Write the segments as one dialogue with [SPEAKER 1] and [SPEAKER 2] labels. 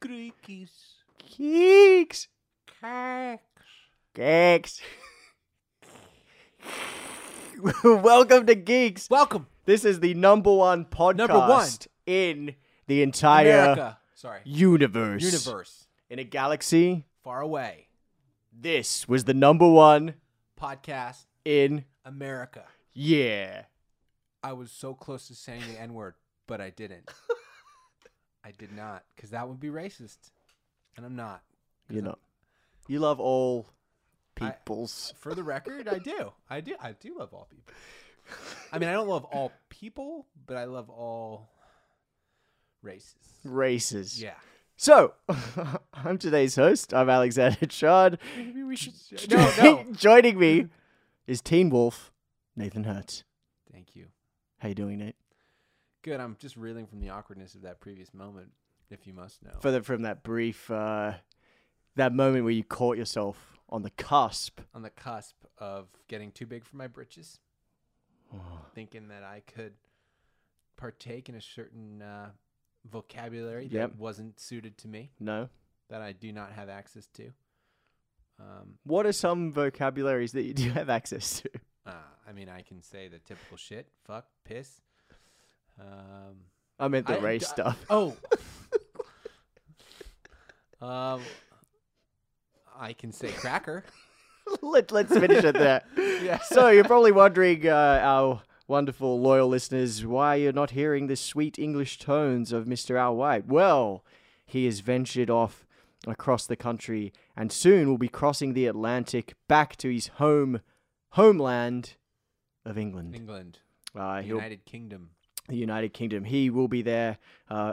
[SPEAKER 1] Creakies.
[SPEAKER 2] Geeks.
[SPEAKER 1] Cacks.
[SPEAKER 2] Geeks. Welcome to Geeks.
[SPEAKER 1] Welcome,
[SPEAKER 2] This is the number one podcast
[SPEAKER 1] Number one.
[SPEAKER 2] in the entire
[SPEAKER 1] America. Sorry.
[SPEAKER 2] universe.
[SPEAKER 1] Universe.
[SPEAKER 2] In a galaxy,
[SPEAKER 1] Far away.
[SPEAKER 2] this was the number one
[SPEAKER 1] Podcast.
[SPEAKER 2] in
[SPEAKER 1] America.
[SPEAKER 2] yeah.
[SPEAKER 1] I was so close to saying the N word, but I didn't. I did not, because that would be racist. And I'm not.
[SPEAKER 2] You know, you love all peoples.
[SPEAKER 1] For the record, I do. I do. I do love all people. I mean, I don't love all people, but I love all races.
[SPEAKER 2] races.
[SPEAKER 1] Yeah.
[SPEAKER 2] So, I'm today's host. I'm Alexander Chard.
[SPEAKER 1] Maybe we should. No, no.
[SPEAKER 2] Joining me is Teen Wolf, Nathan Hertz.
[SPEAKER 1] Thank you.
[SPEAKER 2] How you doing, Nate?
[SPEAKER 1] Good. I'm just reeling from the awkwardness of that previous moment, if you must know.
[SPEAKER 2] Further from that brief, uh, that moment where you caught yourself on the cusp.
[SPEAKER 1] On the cusp of getting too big for my britches, thinking that I could partake in a certain uh, vocabulary
[SPEAKER 2] Yep.
[SPEAKER 1] that wasn't suited to me,
[SPEAKER 2] No.
[SPEAKER 1] that I do not have access to. Um,
[SPEAKER 2] What are some vocabularies that you do have access to?
[SPEAKER 1] uh, I mean, I can say the typical shit, fuck, piss. Um,
[SPEAKER 2] I meant the
[SPEAKER 1] I-
[SPEAKER 2] race
[SPEAKER 1] I-
[SPEAKER 2] stuff.
[SPEAKER 1] Oh. um, I can say cracker.
[SPEAKER 2] Let, let's finish it there.
[SPEAKER 1] Yeah.
[SPEAKER 2] So you're probably wondering, uh, our wonderful loyal listeners, why you're not hearing the sweet English tones of Mr. Al White. Well, he has ventured off across the country and soon will be crossing the Atlantic back to his home homeland of England.
[SPEAKER 1] England,
[SPEAKER 2] Uh, he'll
[SPEAKER 1] United Kingdom.
[SPEAKER 2] the United Kingdom. He will be there uh,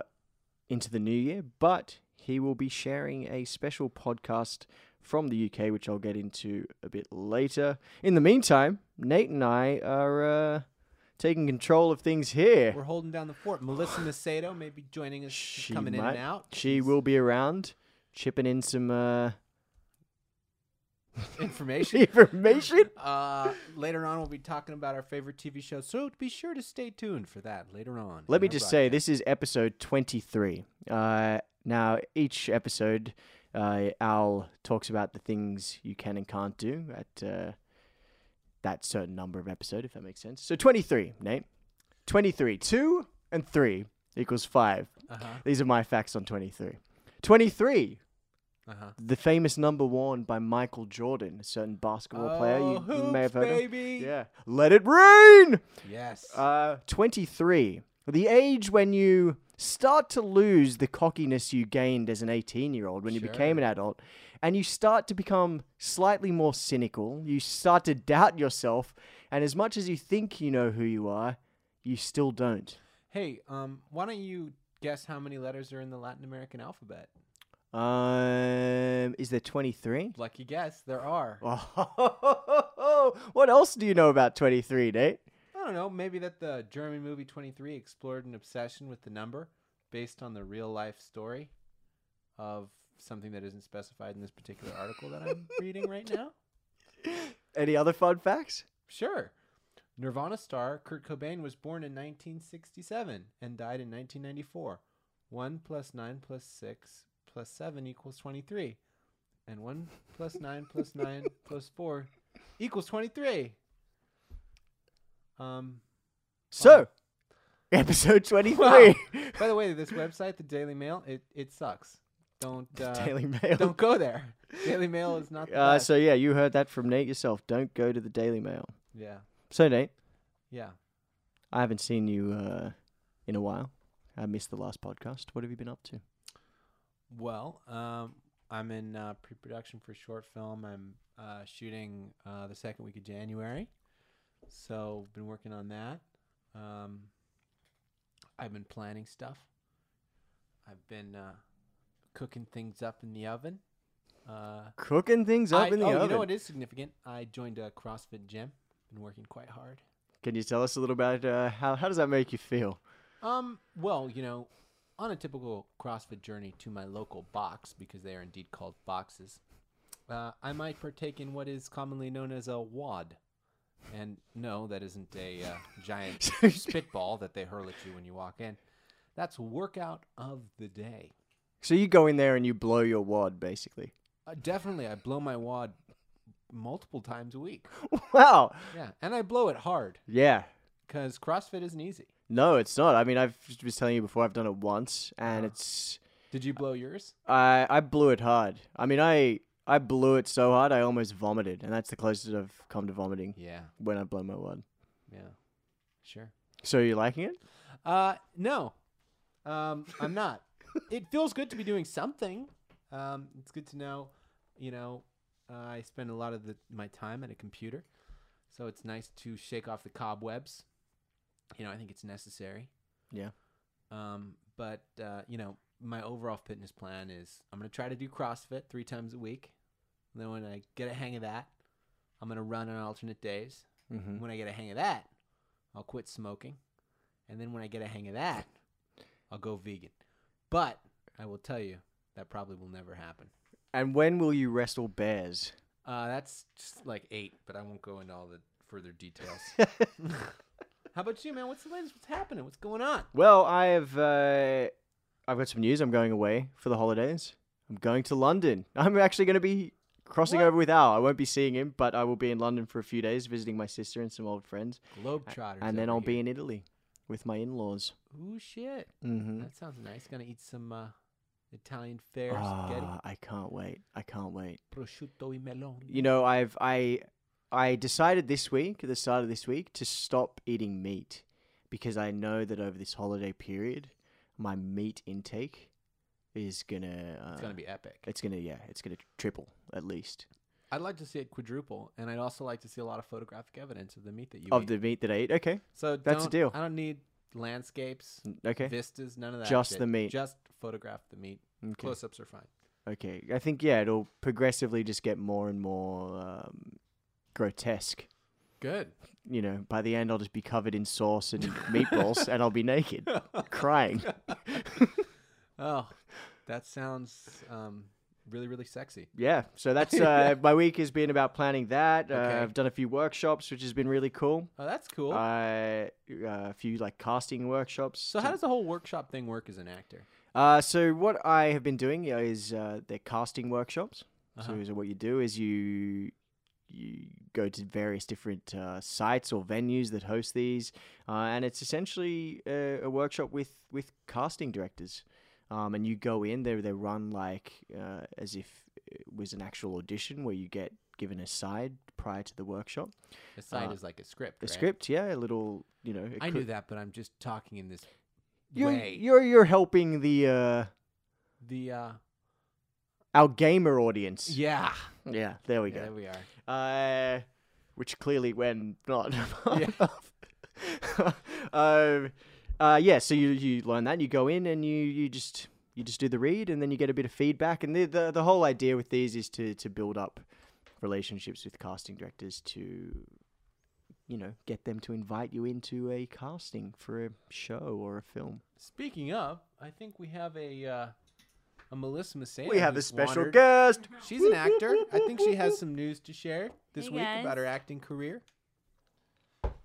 [SPEAKER 2] into the new year, but he will be sharing a special podcast from the UK, which I'll get into a bit later. In the meantime, Nate and I are uh, taking control of things here.
[SPEAKER 1] We're holding down the fort. Melissa Macedo may be joining us. She's
[SPEAKER 2] She
[SPEAKER 1] coming in
[SPEAKER 2] might-
[SPEAKER 1] and out.
[SPEAKER 2] She
[SPEAKER 1] She's-
[SPEAKER 2] will be around, chipping in some uh,
[SPEAKER 1] information.
[SPEAKER 2] information.
[SPEAKER 1] uh, later on, we'll be talking about our favorite TV show, so be sure to stay tuned for that later on.
[SPEAKER 2] Let
[SPEAKER 1] in
[SPEAKER 2] me
[SPEAKER 1] our
[SPEAKER 2] just say,
[SPEAKER 1] broadcast.
[SPEAKER 2] this is episode 23. Uh, now, each episode, uh, Al talks about the things you can and can't do at uh, that certain number of episode, if that makes sense. So 23, Nate. 23. 2 and 3 equals 5.
[SPEAKER 1] Uh-huh,
[SPEAKER 2] These are my facts on 23. 23,
[SPEAKER 1] uh-huh.
[SPEAKER 2] the famous number worn by Michael Jordan, a certain basketball player you,
[SPEAKER 1] Oh,
[SPEAKER 2] you may have
[SPEAKER 1] hoops,
[SPEAKER 2] heard
[SPEAKER 1] baby.
[SPEAKER 2] of. Yeah. Let it rain!
[SPEAKER 1] Yes.
[SPEAKER 2] Uh, 23. The age when you start to lose the cockiness you gained as an 18 year old when you became an adult, and you start to become slightly more cynical. You start to doubt yourself, and as much as you think you know who you are, you still don't.
[SPEAKER 1] hey, um, why don't you guess how many letters are in the Latin American alphabet?
[SPEAKER 2] Um, is there 23?
[SPEAKER 1] Lucky guess, there are.
[SPEAKER 2] Oh, what else do you know about 23, Nate?
[SPEAKER 1] I don't know. Maybe that the German movie 23 explored an obsession with the number based on the real life story of something that isn't specified in this particular article that I'm reading right now.
[SPEAKER 2] Any other fun facts?
[SPEAKER 1] Sure. Nirvana star Kurt Cobain was born in 1967 and died in 1994. 1 plus 9 plus 6 plus 7 equals 23. And 1 plus 9 plus 9 plus 4 equals 23. Um,
[SPEAKER 2] So, episode 23.
[SPEAKER 1] By the way, this website, the Daily Mail, it, it sucks. Don't uh,
[SPEAKER 2] Daily Mail.
[SPEAKER 1] don't go there. Daily Mail is not. The
[SPEAKER 2] Uh,
[SPEAKER 1] best.
[SPEAKER 2] so yeah, you heard that from Nate yourself. Don't go to the Daily Mail.
[SPEAKER 1] yeah,
[SPEAKER 2] So Nate,
[SPEAKER 1] yeah.
[SPEAKER 2] I haven't seen you uh, in a while. I missed the last podcast. What have you been up to?
[SPEAKER 1] Well, um, I'm in uh, pre-production for a short film. I'm uh, shooting uh, the second week of January, so been working on that. Um, I've been planning stuff. I've been uh, cooking things up in the oven. Uh,
[SPEAKER 2] Cooking things up
[SPEAKER 1] I,
[SPEAKER 2] in the
[SPEAKER 1] oh,
[SPEAKER 2] oven.
[SPEAKER 1] you know what is significant? I joined a CrossFit gym. Been working quite hard.
[SPEAKER 2] Can you tell us a little about uh, how how does that make you feel?
[SPEAKER 1] Um, well, you know, on a typical CrossFit journey to my local box, because they are indeed called boxes, uh, I might partake in what is commonly known as a wad. And no, that isn't a uh, giant spitball that they hurl at you when you walk in. That's workout of the day.
[SPEAKER 2] So you go in there and you blow your wad, basically.
[SPEAKER 1] Uh, definitely, I blow my wad multiple times a week.
[SPEAKER 2] Wow.
[SPEAKER 1] Yeah, and I blow it hard
[SPEAKER 2] Yeah.
[SPEAKER 1] because CrossFit isn't easy.
[SPEAKER 2] No, it's not. I mean, I've was telling you before. I've done it once, and it's
[SPEAKER 1] Did you blow yours?
[SPEAKER 2] I I blew it hard. I mean, I I blew it so hard I almost vomited, and that's the closest I've come to vomiting
[SPEAKER 1] Yeah,
[SPEAKER 2] when I blow my wad.
[SPEAKER 1] yeah, sure.
[SPEAKER 2] So you liking it?
[SPEAKER 1] Uh, no, um, I'm not. it feels good to be doing something. Um, it's good to know, you know, uh, I spend a lot of the, my time at a computer, so it's nice to shake off the cobwebs. You know, I think it's necessary.
[SPEAKER 2] Yeah.
[SPEAKER 1] Um, but uh, you know, my overall fitness plan is I'm gonna try to do CrossFit three times a week. And then when I get a hang of that, I'm gonna run on alternate days.
[SPEAKER 2] Mm-hmm.
[SPEAKER 1] When I get a hang of that, I'll quit smoking. And then when I get a hang of that, I'll go vegan. But I will tell you, that probably will never happen.
[SPEAKER 2] And when will you wrestle bears?
[SPEAKER 1] Uh, that's just like eight, but I won't go into all the further details. How about you, man? What's the latest? What's happening? What's going on?
[SPEAKER 2] Well, I have uh, I've got some news. I'm going away for the holidays. I'm going to London. I'm actually going to be crossing
[SPEAKER 1] What?
[SPEAKER 2] over with Al. I won't be seeing him, but I will be in London for a few days visiting my sister and some old friends,
[SPEAKER 1] Globetrotters.
[SPEAKER 2] and then
[SPEAKER 1] over
[SPEAKER 2] I'll
[SPEAKER 1] here.
[SPEAKER 2] be in Italy with my in-laws.
[SPEAKER 1] Ooh, shit.
[SPEAKER 2] Mm-hmm.
[SPEAKER 1] That sounds nice. Gonna eat some uh, Italian fare spaghetti.
[SPEAKER 2] Ah, I can't wait. I can't wait.
[SPEAKER 1] Prosciutto e melone.
[SPEAKER 2] You know, I've I I decided this week, at the start of this week, to stop eating meat because I know that over this holiday period, my meat intake is gonna uh,
[SPEAKER 1] It's gonna be epic.
[SPEAKER 2] It's gonna yeah, it's gonna triple at least
[SPEAKER 1] I'd like to see it quadruple, and I'd also like to see a lot of photographic evidence of the meat that you
[SPEAKER 2] of
[SPEAKER 1] eat.
[SPEAKER 2] the meat that I eat. Okay,
[SPEAKER 1] so
[SPEAKER 2] that's a
[SPEAKER 1] don't-
[SPEAKER 2] deal.
[SPEAKER 1] I don't need landscapes,
[SPEAKER 2] N- okay,
[SPEAKER 1] vistas, none of that.
[SPEAKER 2] Just
[SPEAKER 1] shit.
[SPEAKER 2] the meat.
[SPEAKER 1] Just photograph the meat.
[SPEAKER 2] okay,
[SPEAKER 1] Close-ups are fine.
[SPEAKER 2] okay. I think yeah, it'll progressively just get more and more um, grotesque.
[SPEAKER 1] Good.
[SPEAKER 2] You know, by the end I'll just be covered in sauce and meatballs, and I'll be naked, crying.
[SPEAKER 1] Oh, that sounds um, really, really sexy.
[SPEAKER 2] Yeah, so that's uh, my week has been about planning that. Uh,
[SPEAKER 1] Okay.
[SPEAKER 2] I've done a few workshops, which has been really cool.
[SPEAKER 1] Oh, that's cool.
[SPEAKER 2] I- Uh, a few like casting workshops.
[SPEAKER 1] so,
[SPEAKER 2] to-
[SPEAKER 1] how does the whole workshop thing work as an actor?
[SPEAKER 2] Uh, so what I have been doing uh, is uh, they're casting workshops.
[SPEAKER 1] Uh-huh.
[SPEAKER 2] So, so what you do is you you go to various different uh, sites or venues that host these, uh, and it's essentially a, a workshop with with casting directors. Um, and you go in there, they run like uh, as if it was an actual audition where you get given a side prior to the workshop.
[SPEAKER 1] A site
[SPEAKER 2] Uh,
[SPEAKER 1] is like a script.
[SPEAKER 2] A
[SPEAKER 1] right?
[SPEAKER 2] script, yeah, a little, you know. it
[SPEAKER 1] I
[SPEAKER 2] could-
[SPEAKER 1] knew that, but I'm just talking in this
[SPEAKER 2] You're,
[SPEAKER 1] way.
[SPEAKER 2] you're you're helping the uh,
[SPEAKER 1] the uh,
[SPEAKER 2] our gamer audience.
[SPEAKER 1] yeah.
[SPEAKER 2] Yeah, there we
[SPEAKER 1] Yeah,
[SPEAKER 2] go.
[SPEAKER 1] There we are.
[SPEAKER 2] Uh, which clearly when not.
[SPEAKER 1] Yeah.
[SPEAKER 2] um, uh, yeah. So you you learn that you go in and you you just you just do the read and then you get a bit of feedback and the the, the whole idea with these is to to build up relationships with casting directors to you know get them to invite you into a casting for a show or a film.
[SPEAKER 1] Speaking of, I think we have a uh, a Melissa Macedo.
[SPEAKER 2] We have a
[SPEAKER 1] who's
[SPEAKER 2] special
[SPEAKER 1] wandered-
[SPEAKER 2] guest.
[SPEAKER 1] She's an actor. I think she has some news to share this
[SPEAKER 3] Hey,
[SPEAKER 1] week about
[SPEAKER 3] guys.
[SPEAKER 1] her acting career.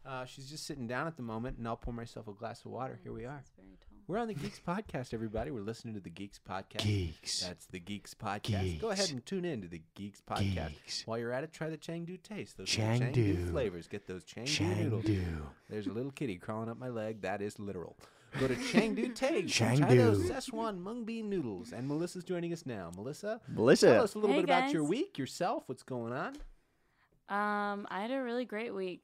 [SPEAKER 1] Uh, she's just sitting down at the moment, and I'll pour myself a glass of water. Here we are.
[SPEAKER 3] It's very tall.
[SPEAKER 1] We're on the Geeks Podcast, everybody. We're listening to the Geeks Podcast.
[SPEAKER 2] Geeks.
[SPEAKER 1] That's the Geeks Podcast. Go ahead
[SPEAKER 2] Geeks.
[SPEAKER 1] and tune in to the Geeks Podcast.
[SPEAKER 2] Geeks.
[SPEAKER 1] While you're at it, try the Chengdu taste. Those little
[SPEAKER 2] Chengdu.
[SPEAKER 1] Chengdu flavors. Get those Chengdu, noodles.
[SPEAKER 2] Chengdu.
[SPEAKER 1] There's a little kitty crawling up my leg. That is literal. Go to Chengdu Tang.
[SPEAKER 2] Chengdu.
[SPEAKER 1] Try those Szechuan mung bean noodles. And Melissa's joining us now. Melissa, tell
[SPEAKER 2] Melissa.
[SPEAKER 1] us a little
[SPEAKER 3] Hey,
[SPEAKER 1] bit about your
[SPEAKER 3] guys.
[SPEAKER 1] week, yourself, what's going on.
[SPEAKER 3] Um, I had a really great week.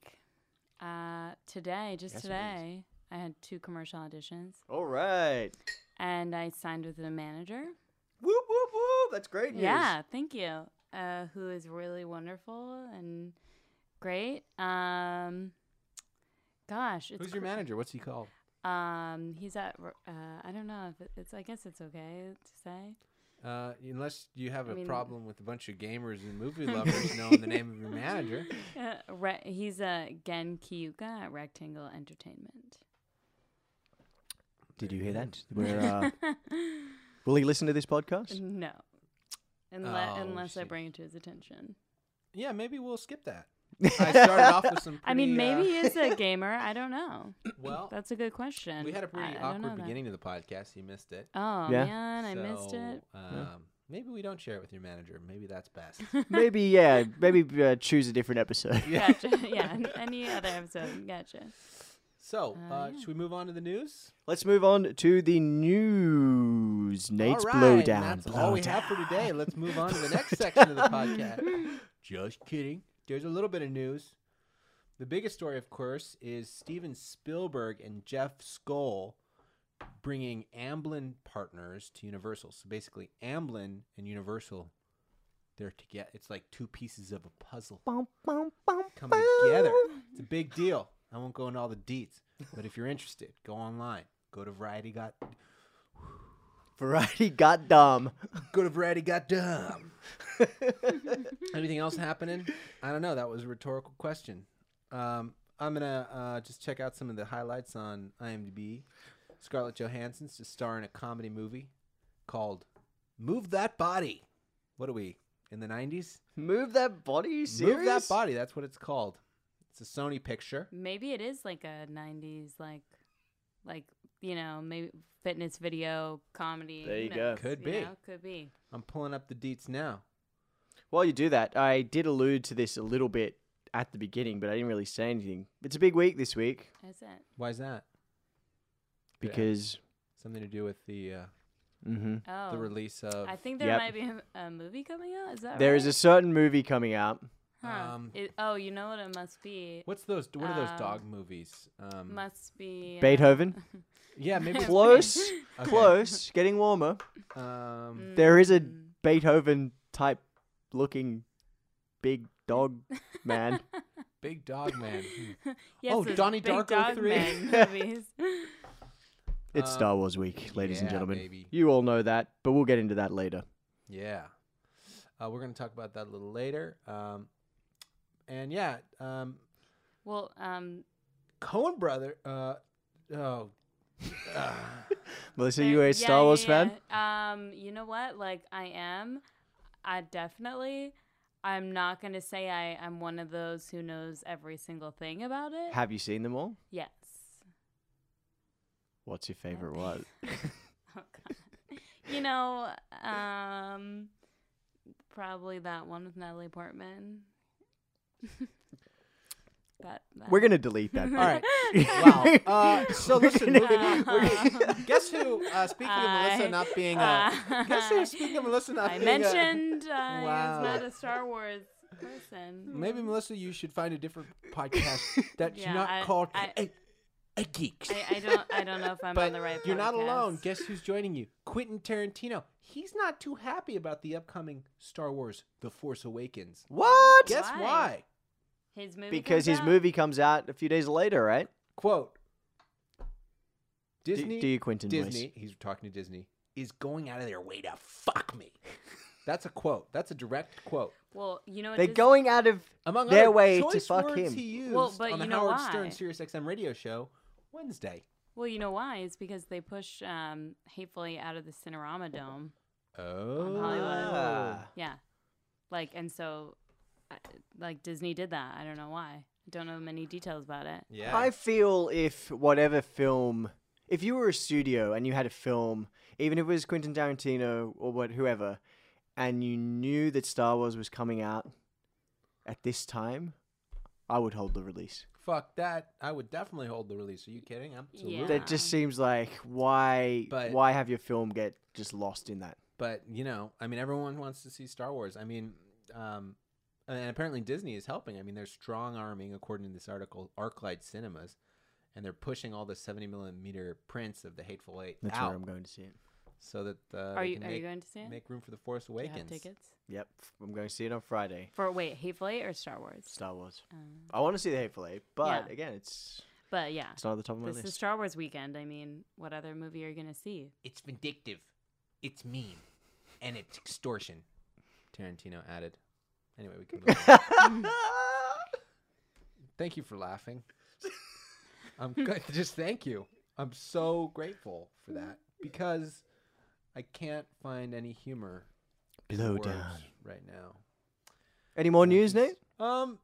[SPEAKER 3] Uh, today, just
[SPEAKER 2] Yes, it is.
[SPEAKER 3] today, I had two commercial auditions,
[SPEAKER 2] All right.
[SPEAKER 3] and I signed with a manager.
[SPEAKER 2] Whoop whoop whoop! That's great news.
[SPEAKER 3] Yeah, thank you. Uh, who is really wonderful and great. Um, gosh, it's
[SPEAKER 1] Who's your
[SPEAKER 3] cr-
[SPEAKER 1] manager? What's he called?
[SPEAKER 3] Um, he's at. r- Uh, I don't know if it- it's. I guess it's okay to say.
[SPEAKER 1] Uh, unless you have a
[SPEAKER 3] I mean-
[SPEAKER 1] problem with a bunch of gamers and movie lovers knowing the name of your manager.
[SPEAKER 3] Uh, re- he's a Gen Kiyuka at Rectangle Entertainment.
[SPEAKER 2] Did you hear that? We're, uh, will he listen to this podcast?
[SPEAKER 3] No. Unless,
[SPEAKER 1] Oh,
[SPEAKER 3] unless I
[SPEAKER 1] shit.
[SPEAKER 3] bring it to his attention.
[SPEAKER 1] Yeah, maybe we'll skip that. I started off with some. Pretty,
[SPEAKER 3] I mean, maybe
[SPEAKER 1] uh,
[SPEAKER 3] he is a gamer. I don't know.
[SPEAKER 1] well,
[SPEAKER 3] That's a good question.
[SPEAKER 1] we had a
[SPEAKER 3] I-
[SPEAKER 1] pretty
[SPEAKER 3] I don't know
[SPEAKER 1] awkward
[SPEAKER 3] that.
[SPEAKER 1] beginning to the podcast. You missed it.
[SPEAKER 3] Oh
[SPEAKER 2] Yeah.
[SPEAKER 3] man, I missed
[SPEAKER 1] So,
[SPEAKER 3] it.
[SPEAKER 1] Um, maybe we don't share it with your manager. Maybe that's best.
[SPEAKER 2] maybe yeah, maybe uh, choose a different episode.
[SPEAKER 1] Yeah.
[SPEAKER 3] Gotcha. yeah. n- Any other episode. Gotcha.
[SPEAKER 1] So,
[SPEAKER 3] Uh,
[SPEAKER 1] uh,
[SPEAKER 3] yeah.
[SPEAKER 1] should we move on to the news?
[SPEAKER 2] Let's move on to the news. Nate's
[SPEAKER 1] all right, and
[SPEAKER 2] blowdown.
[SPEAKER 1] That's all we have for today. Let's move on to the next section of the podcast. Just kidding. There's a little bit of news. The biggest story, of course, is Steven Spielberg and Jeff Skoll bringing Amblin Partners to Universal. So basically, Amblin and Universal, they're together. It's like two pieces of a puzzle
[SPEAKER 2] Bum, bum, bum,
[SPEAKER 1] come
[SPEAKER 2] bum.
[SPEAKER 1] together. It's a big deal. I won't go into all the deets, but if you're interested, go online. Go to Variety got
[SPEAKER 2] Variety got dumb.
[SPEAKER 1] go to Variety got dumb. Anything else happening? I don't know. That was a rhetorical question. Um, I'm gonna uh, just check out some of the highlights on IMDb. Scarlett Johansson's just starring a comedy movie called "Move That Body." What are we in the '90s?
[SPEAKER 2] Move that body. you
[SPEAKER 1] Move that
[SPEAKER 2] serious?
[SPEAKER 1] body. That's what it's called. It's a Sony picture.
[SPEAKER 3] Maybe it is like a '90s, like, like you know, maybe fitness video comedy.
[SPEAKER 2] There you
[SPEAKER 3] mix,
[SPEAKER 2] go.
[SPEAKER 1] Could
[SPEAKER 3] you
[SPEAKER 1] be.
[SPEAKER 3] know, could be.
[SPEAKER 1] I'm pulling up the deets now.
[SPEAKER 2] While you do that, I did allude to this a little bit at the beginning, but I didn't really say anything. It's a big week this week
[SPEAKER 3] Is it?
[SPEAKER 1] Why is that? Yeah.
[SPEAKER 2] because
[SPEAKER 1] Something to do with the uh,
[SPEAKER 2] mhm,
[SPEAKER 3] Oh.
[SPEAKER 1] the release of.
[SPEAKER 3] I think there
[SPEAKER 2] Yep.
[SPEAKER 3] might be a, a movie coming out. Is that
[SPEAKER 2] there
[SPEAKER 3] right?
[SPEAKER 2] is a certain movie coming out.
[SPEAKER 3] Huh.
[SPEAKER 1] Um,
[SPEAKER 3] It- oh, you know what it must be.
[SPEAKER 1] What's those? What are
[SPEAKER 3] Um,
[SPEAKER 1] those dog movies? Um,
[SPEAKER 3] Must be uh,
[SPEAKER 2] Beethoven.
[SPEAKER 1] yeah, maybe
[SPEAKER 3] Okay.
[SPEAKER 2] Close,
[SPEAKER 1] Okay.
[SPEAKER 2] close, getting warmer.
[SPEAKER 1] Um,
[SPEAKER 2] There is a
[SPEAKER 3] Mm.
[SPEAKER 2] Beethoven type looking big dog man.
[SPEAKER 1] Big Dog Man. Hmm.
[SPEAKER 3] yes,
[SPEAKER 1] Oh,
[SPEAKER 3] those
[SPEAKER 1] Donnie
[SPEAKER 3] Big
[SPEAKER 1] Darko
[SPEAKER 3] Dog
[SPEAKER 1] 3.
[SPEAKER 3] Men movies.
[SPEAKER 2] It's
[SPEAKER 1] Um,
[SPEAKER 2] Star Wars week, ladies and
[SPEAKER 1] yeah,
[SPEAKER 2] gentlemen.
[SPEAKER 1] baby.
[SPEAKER 2] You all know that, but we'll get into that later.
[SPEAKER 1] Yeah. Uh, we're gonna talk about that a little later. Um, and yeah, um,
[SPEAKER 3] well, um,
[SPEAKER 1] Cohen brother. Uh, oh. Ah.
[SPEAKER 2] Melissa,
[SPEAKER 3] there-
[SPEAKER 2] you a
[SPEAKER 3] Uh, yeah,
[SPEAKER 2] Star Wars
[SPEAKER 3] yeah,
[SPEAKER 2] fan?
[SPEAKER 3] yeah. Um, you know what? Like, I am. I definitely. I'm not gonna say I am one of those who knows every single thing about it.
[SPEAKER 2] Have you seen them all?
[SPEAKER 3] yes.
[SPEAKER 2] What's your favorite
[SPEAKER 3] Uh,
[SPEAKER 2] one?
[SPEAKER 3] Oh, God. you know, um, probably that one with Natalie Portman. that, that.
[SPEAKER 2] We're gonna delete that.
[SPEAKER 1] All right.
[SPEAKER 2] bit.
[SPEAKER 1] Wow. Uh, so listen,
[SPEAKER 2] We're
[SPEAKER 3] gonna-
[SPEAKER 1] we're
[SPEAKER 3] Um,
[SPEAKER 1] guess who? Uh, speaking of Melissa
[SPEAKER 3] I-
[SPEAKER 1] not being a. guess who?
[SPEAKER 3] I-
[SPEAKER 1] Speaking of Melissa not
[SPEAKER 3] I
[SPEAKER 1] being uh, a-
[SPEAKER 3] mentioned I
[SPEAKER 1] Wow.
[SPEAKER 3] was not a Star Wars person.
[SPEAKER 1] Maybe Melissa, you should find a different podcast that's
[SPEAKER 3] Yeah,
[SPEAKER 1] not
[SPEAKER 3] I-
[SPEAKER 1] called
[SPEAKER 3] I-
[SPEAKER 1] a, a Geeks.
[SPEAKER 3] I, I don't. I don't know if I'm
[SPEAKER 1] but
[SPEAKER 3] on the right.
[SPEAKER 1] you're not
[SPEAKER 3] podcast.
[SPEAKER 1] alone. Guess who's joining you? Quentin Tarantino. He's not too happy about the upcoming Star Wars: The Force Awakens.
[SPEAKER 2] What?
[SPEAKER 1] Guess
[SPEAKER 3] Why?
[SPEAKER 1] why?
[SPEAKER 3] His movie
[SPEAKER 2] Because
[SPEAKER 3] comes
[SPEAKER 2] his
[SPEAKER 3] out?
[SPEAKER 2] movie comes out a few days later, right?
[SPEAKER 1] Quote:
[SPEAKER 2] Do-
[SPEAKER 1] Disney,
[SPEAKER 2] Do, you Quentin voice.
[SPEAKER 1] Disney. He's talking to Disney. Is going out of their way to fuck me. That's a quote. That's a direct quote.
[SPEAKER 3] Well, you know what
[SPEAKER 2] They're
[SPEAKER 3] Dis-
[SPEAKER 2] going out of
[SPEAKER 1] Among
[SPEAKER 2] their
[SPEAKER 1] other
[SPEAKER 2] way to
[SPEAKER 1] choice
[SPEAKER 2] fuck
[SPEAKER 1] words
[SPEAKER 2] him.
[SPEAKER 1] he used
[SPEAKER 3] Well, but
[SPEAKER 1] on the
[SPEAKER 3] you know
[SPEAKER 1] Howard
[SPEAKER 3] why?
[SPEAKER 1] Stern Sirius XM radio show Wednesday.
[SPEAKER 3] Well, you know why? It's because they push um, hatefully out of the Cinerama Dome.
[SPEAKER 1] Oh.
[SPEAKER 2] Ah.
[SPEAKER 3] Yeah, like and so, I, like Disney did that. I don't know why. I don't know many details about it.
[SPEAKER 1] Yeah.
[SPEAKER 2] I feel if whatever film, if you were a studio and you had a film, even if it was Quentin Tarantino or what, whoever, and you knew that Star Wars was coming out at this time, I would hold the release.
[SPEAKER 1] Fuck that. I would definitely hold the release. Are you kidding? Absolutely.
[SPEAKER 3] Yeah.
[SPEAKER 2] That just seems like why
[SPEAKER 1] But-
[SPEAKER 2] why have your film get just lost in that?
[SPEAKER 1] But, you know, I mean, everyone wants to see Star Wars. I mean, um, and apparently Disney is helping. I mean, they're strong arming, according to this article, Arclight Cinemas, and they're pushing all the 70 millimeter prints of the Hateful Eight
[SPEAKER 2] That's
[SPEAKER 1] out
[SPEAKER 2] where I'm going to see it.
[SPEAKER 1] so that uh,
[SPEAKER 3] Are
[SPEAKER 1] they
[SPEAKER 3] you
[SPEAKER 1] can
[SPEAKER 3] Are
[SPEAKER 1] make,
[SPEAKER 3] you going to see it?
[SPEAKER 1] make room for The Force
[SPEAKER 3] Do you have
[SPEAKER 1] Awakens.
[SPEAKER 3] tickets
[SPEAKER 2] Yep, I'm going to see it on Friday.
[SPEAKER 3] for wait, Hateful Eight or Star Wars?
[SPEAKER 2] Star Wars.
[SPEAKER 3] Um,
[SPEAKER 2] I want to see the Hateful Eight, but
[SPEAKER 3] Yeah.
[SPEAKER 2] again, it's
[SPEAKER 3] but yeah,
[SPEAKER 2] it's not at the top of my
[SPEAKER 3] this
[SPEAKER 2] list.
[SPEAKER 3] is Star Wars weekend. I mean, what other movie are you gonna see?
[SPEAKER 1] It's vindictive, it's mean, and it's extortion, Tarantino added. Anyway, we can move on. Thank you for laughing. I'm good. just thank you. I'm so grateful for that because I can't find any humor in
[SPEAKER 2] Blow
[SPEAKER 1] words
[SPEAKER 2] down.
[SPEAKER 1] right now.
[SPEAKER 2] Any more news, Nate?
[SPEAKER 1] Um,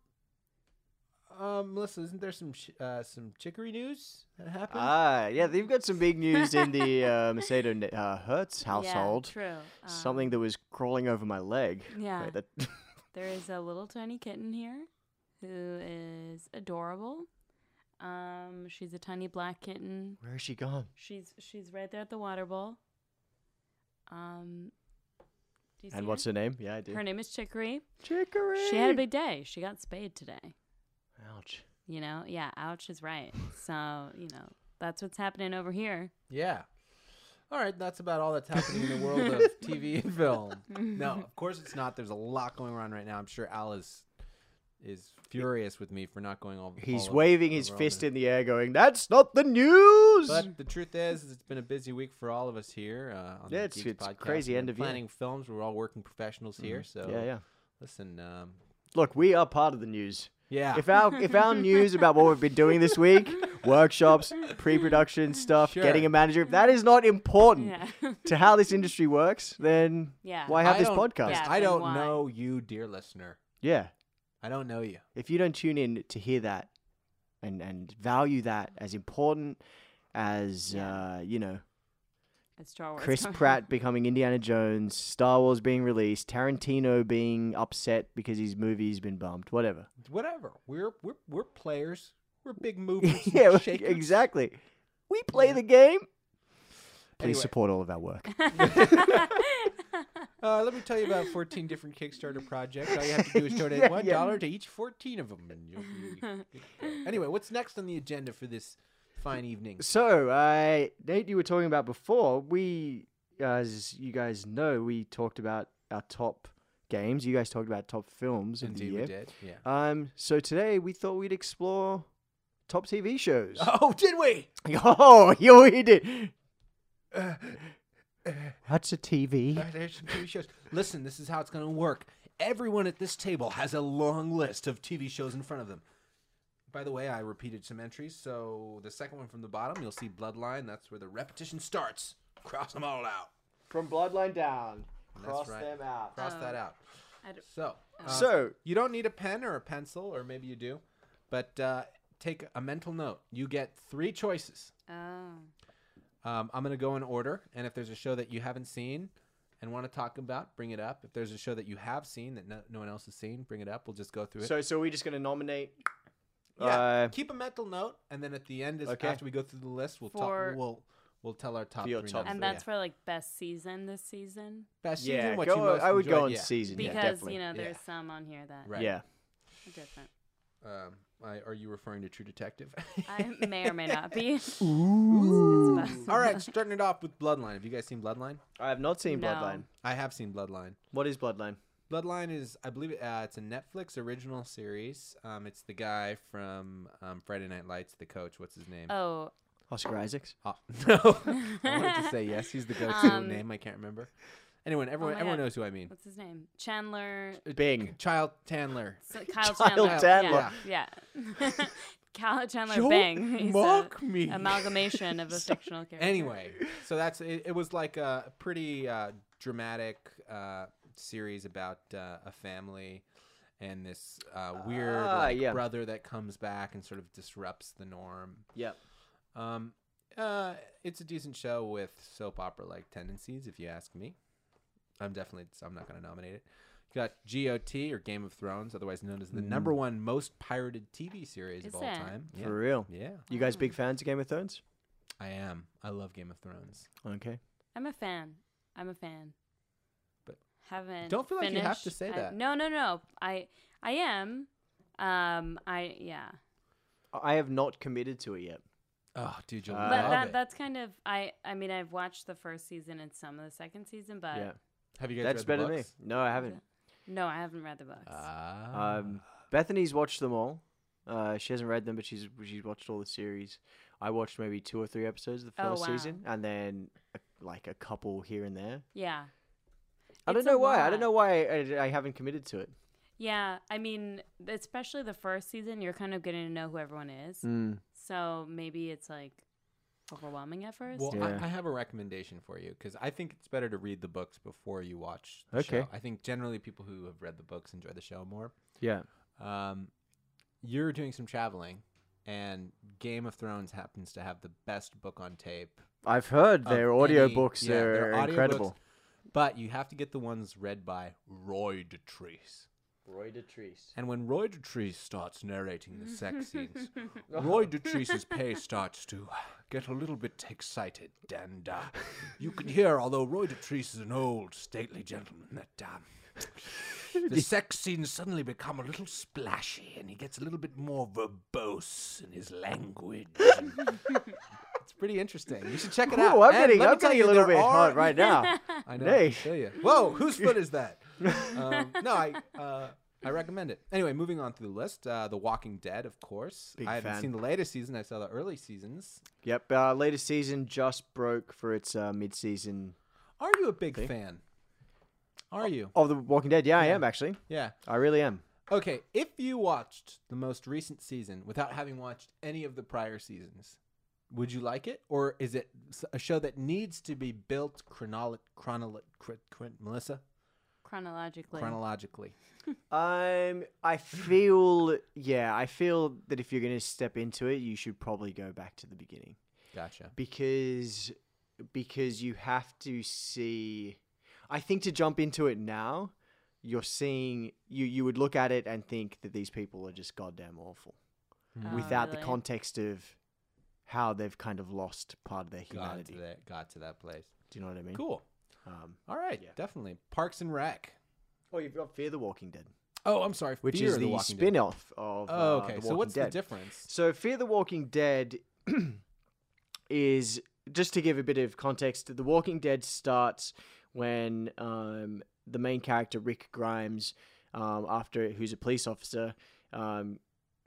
[SPEAKER 1] um, Melissa, isn't there some sh- uh, some chicory news that happened?
[SPEAKER 2] Ah, yeah, they've got some big news in the uh, Macedo ne- uh, Hertz household.
[SPEAKER 3] Yeah, true. Um,
[SPEAKER 2] Something that was crawling over my leg.
[SPEAKER 3] Yeah.
[SPEAKER 2] Wait, that-
[SPEAKER 3] There is a little tiny kitten here who is adorable. Um, she's a tiny black kitten.
[SPEAKER 2] Where is she gone?
[SPEAKER 3] She's she's right there at the water bowl. Um, do you see
[SPEAKER 2] And what's
[SPEAKER 3] her?
[SPEAKER 2] her name? Yeah, I do.
[SPEAKER 3] Her name is Chicory.
[SPEAKER 2] Chicory.
[SPEAKER 3] She had a big day. She got spayed today.
[SPEAKER 2] Ouch.
[SPEAKER 3] You know, yeah. Ouch is right. So you know that's what's happening over here.
[SPEAKER 1] Yeah. All right, that's about all that's happening in the world of TV and film. No, of course it's not. There's a lot going on right now. I'm sure Al is, is furious with me for not going all.
[SPEAKER 2] He's
[SPEAKER 1] all o-
[SPEAKER 2] waving his
[SPEAKER 1] over all
[SPEAKER 2] fist
[SPEAKER 1] the-
[SPEAKER 2] in the air, going, "That's not the news."
[SPEAKER 1] But the truth is, is it's been a busy week for all of us here uh, on
[SPEAKER 2] Yeah,
[SPEAKER 1] the
[SPEAKER 2] it's-
[SPEAKER 1] Geeks
[SPEAKER 2] it's
[SPEAKER 1] podcast.
[SPEAKER 2] crazy
[SPEAKER 1] We're
[SPEAKER 2] end of year. Mm-hmm.
[SPEAKER 1] planning films. We're all working professionals here, so
[SPEAKER 2] yeah, yeah.
[SPEAKER 1] Listen, um,
[SPEAKER 2] Look, we are part of the news.
[SPEAKER 1] yeah,
[SPEAKER 2] If our if our news about what we've been doing this week, workshops, pre-production stuff,
[SPEAKER 1] Sure.
[SPEAKER 2] getting a manager, if that is not important
[SPEAKER 3] Yeah.
[SPEAKER 2] to how this industry works, then
[SPEAKER 3] yeah.
[SPEAKER 2] Um, why have this
[SPEAKER 1] don't-
[SPEAKER 2] podcast?
[SPEAKER 3] Yeah.
[SPEAKER 1] I
[SPEAKER 3] then
[SPEAKER 1] don't
[SPEAKER 3] why?
[SPEAKER 1] know you, dear listener.
[SPEAKER 2] yeah.
[SPEAKER 1] I don't know you.
[SPEAKER 2] if you don't tune in to hear that and and value that as important as
[SPEAKER 3] Yeah.
[SPEAKER 2] uh, you know
[SPEAKER 3] As
[SPEAKER 1] Oh,
[SPEAKER 3] Star Wars
[SPEAKER 2] Chris
[SPEAKER 3] going on.
[SPEAKER 2] Pratt becoming Indiana Jones, Star Wars being released, Tarantino being upset because his movie's been bumped, whatever.
[SPEAKER 1] Whatever. We're we're we're players. We're big movers. and
[SPEAKER 2] yeah,
[SPEAKER 1] shakers.
[SPEAKER 2] exactly. We play
[SPEAKER 1] Yeah.
[SPEAKER 2] the game. Please
[SPEAKER 1] Anyway.
[SPEAKER 2] support all of our work.
[SPEAKER 3] Oh,
[SPEAKER 1] Uh, let me tell you about 14 different Kickstarter projects. All you have to do is donate
[SPEAKER 2] Yeah,
[SPEAKER 1] one
[SPEAKER 2] yeah.
[SPEAKER 1] dollar to each 14 of them, and you'll be good to go. Anyway, what's next on the agenda for this fine evening?
[SPEAKER 2] So, uh, Nate, you were talking about before. We, as you guys know, we talked about our top games. You guys talked about top films of the
[SPEAKER 1] Indeed,
[SPEAKER 2] year.
[SPEAKER 1] we did. Yeah.
[SPEAKER 2] Um, so today we thought we'd explore top TV shows.
[SPEAKER 1] Oh, did we?
[SPEAKER 2] oh, you we did. That's a TV.
[SPEAKER 1] Right, There's some TV shows. Listen, this is how it's going to work. Everyone at this table has a long list of TV shows in front of them. By the way, I repeated some entries. So the second one from the bottom, you'll see Bloodline. That's where the repetition starts. Cross them all out.
[SPEAKER 2] From Bloodline down,
[SPEAKER 1] That's
[SPEAKER 2] cross
[SPEAKER 1] right.
[SPEAKER 2] them out.
[SPEAKER 1] Cross
[SPEAKER 3] Oh.
[SPEAKER 1] that out.
[SPEAKER 3] I d- oh.
[SPEAKER 1] So, uh,
[SPEAKER 2] So-
[SPEAKER 1] you don't need a pen or a pencil, or maybe you do, but uh, take a mental note. You get three choices.
[SPEAKER 3] oh.
[SPEAKER 1] Um, I'm going to go in order, and if there's a show that you haven't seen and want to talk about, bring it up. If there's a show that you have seen that no, no one else has seen, bring it up. We'll just go through it.
[SPEAKER 2] So, so we're just gonna nominate.
[SPEAKER 1] yeah,
[SPEAKER 2] uh,
[SPEAKER 1] keep a mental note, and then at the end, is
[SPEAKER 2] Okay.
[SPEAKER 1] after we go through the list, we'll
[SPEAKER 3] For-
[SPEAKER 1] talk. We'll we'll tell our top
[SPEAKER 2] For your
[SPEAKER 1] three.
[SPEAKER 2] top
[SPEAKER 1] nominees.
[SPEAKER 3] And
[SPEAKER 2] three.
[SPEAKER 3] that's for like best season this season
[SPEAKER 1] best
[SPEAKER 2] yeah,
[SPEAKER 1] season. What
[SPEAKER 2] go,
[SPEAKER 1] you most
[SPEAKER 2] I would go
[SPEAKER 1] enjoyed,
[SPEAKER 2] on
[SPEAKER 1] yeah.
[SPEAKER 2] season yeah,
[SPEAKER 3] because
[SPEAKER 2] definitely.
[SPEAKER 3] you know
[SPEAKER 1] Yeah.
[SPEAKER 3] there's some on here that
[SPEAKER 1] Right.
[SPEAKER 2] Yeah,
[SPEAKER 3] are different.
[SPEAKER 1] Um, I, are you referring to True Detective?
[SPEAKER 3] I may or may not be.
[SPEAKER 2] Ooh.
[SPEAKER 3] It's possible.
[SPEAKER 1] All right, starting it off with Bloodline. Have you guys seen Bloodline?
[SPEAKER 2] I have not seen
[SPEAKER 3] No.
[SPEAKER 2] Bloodline.
[SPEAKER 1] I have seen Bloodline.
[SPEAKER 2] What is Bloodline?
[SPEAKER 1] Bloodline is, I believe, uh, it's a Netflix original series. Um, it's the guy from um, Friday Night Lights, the coach. What's his name?
[SPEAKER 3] Oh,
[SPEAKER 2] Oscar Isaacs.
[SPEAKER 1] Uh, no, I wanted to say yes. He's the go-to
[SPEAKER 3] Um, oh
[SPEAKER 1] name. I can't remember. Anyone, everyone,
[SPEAKER 3] my
[SPEAKER 1] everyone
[SPEAKER 3] God.
[SPEAKER 1] knows who I mean.
[SPEAKER 3] what's his name? Chandler.
[SPEAKER 2] Bing.
[SPEAKER 1] Child Tandler.
[SPEAKER 3] so- Kyle
[SPEAKER 2] Kyle
[SPEAKER 3] Chandler.
[SPEAKER 2] Chandler.
[SPEAKER 3] Yeah. yeah. Kyle Chandler Bang. He's
[SPEAKER 1] mock
[SPEAKER 3] a
[SPEAKER 1] me.
[SPEAKER 3] amalgamation of a fictional character.
[SPEAKER 1] anyway, so that's it. It was like a pretty uh, dramatic uh, series about uh, a family and this uh, weird
[SPEAKER 2] Ah,
[SPEAKER 1] like,
[SPEAKER 2] yeah.
[SPEAKER 1] brother that comes back and sort of disrupts the norm.
[SPEAKER 2] Yep.
[SPEAKER 1] Um, uh, it's a decent show with soap opera like tendencies, if you ask me. I'm definitely I'm not going to nominate it. You got GOT or Game of Thrones, otherwise known
[SPEAKER 2] Mm.
[SPEAKER 1] as the number one most pirated TV series
[SPEAKER 3] Is
[SPEAKER 1] of all
[SPEAKER 3] it?
[SPEAKER 1] time. Yeah.
[SPEAKER 2] For real.
[SPEAKER 1] yeah,
[SPEAKER 2] You guys big fans of Game of Thrones?
[SPEAKER 1] I am. I love Game of Thrones.
[SPEAKER 2] Okay.
[SPEAKER 3] I'm a fan. I'm a fan.
[SPEAKER 1] But-
[SPEAKER 3] haven't
[SPEAKER 1] Don't feel like you have to
[SPEAKER 3] finished-
[SPEAKER 1] say
[SPEAKER 3] I-
[SPEAKER 1] that.
[SPEAKER 3] No, no, no. I I am. Um, I yeah.
[SPEAKER 2] I have not committed to it yet.
[SPEAKER 1] Oh, dude, you'll
[SPEAKER 2] Uh,
[SPEAKER 1] love
[SPEAKER 3] But
[SPEAKER 1] it.
[SPEAKER 3] that that's kind of I I mean I've watched the first season and some of the second season, but
[SPEAKER 2] yeah,
[SPEAKER 1] Have you guys
[SPEAKER 2] that's
[SPEAKER 1] read
[SPEAKER 2] better
[SPEAKER 1] the
[SPEAKER 2] than me.
[SPEAKER 1] books?
[SPEAKER 2] No, I haven't.
[SPEAKER 3] no, I haven't read the books.
[SPEAKER 1] Ah.
[SPEAKER 2] Um, Bethany's watched them all. Uh, she hasn't read them, but she's she's watched all the series. I watched maybe two or three episodes of the
[SPEAKER 3] Oh,
[SPEAKER 2] first
[SPEAKER 3] wow.
[SPEAKER 2] season, and then uh, like a couple here and there.
[SPEAKER 3] yeah.
[SPEAKER 2] I don't
[SPEAKER 3] It's a
[SPEAKER 2] know why. I don't
[SPEAKER 3] lot.
[SPEAKER 2] know why I, I, I haven't committed to it.
[SPEAKER 3] Yeah, I mean, especially the first season, you're kind of getting to know who everyone is.
[SPEAKER 1] Mm.
[SPEAKER 2] Mm,
[SPEAKER 3] So maybe it's like overwhelming at first.
[SPEAKER 1] well,
[SPEAKER 2] Yeah.
[SPEAKER 1] I, I have a recommendation for you because I think it's better to read the books before you watch. The
[SPEAKER 2] Okay.
[SPEAKER 1] show. I think generally people who have read the books enjoy the show more.
[SPEAKER 2] Yeah.
[SPEAKER 1] Um, you're doing some traveling, and Game of Thrones happens to have the best book on tape.
[SPEAKER 2] I've heard
[SPEAKER 1] of
[SPEAKER 2] their
[SPEAKER 1] any-
[SPEAKER 2] audiobooks
[SPEAKER 1] yeah,
[SPEAKER 2] are
[SPEAKER 1] their audiobooks,
[SPEAKER 2] incredible.
[SPEAKER 1] But you have to get the ones read by Roy Detrice.
[SPEAKER 2] Roy Detrice.
[SPEAKER 1] And when Roy Detrice starts narrating the sex scenes, Roy Detrice's pace starts to get a little bit excited, and uh, you can hear, although Roy Detrice is an old, stately gentleman, that um, the sex scenes suddenly become a little splashy, and he gets a little bit more verbose in his language. and- it's pretty interesting. You should check it out.
[SPEAKER 2] Oh, I'm
[SPEAKER 1] And
[SPEAKER 2] getting,
[SPEAKER 1] let me
[SPEAKER 2] I'm
[SPEAKER 1] tell
[SPEAKER 2] getting
[SPEAKER 1] you,
[SPEAKER 2] a little
[SPEAKER 1] there
[SPEAKER 2] bit
[SPEAKER 1] are-
[SPEAKER 2] hot right now.
[SPEAKER 1] I know.
[SPEAKER 2] Hey.
[SPEAKER 1] I feel ya. Whoa, whose foot is that? um, no, I uh, I recommend it. Anyway, moving on through the list, uh, The Walking Dead, of course.
[SPEAKER 2] Big
[SPEAKER 1] I haven't
[SPEAKER 2] fan.
[SPEAKER 1] seen the latest season. I saw the early seasons.
[SPEAKER 2] Yep, uh, latest season just broke for its uh, mid-season
[SPEAKER 1] Are you a big fan? Are you?
[SPEAKER 2] of The Walking Dead. Yeah, I am actually.
[SPEAKER 1] Yeah.
[SPEAKER 2] I really am.
[SPEAKER 1] Okay. If you watched the most recent season without having watched any of the prior seasons, would you like it, or is it s- a show that needs to be built chronolo- chronolo- cr- cr- Melissa
[SPEAKER 3] Chronologically.
[SPEAKER 1] chronologically?
[SPEAKER 2] Um, I feel yeah, I feel that if you're going to step into it, you should probably go back to the beginning
[SPEAKER 1] Gotcha.
[SPEAKER 2] because because you have to see. I think to jump into it now, you're seeing you you would look at it and think that these people are just goddamn awful
[SPEAKER 3] Oh,
[SPEAKER 2] without the
[SPEAKER 3] really?
[SPEAKER 2] context of how they've kind of lost part of their
[SPEAKER 1] Got to
[SPEAKER 2] humanity.
[SPEAKER 1] that. Got to that place.
[SPEAKER 2] Do you know what I mean?
[SPEAKER 1] Cool.
[SPEAKER 2] Um,
[SPEAKER 1] All right.
[SPEAKER 2] Yeah.
[SPEAKER 1] Definitely. Parks and Rec.
[SPEAKER 2] oh, you've got Fear the Walking Dead,
[SPEAKER 1] Oh, I'm sorry.
[SPEAKER 2] which
[SPEAKER 1] Fear
[SPEAKER 2] is
[SPEAKER 1] of
[SPEAKER 2] the,
[SPEAKER 1] Walking Dead.
[SPEAKER 2] spin-off of
[SPEAKER 1] Oh,
[SPEAKER 2] uh, The
[SPEAKER 1] okay.
[SPEAKER 2] Walking
[SPEAKER 1] so what's
[SPEAKER 2] Dead.
[SPEAKER 1] the difference?
[SPEAKER 2] So, Fear the Walking Dead is just to give a bit of context. The Walking Dead starts when um, the main character Rick Grimes, um, after who's a police officer, um,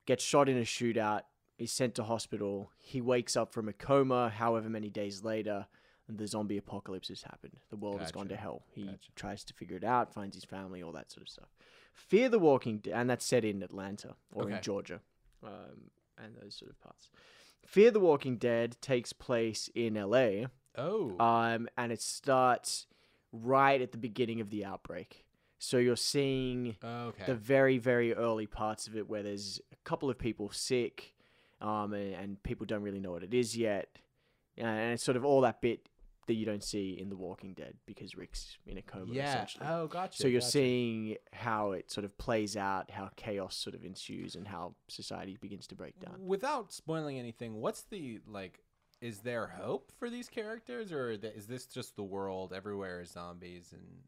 [SPEAKER 2] gets shot in a shootout. Is sent to hospital. He wakes up from a coma, however many days later, and the zombie apocalypse has happened. The world has gone to
[SPEAKER 1] Gotcha.
[SPEAKER 2] hell. He
[SPEAKER 1] Gotcha.
[SPEAKER 2] tries to figure it out, finds his family, all that sort of stuff. Fear the Walking Dead, and that's set in Atlanta or
[SPEAKER 1] Okay.
[SPEAKER 2] in Georgia, um, and those sort of parts. Fear the Walking Dead takes place in LA,
[SPEAKER 1] Oh,
[SPEAKER 2] um, and it starts right at the beginning of the outbreak. So you're seeing
[SPEAKER 1] okay.
[SPEAKER 2] Uh, the very, very early parts of it where there's a couple of people sick, um, and, and people don't really know what it is yet, and it's sort of all that bit that you don't see in The Walking Dead because Rick's in a coma.
[SPEAKER 1] yeah.
[SPEAKER 2] essentially.
[SPEAKER 1] Oh, gotcha.
[SPEAKER 2] So you're
[SPEAKER 1] gotcha.
[SPEAKER 2] seeing how it sort of plays out, how chaos sort of ensues, and how society begins to break down.
[SPEAKER 1] Without spoiling anything, what's the like? Is there hope for these characters, or th- is this just the world everywhere is zombies and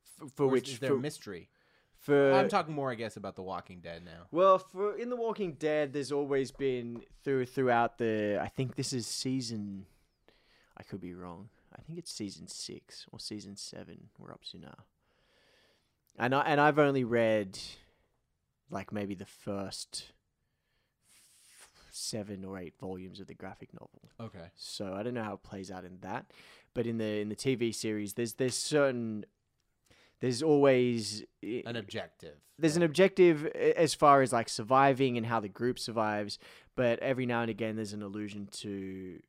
[SPEAKER 2] For, for
[SPEAKER 1] or is-
[SPEAKER 2] which,
[SPEAKER 1] is there
[SPEAKER 2] for, uh,
[SPEAKER 1] mystery?
[SPEAKER 2] for
[SPEAKER 1] I'm talking more, I guess, about The Walking Dead now.
[SPEAKER 2] well, for in The Walking Dead, there's always been through throughout the. I think this is season. I could be wrong. I think it's season six or season seven. We're up to now. And I and I've only read, like maybe the first seven or eight volumes of the graphic novel.
[SPEAKER 1] Okay.
[SPEAKER 2] So I don't know how it plays out in that, but in the in the TV series, there's there's certain there's always i-
[SPEAKER 1] An objective.
[SPEAKER 2] there's an objective a- as far as like surviving and how the group survives, but every now and again there's an allusion to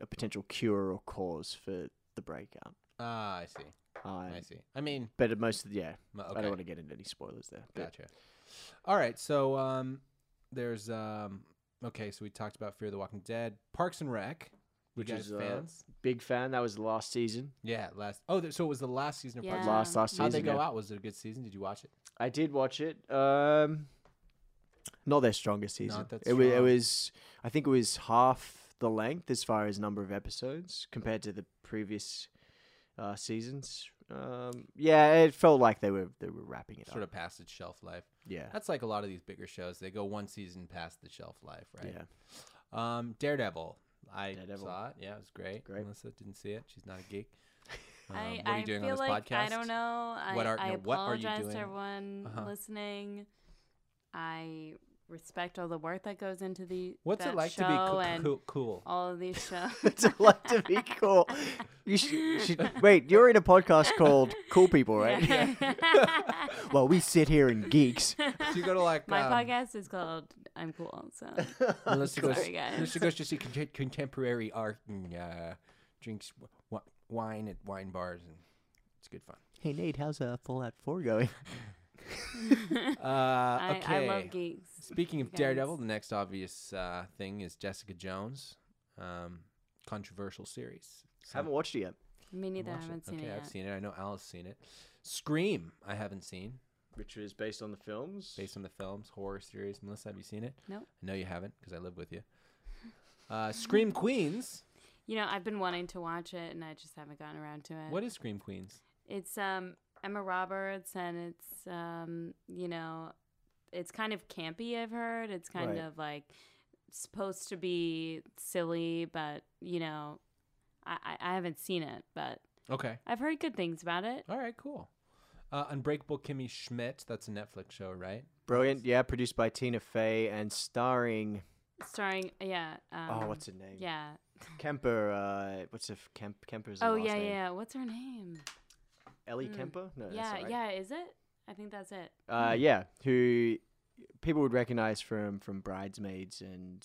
[SPEAKER 2] a potential cure or cause for the breakout.
[SPEAKER 1] Ah, I see.
[SPEAKER 2] Um,
[SPEAKER 1] I see. I mean,
[SPEAKER 2] but most of the, yeah,
[SPEAKER 1] m-
[SPEAKER 2] I
[SPEAKER 1] okay.
[SPEAKER 2] don't want to get into any spoilers there. but-
[SPEAKER 1] Gotcha. All right. So um, there's um, okay. So we talked about Fear the Walking Dead, Parks and Rec,
[SPEAKER 2] Which
[SPEAKER 1] which is
[SPEAKER 2] is, uh,
[SPEAKER 1] fans.
[SPEAKER 2] Big fan. That was the last season.
[SPEAKER 1] yeah, last. Oh, th- so it was the last season of Parks.
[SPEAKER 3] Yeah.
[SPEAKER 1] and Rec.
[SPEAKER 2] Last last season.
[SPEAKER 1] How'd they go
[SPEAKER 2] yeah.
[SPEAKER 1] out? Was it a good season? Did you watch it?
[SPEAKER 2] I did watch it. Um, not their strongest season.
[SPEAKER 1] that
[SPEAKER 2] it was. It
[SPEAKER 1] strong.
[SPEAKER 2] was. I think it was half the length as far as number of episodes compared to the previous uh, seasons. Um, yeah, it felt like they were they were wrapping it
[SPEAKER 1] Sort
[SPEAKER 2] up.
[SPEAKER 1] of past its shelf life.
[SPEAKER 2] Yeah,
[SPEAKER 1] That's like a lot of these bigger shows. They go one season past the shelf life, right?
[SPEAKER 2] yeah.
[SPEAKER 1] Yeah. Um, Daredevil. I
[SPEAKER 2] Daredevil.
[SPEAKER 1] saw it. Yeah, it was great.
[SPEAKER 2] Great.
[SPEAKER 1] Melissa didn't see it. She's not a geek. Um,
[SPEAKER 3] I,
[SPEAKER 1] what are you
[SPEAKER 3] I
[SPEAKER 1] doing
[SPEAKER 3] feel
[SPEAKER 1] on this
[SPEAKER 3] like
[SPEAKER 1] podcast?
[SPEAKER 3] I don't know. I,
[SPEAKER 1] What are-
[SPEAKER 3] I
[SPEAKER 1] no, what are you
[SPEAKER 3] apologize
[SPEAKER 1] doing?
[SPEAKER 3] to everyone
[SPEAKER 1] Uh-huh.
[SPEAKER 3] listening. I respect all the work that goes into the
[SPEAKER 1] What's
[SPEAKER 3] that
[SPEAKER 1] it like to
[SPEAKER 3] show
[SPEAKER 1] be coo-
[SPEAKER 3] and
[SPEAKER 1] coo- cool?
[SPEAKER 3] all of these shows.
[SPEAKER 2] it's a lot to be cool. You should, should wait. You're in a podcast called Cool People, right? well, we sit here in geeks.
[SPEAKER 1] Do you go to like
[SPEAKER 3] My
[SPEAKER 1] um,
[SPEAKER 3] podcast is called I'm Cool, so
[SPEAKER 1] Unless you go,
[SPEAKER 3] Sorry, guys.
[SPEAKER 1] unless you go to see con- contemporary art and uh, drinks w- w- wine at wine bars, and it's good fun.
[SPEAKER 2] Hey Nate, how's uh, Fallout Four going?
[SPEAKER 1] Uh,
[SPEAKER 3] I,
[SPEAKER 1] okay.
[SPEAKER 3] I love geeks.
[SPEAKER 1] Speaking of
[SPEAKER 3] Guys.
[SPEAKER 1] Daredevil, the next obvious uh, thing is Jessica Jones, um, controversial series. So-
[SPEAKER 2] Haven't watched it yet.
[SPEAKER 3] Me neither. I
[SPEAKER 1] watched
[SPEAKER 3] haven't seen
[SPEAKER 1] okay,
[SPEAKER 3] it yet.
[SPEAKER 1] I've seen it. I know Alice's seen it. Scream, I haven't seen,
[SPEAKER 2] Which is based on the films.
[SPEAKER 1] based on the films, horror series. Melissa, have you seen it?
[SPEAKER 3] Nope.
[SPEAKER 1] No, you haven't, because I live with you. Uh, Scream Queens.
[SPEAKER 3] You know, I've been wanting to watch it, and I just haven't gotten around to it.
[SPEAKER 1] What is Scream Queens?
[SPEAKER 3] It's um Emma Roberts, and it's um you know, it's kind of campy. I've heard it's kind
[SPEAKER 2] Right.
[SPEAKER 3] of like supposed to be silly, but you know, I I, I haven't seen it, but
[SPEAKER 1] Okay.
[SPEAKER 3] I've heard good things about it.
[SPEAKER 1] All right, cool. Uh, Unbreakable Kimmy Schmidt. That's a Netflix show, right?
[SPEAKER 2] Brilliant. Yeah, produced by Tina Fey and starring.
[SPEAKER 3] Starring yeah. Um,
[SPEAKER 2] oh, what's her name?
[SPEAKER 3] Yeah.
[SPEAKER 2] Kemper. Uh, what's her f- Kemp? Kemper's the
[SPEAKER 3] Oh
[SPEAKER 2] last
[SPEAKER 3] yeah,
[SPEAKER 2] name.
[SPEAKER 3] yeah. What's her name?
[SPEAKER 2] Ellie
[SPEAKER 3] Mm.
[SPEAKER 2] Kemper. No, that's
[SPEAKER 3] yeah,
[SPEAKER 2] not Uh, right.
[SPEAKER 3] yeah. Mm. Is it? I think that's it.
[SPEAKER 2] Uh, yeah. Who people would recognize from from Bridesmaids and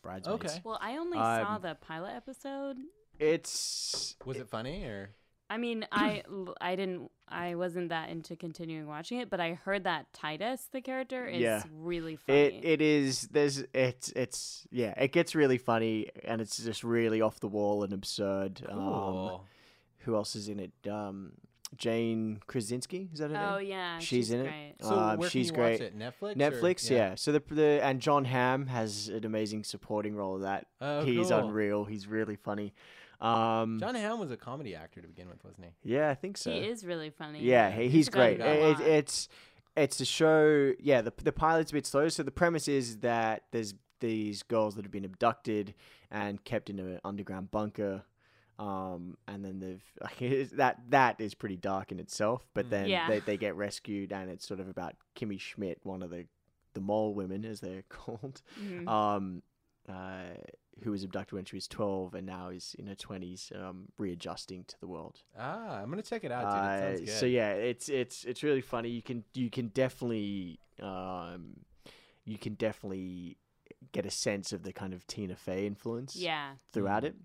[SPEAKER 2] Bridesmaids.
[SPEAKER 1] Okay.
[SPEAKER 3] Well, I only saw
[SPEAKER 2] Eh, Um,
[SPEAKER 3] the pilot episode.
[SPEAKER 2] It's
[SPEAKER 1] Was it funny or?
[SPEAKER 3] I mean, I l- I didn't I wasn't that into continuing watching it, but I heard that Titus, the character, is
[SPEAKER 2] Yeah.
[SPEAKER 3] really funny.
[SPEAKER 2] It it is there's it's it's yeah it gets really funny and it's just really off the wall and absurd. Um,
[SPEAKER 1] Cool.
[SPEAKER 2] who else is in it? Um, Jane Krasinski is that her
[SPEAKER 3] oh
[SPEAKER 2] name?
[SPEAKER 3] yeah,
[SPEAKER 2] she's
[SPEAKER 3] she's,
[SPEAKER 2] in it.
[SPEAKER 3] great.
[SPEAKER 1] so
[SPEAKER 2] um,
[SPEAKER 1] where
[SPEAKER 2] she's
[SPEAKER 1] can you
[SPEAKER 2] great.
[SPEAKER 1] watch it? Netflix. or-
[SPEAKER 2] Netflix, yeah. So the the and John Hamm has an amazing supporting role of that.
[SPEAKER 1] Oh,
[SPEAKER 2] He's
[SPEAKER 1] cool.
[SPEAKER 2] unreal. He's really funny. Um,
[SPEAKER 1] John Hamm was a comedy actor to begin with, wasn't he?
[SPEAKER 2] yeah, I think so.
[SPEAKER 3] He is really funny.
[SPEAKER 2] uh, Yeah, he, he's
[SPEAKER 1] done
[SPEAKER 2] great.
[SPEAKER 1] a
[SPEAKER 2] It,
[SPEAKER 3] lot.
[SPEAKER 2] it's it's a show. Yeah, the the pilot's a bit slow. So the premise is that there's these girls that have been abducted and kept in an underground bunker. Um, and then they've like, it's- that that is pretty dark in itself. But
[SPEAKER 1] Mm.
[SPEAKER 2] then
[SPEAKER 3] Yeah.
[SPEAKER 2] they, they get rescued, and it's sort of about Kimmy Schmidt, one of the the mole women as they're called,
[SPEAKER 3] Mhm.
[SPEAKER 2] um, uh, who was abducted when she was twelve and now is in her twenties, um, readjusting to the world.
[SPEAKER 1] Ah, I'm gonna check it out, dude. It sounds
[SPEAKER 2] Uh,
[SPEAKER 1] good.
[SPEAKER 2] So yeah, it's it's it's really funny. You can you can definitely um, you can definitely get a sense of the kind of Tina Fey influence
[SPEAKER 3] yeah.
[SPEAKER 2] throughout it.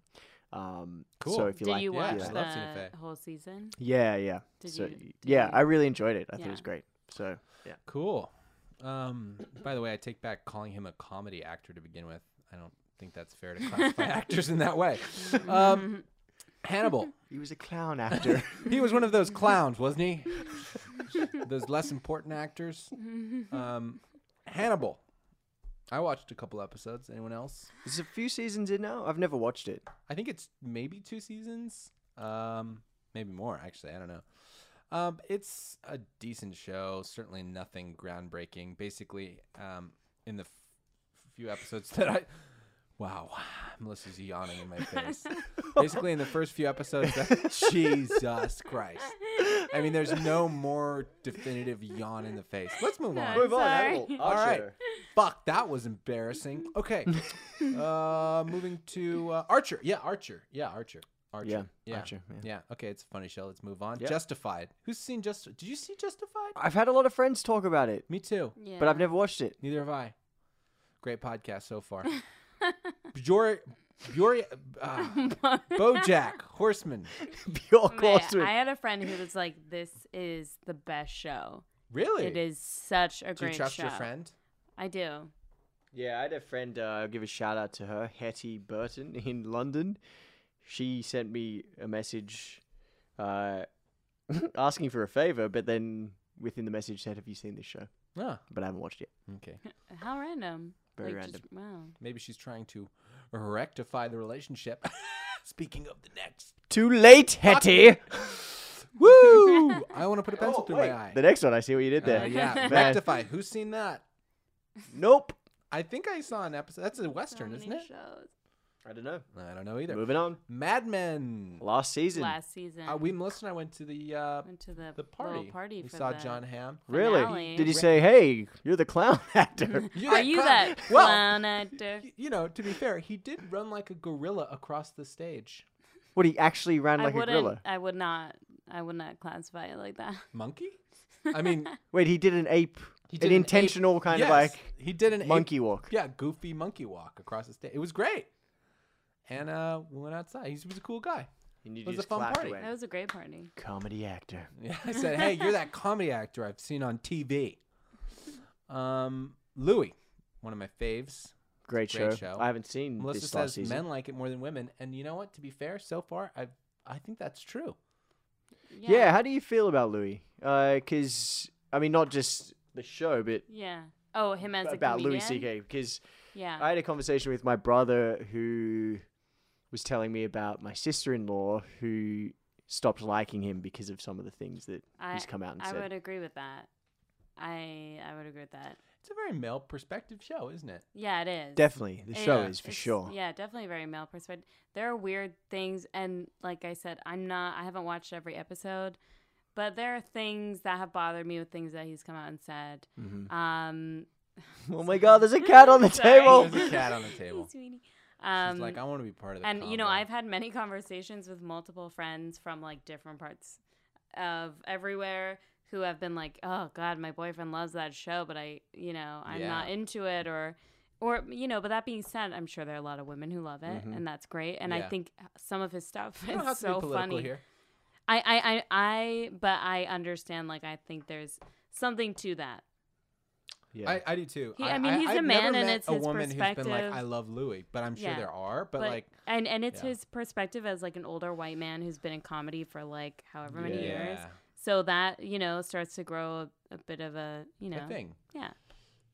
[SPEAKER 2] Um,
[SPEAKER 1] Cool.
[SPEAKER 2] So if you
[SPEAKER 3] Did
[SPEAKER 2] like,
[SPEAKER 3] you watch
[SPEAKER 1] yeah, I
[SPEAKER 2] that-
[SPEAKER 1] love Tina
[SPEAKER 3] the
[SPEAKER 1] Fey.
[SPEAKER 3] whole season?
[SPEAKER 2] yeah, yeah.
[SPEAKER 3] Did
[SPEAKER 2] so
[SPEAKER 3] you- did
[SPEAKER 2] yeah,
[SPEAKER 3] you-
[SPEAKER 2] I really enjoyed it. I thought it was
[SPEAKER 3] Yeah.
[SPEAKER 2] great. So
[SPEAKER 1] Cool. Um, by the way, I take back calling him a comedy actor to begin with. I don't think that's fair to classify actors in that way. Um, Hannibal.
[SPEAKER 2] he was a clown actor.
[SPEAKER 1] He was one of those clowns, wasn't he? those less important actors. Um, Hannibal. I watched a couple episodes. Anyone else?
[SPEAKER 2] There's a few seasons in now. I've never watched it.
[SPEAKER 1] I think it's maybe two seasons, um, maybe more actually. I don't know. Um, it's a decent show. Certainly nothing groundbreaking. Basically, um, in the f- few episodes that I, wow, Melissa's yawning in my face. Basically, in the first few episodes, that, Jesus Christ. I mean, there's no more definitive yawn in the face. Let's move on.
[SPEAKER 3] I'm Move on, sorry. Hannibal.
[SPEAKER 1] All right. Fuck, that was embarrassing. Okay. uh, moving to uh, Archer. Yeah, Archer. Yeah, Archer. Archer.
[SPEAKER 2] Yeah,
[SPEAKER 1] Yeah.
[SPEAKER 2] Archer, yeah.
[SPEAKER 1] Yeah. Okay, it's a funny show. Let's move on.
[SPEAKER 2] Yeah.
[SPEAKER 1] Justified. Who's seen Just? Did you see Justified?
[SPEAKER 2] I've had a lot of friends talk about it,
[SPEAKER 1] Me too.
[SPEAKER 3] yeah.
[SPEAKER 2] but I've never watched it.
[SPEAKER 1] Neither have I. Great podcast so far. Bjor, Bjor, uh, BoJack Horseman.
[SPEAKER 2] Pure
[SPEAKER 3] Man,
[SPEAKER 2] Horseman.
[SPEAKER 3] I had a friend who was like, "This is the best show.
[SPEAKER 1] Really?
[SPEAKER 3] It is such a
[SPEAKER 1] Do
[SPEAKER 3] great
[SPEAKER 1] you trust
[SPEAKER 3] show."
[SPEAKER 1] your friend?
[SPEAKER 3] I do.
[SPEAKER 2] Yeah, I had a friend. Uh, I'll give a shout out to her, Hetty Burton in London. She sent me a message uh, asking for a favor, but then within the message said, "Have you seen this show?"
[SPEAKER 1] Ah,
[SPEAKER 2] But I haven't watched it.
[SPEAKER 1] okay.
[SPEAKER 3] How random.
[SPEAKER 2] Very
[SPEAKER 3] Like,
[SPEAKER 2] random.
[SPEAKER 3] Just, wow.
[SPEAKER 1] Maybe she's trying to rectify the relationship. Speaking of the next.
[SPEAKER 2] Too late, Hetty.
[SPEAKER 1] Woo! I want to put a pencil through my eye.
[SPEAKER 2] The next one, I see what you did there.
[SPEAKER 1] Uh, yeah,
[SPEAKER 2] Man.
[SPEAKER 1] rectify. Who's seen that?
[SPEAKER 2] Nope.
[SPEAKER 1] I think I saw an episode. That's a
[SPEAKER 3] So
[SPEAKER 1] western, isn't
[SPEAKER 3] many
[SPEAKER 1] it?
[SPEAKER 3] shows.
[SPEAKER 2] I don't know.
[SPEAKER 1] I don't know either.
[SPEAKER 2] Moving on.
[SPEAKER 1] Mad Men.
[SPEAKER 2] Last season.
[SPEAKER 3] Last season.
[SPEAKER 1] Uh, we Melissa and I went to the uh,
[SPEAKER 3] went to the,
[SPEAKER 1] the
[SPEAKER 3] party.
[SPEAKER 1] party.
[SPEAKER 3] party
[SPEAKER 1] we
[SPEAKER 3] for
[SPEAKER 1] saw
[SPEAKER 3] the-
[SPEAKER 1] John Hamm.
[SPEAKER 2] really?
[SPEAKER 3] finale.
[SPEAKER 2] Did you say, "Hey, you're the clown actor"?
[SPEAKER 1] You
[SPEAKER 3] Are you
[SPEAKER 1] clown.
[SPEAKER 3] that
[SPEAKER 1] Well,
[SPEAKER 3] clown actor?
[SPEAKER 1] y- you know, to be fair, he did run like a gorilla across the stage.
[SPEAKER 2] what? He actually ran
[SPEAKER 3] I
[SPEAKER 2] like a
[SPEAKER 3] wouldn't.
[SPEAKER 2] gorilla.
[SPEAKER 3] I would not. I would not classify it like that.
[SPEAKER 1] Monkey? I mean,
[SPEAKER 2] Wait, he did an ape.
[SPEAKER 1] he did
[SPEAKER 2] an
[SPEAKER 1] ape-
[SPEAKER 2] intentional kind of
[SPEAKER 1] Yes,
[SPEAKER 2] like
[SPEAKER 1] he did an ape-
[SPEAKER 2] monkey walk.
[SPEAKER 1] yeah, goofy monkey walk across the stage. It was great. And uh, we went outside. He was a cool guy.
[SPEAKER 2] And you
[SPEAKER 1] was a
[SPEAKER 2] just
[SPEAKER 1] fun
[SPEAKER 2] clapped
[SPEAKER 1] party.
[SPEAKER 2] away.
[SPEAKER 3] That was a great party.
[SPEAKER 2] Comedy actor.
[SPEAKER 1] Yeah, I said, "Hey, you're that comedy actor I've seen on TV." Um, Louis, one of my faves.
[SPEAKER 2] Great,
[SPEAKER 1] Great
[SPEAKER 2] show.
[SPEAKER 1] show.
[SPEAKER 2] I haven't seen
[SPEAKER 1] Melissa
[SPEAKER 2] this
[SPEAKER 1] says
[SPEAKER 2] last season.
[SPEAKER 1] men like it more than women, and you know what? To be fair, so far, I I think that's true.
[SPEAKER 2] yeah. how do you feel about Louis? Because I mean, not just the show, but
[SPEAKER 3] Yeah. Oh, him as a
[SPEAKER 2] about Louis C.K.
[SPEAKER 3] comedian?
[SPEAKER 2] Because
[SPEAKER 3] Yeah.
[SPEAKER 2] I had a conversation with my brother who was telling me about my sister-in-law who stopped liking him because of some of the things that
[SPEAKER 3] I,
[SPEAKER 2] he's come out and
[SPEAKER 3] I
[SPEAKER 2] said.
[SPEAKER 3] would agree with that. I I would agree with that.
[SPEAKER 1] It's a very male perspective show, isn't it?
[SPEAKER 3] Yeah, it is.
[SPEAKER 2] Definitely, the
[SPEAKER 3] Yeah,
[SPEAKER 2] show is for
[SPEAKER 3] it's-
[SPEAKER 2] sure.
[SPEAKER 3] Yeah, definitely very male perspective. There are weird things, and like I said, I'm not. I haven't watched every episode, but there are things that have bothered me with things that he's come out and said. Um,
[SPEAKER 2] Mm-hmm. Oh my God, there's a cat on the
[SPEAKER 3] Sorry.
[SPEAKER 2] table.
[SPEAKER 1] There's a cat on the table.
[SPEAKER 3] sweetie.
[SPEAKER 1] She's
[SPEAKER 3] Um,
[SPEAKER 1] like, I want to be part of the.
[SPEAKER 3] and you know
[SPEAKER 1] combo."
[SPEAKER 3] i've had many conversations with multiple friends from like different parts of everywhere who have been like oh god my boyfriend loves that show but i you know i'm not
[SPEAKER 1] Yeah.
[SPEAKER 3] into it or or you know but that being said i'm sure there are a lot of women who love it and that's great and i
[SPEAKER 1] Mm-hmm. Yeah.
[SPEAKER 3] think some of his stuff
[SPEAKER 1] You don't have
[SPEAKER 3] is
[SPEAKER 1] to
[SPEAKER 3] so
[SPEAKER 1] be political
[SPEAKER 3] funny
[SPEAKER 1] here.
[SPEAKER 3] I, I i i but i understand like i think there's something to that
[SPEAKER 2] Yeah.
[SPEAKER 1] I, I do too.
[SPEAKER 3] He- I mean, he's a
[SPEAKER 1] I've
[SPEAKER 3] man
[SPEAKER 1] never
[SPEAKER 3] and
[SPEAKER 1] met
[SPEAKER 3] it's
[SPEAKER 1] a
[SPEAKER 3] his
[SPEAKER 1] woman who's been like,
[SPEAKER 3] perspective.
[SPEAKER 1] "I love Louis," but I'm sure
[SPEAKER 3] Yeah.
[SPEAKER 1] there are. But, like,
[SPEAKER 3] and and it's
[SPEAKER 1] yeah.
[SPEAKER 3] his perspective as like an older white man who's been in comedy for like however many years
[SPEAKER 1] yeah,
[SPEAKER 3] so that you know starts to grow a, a bit of a you know
[SPEAKER 1] a thing.
[SPEAKER 3] yeah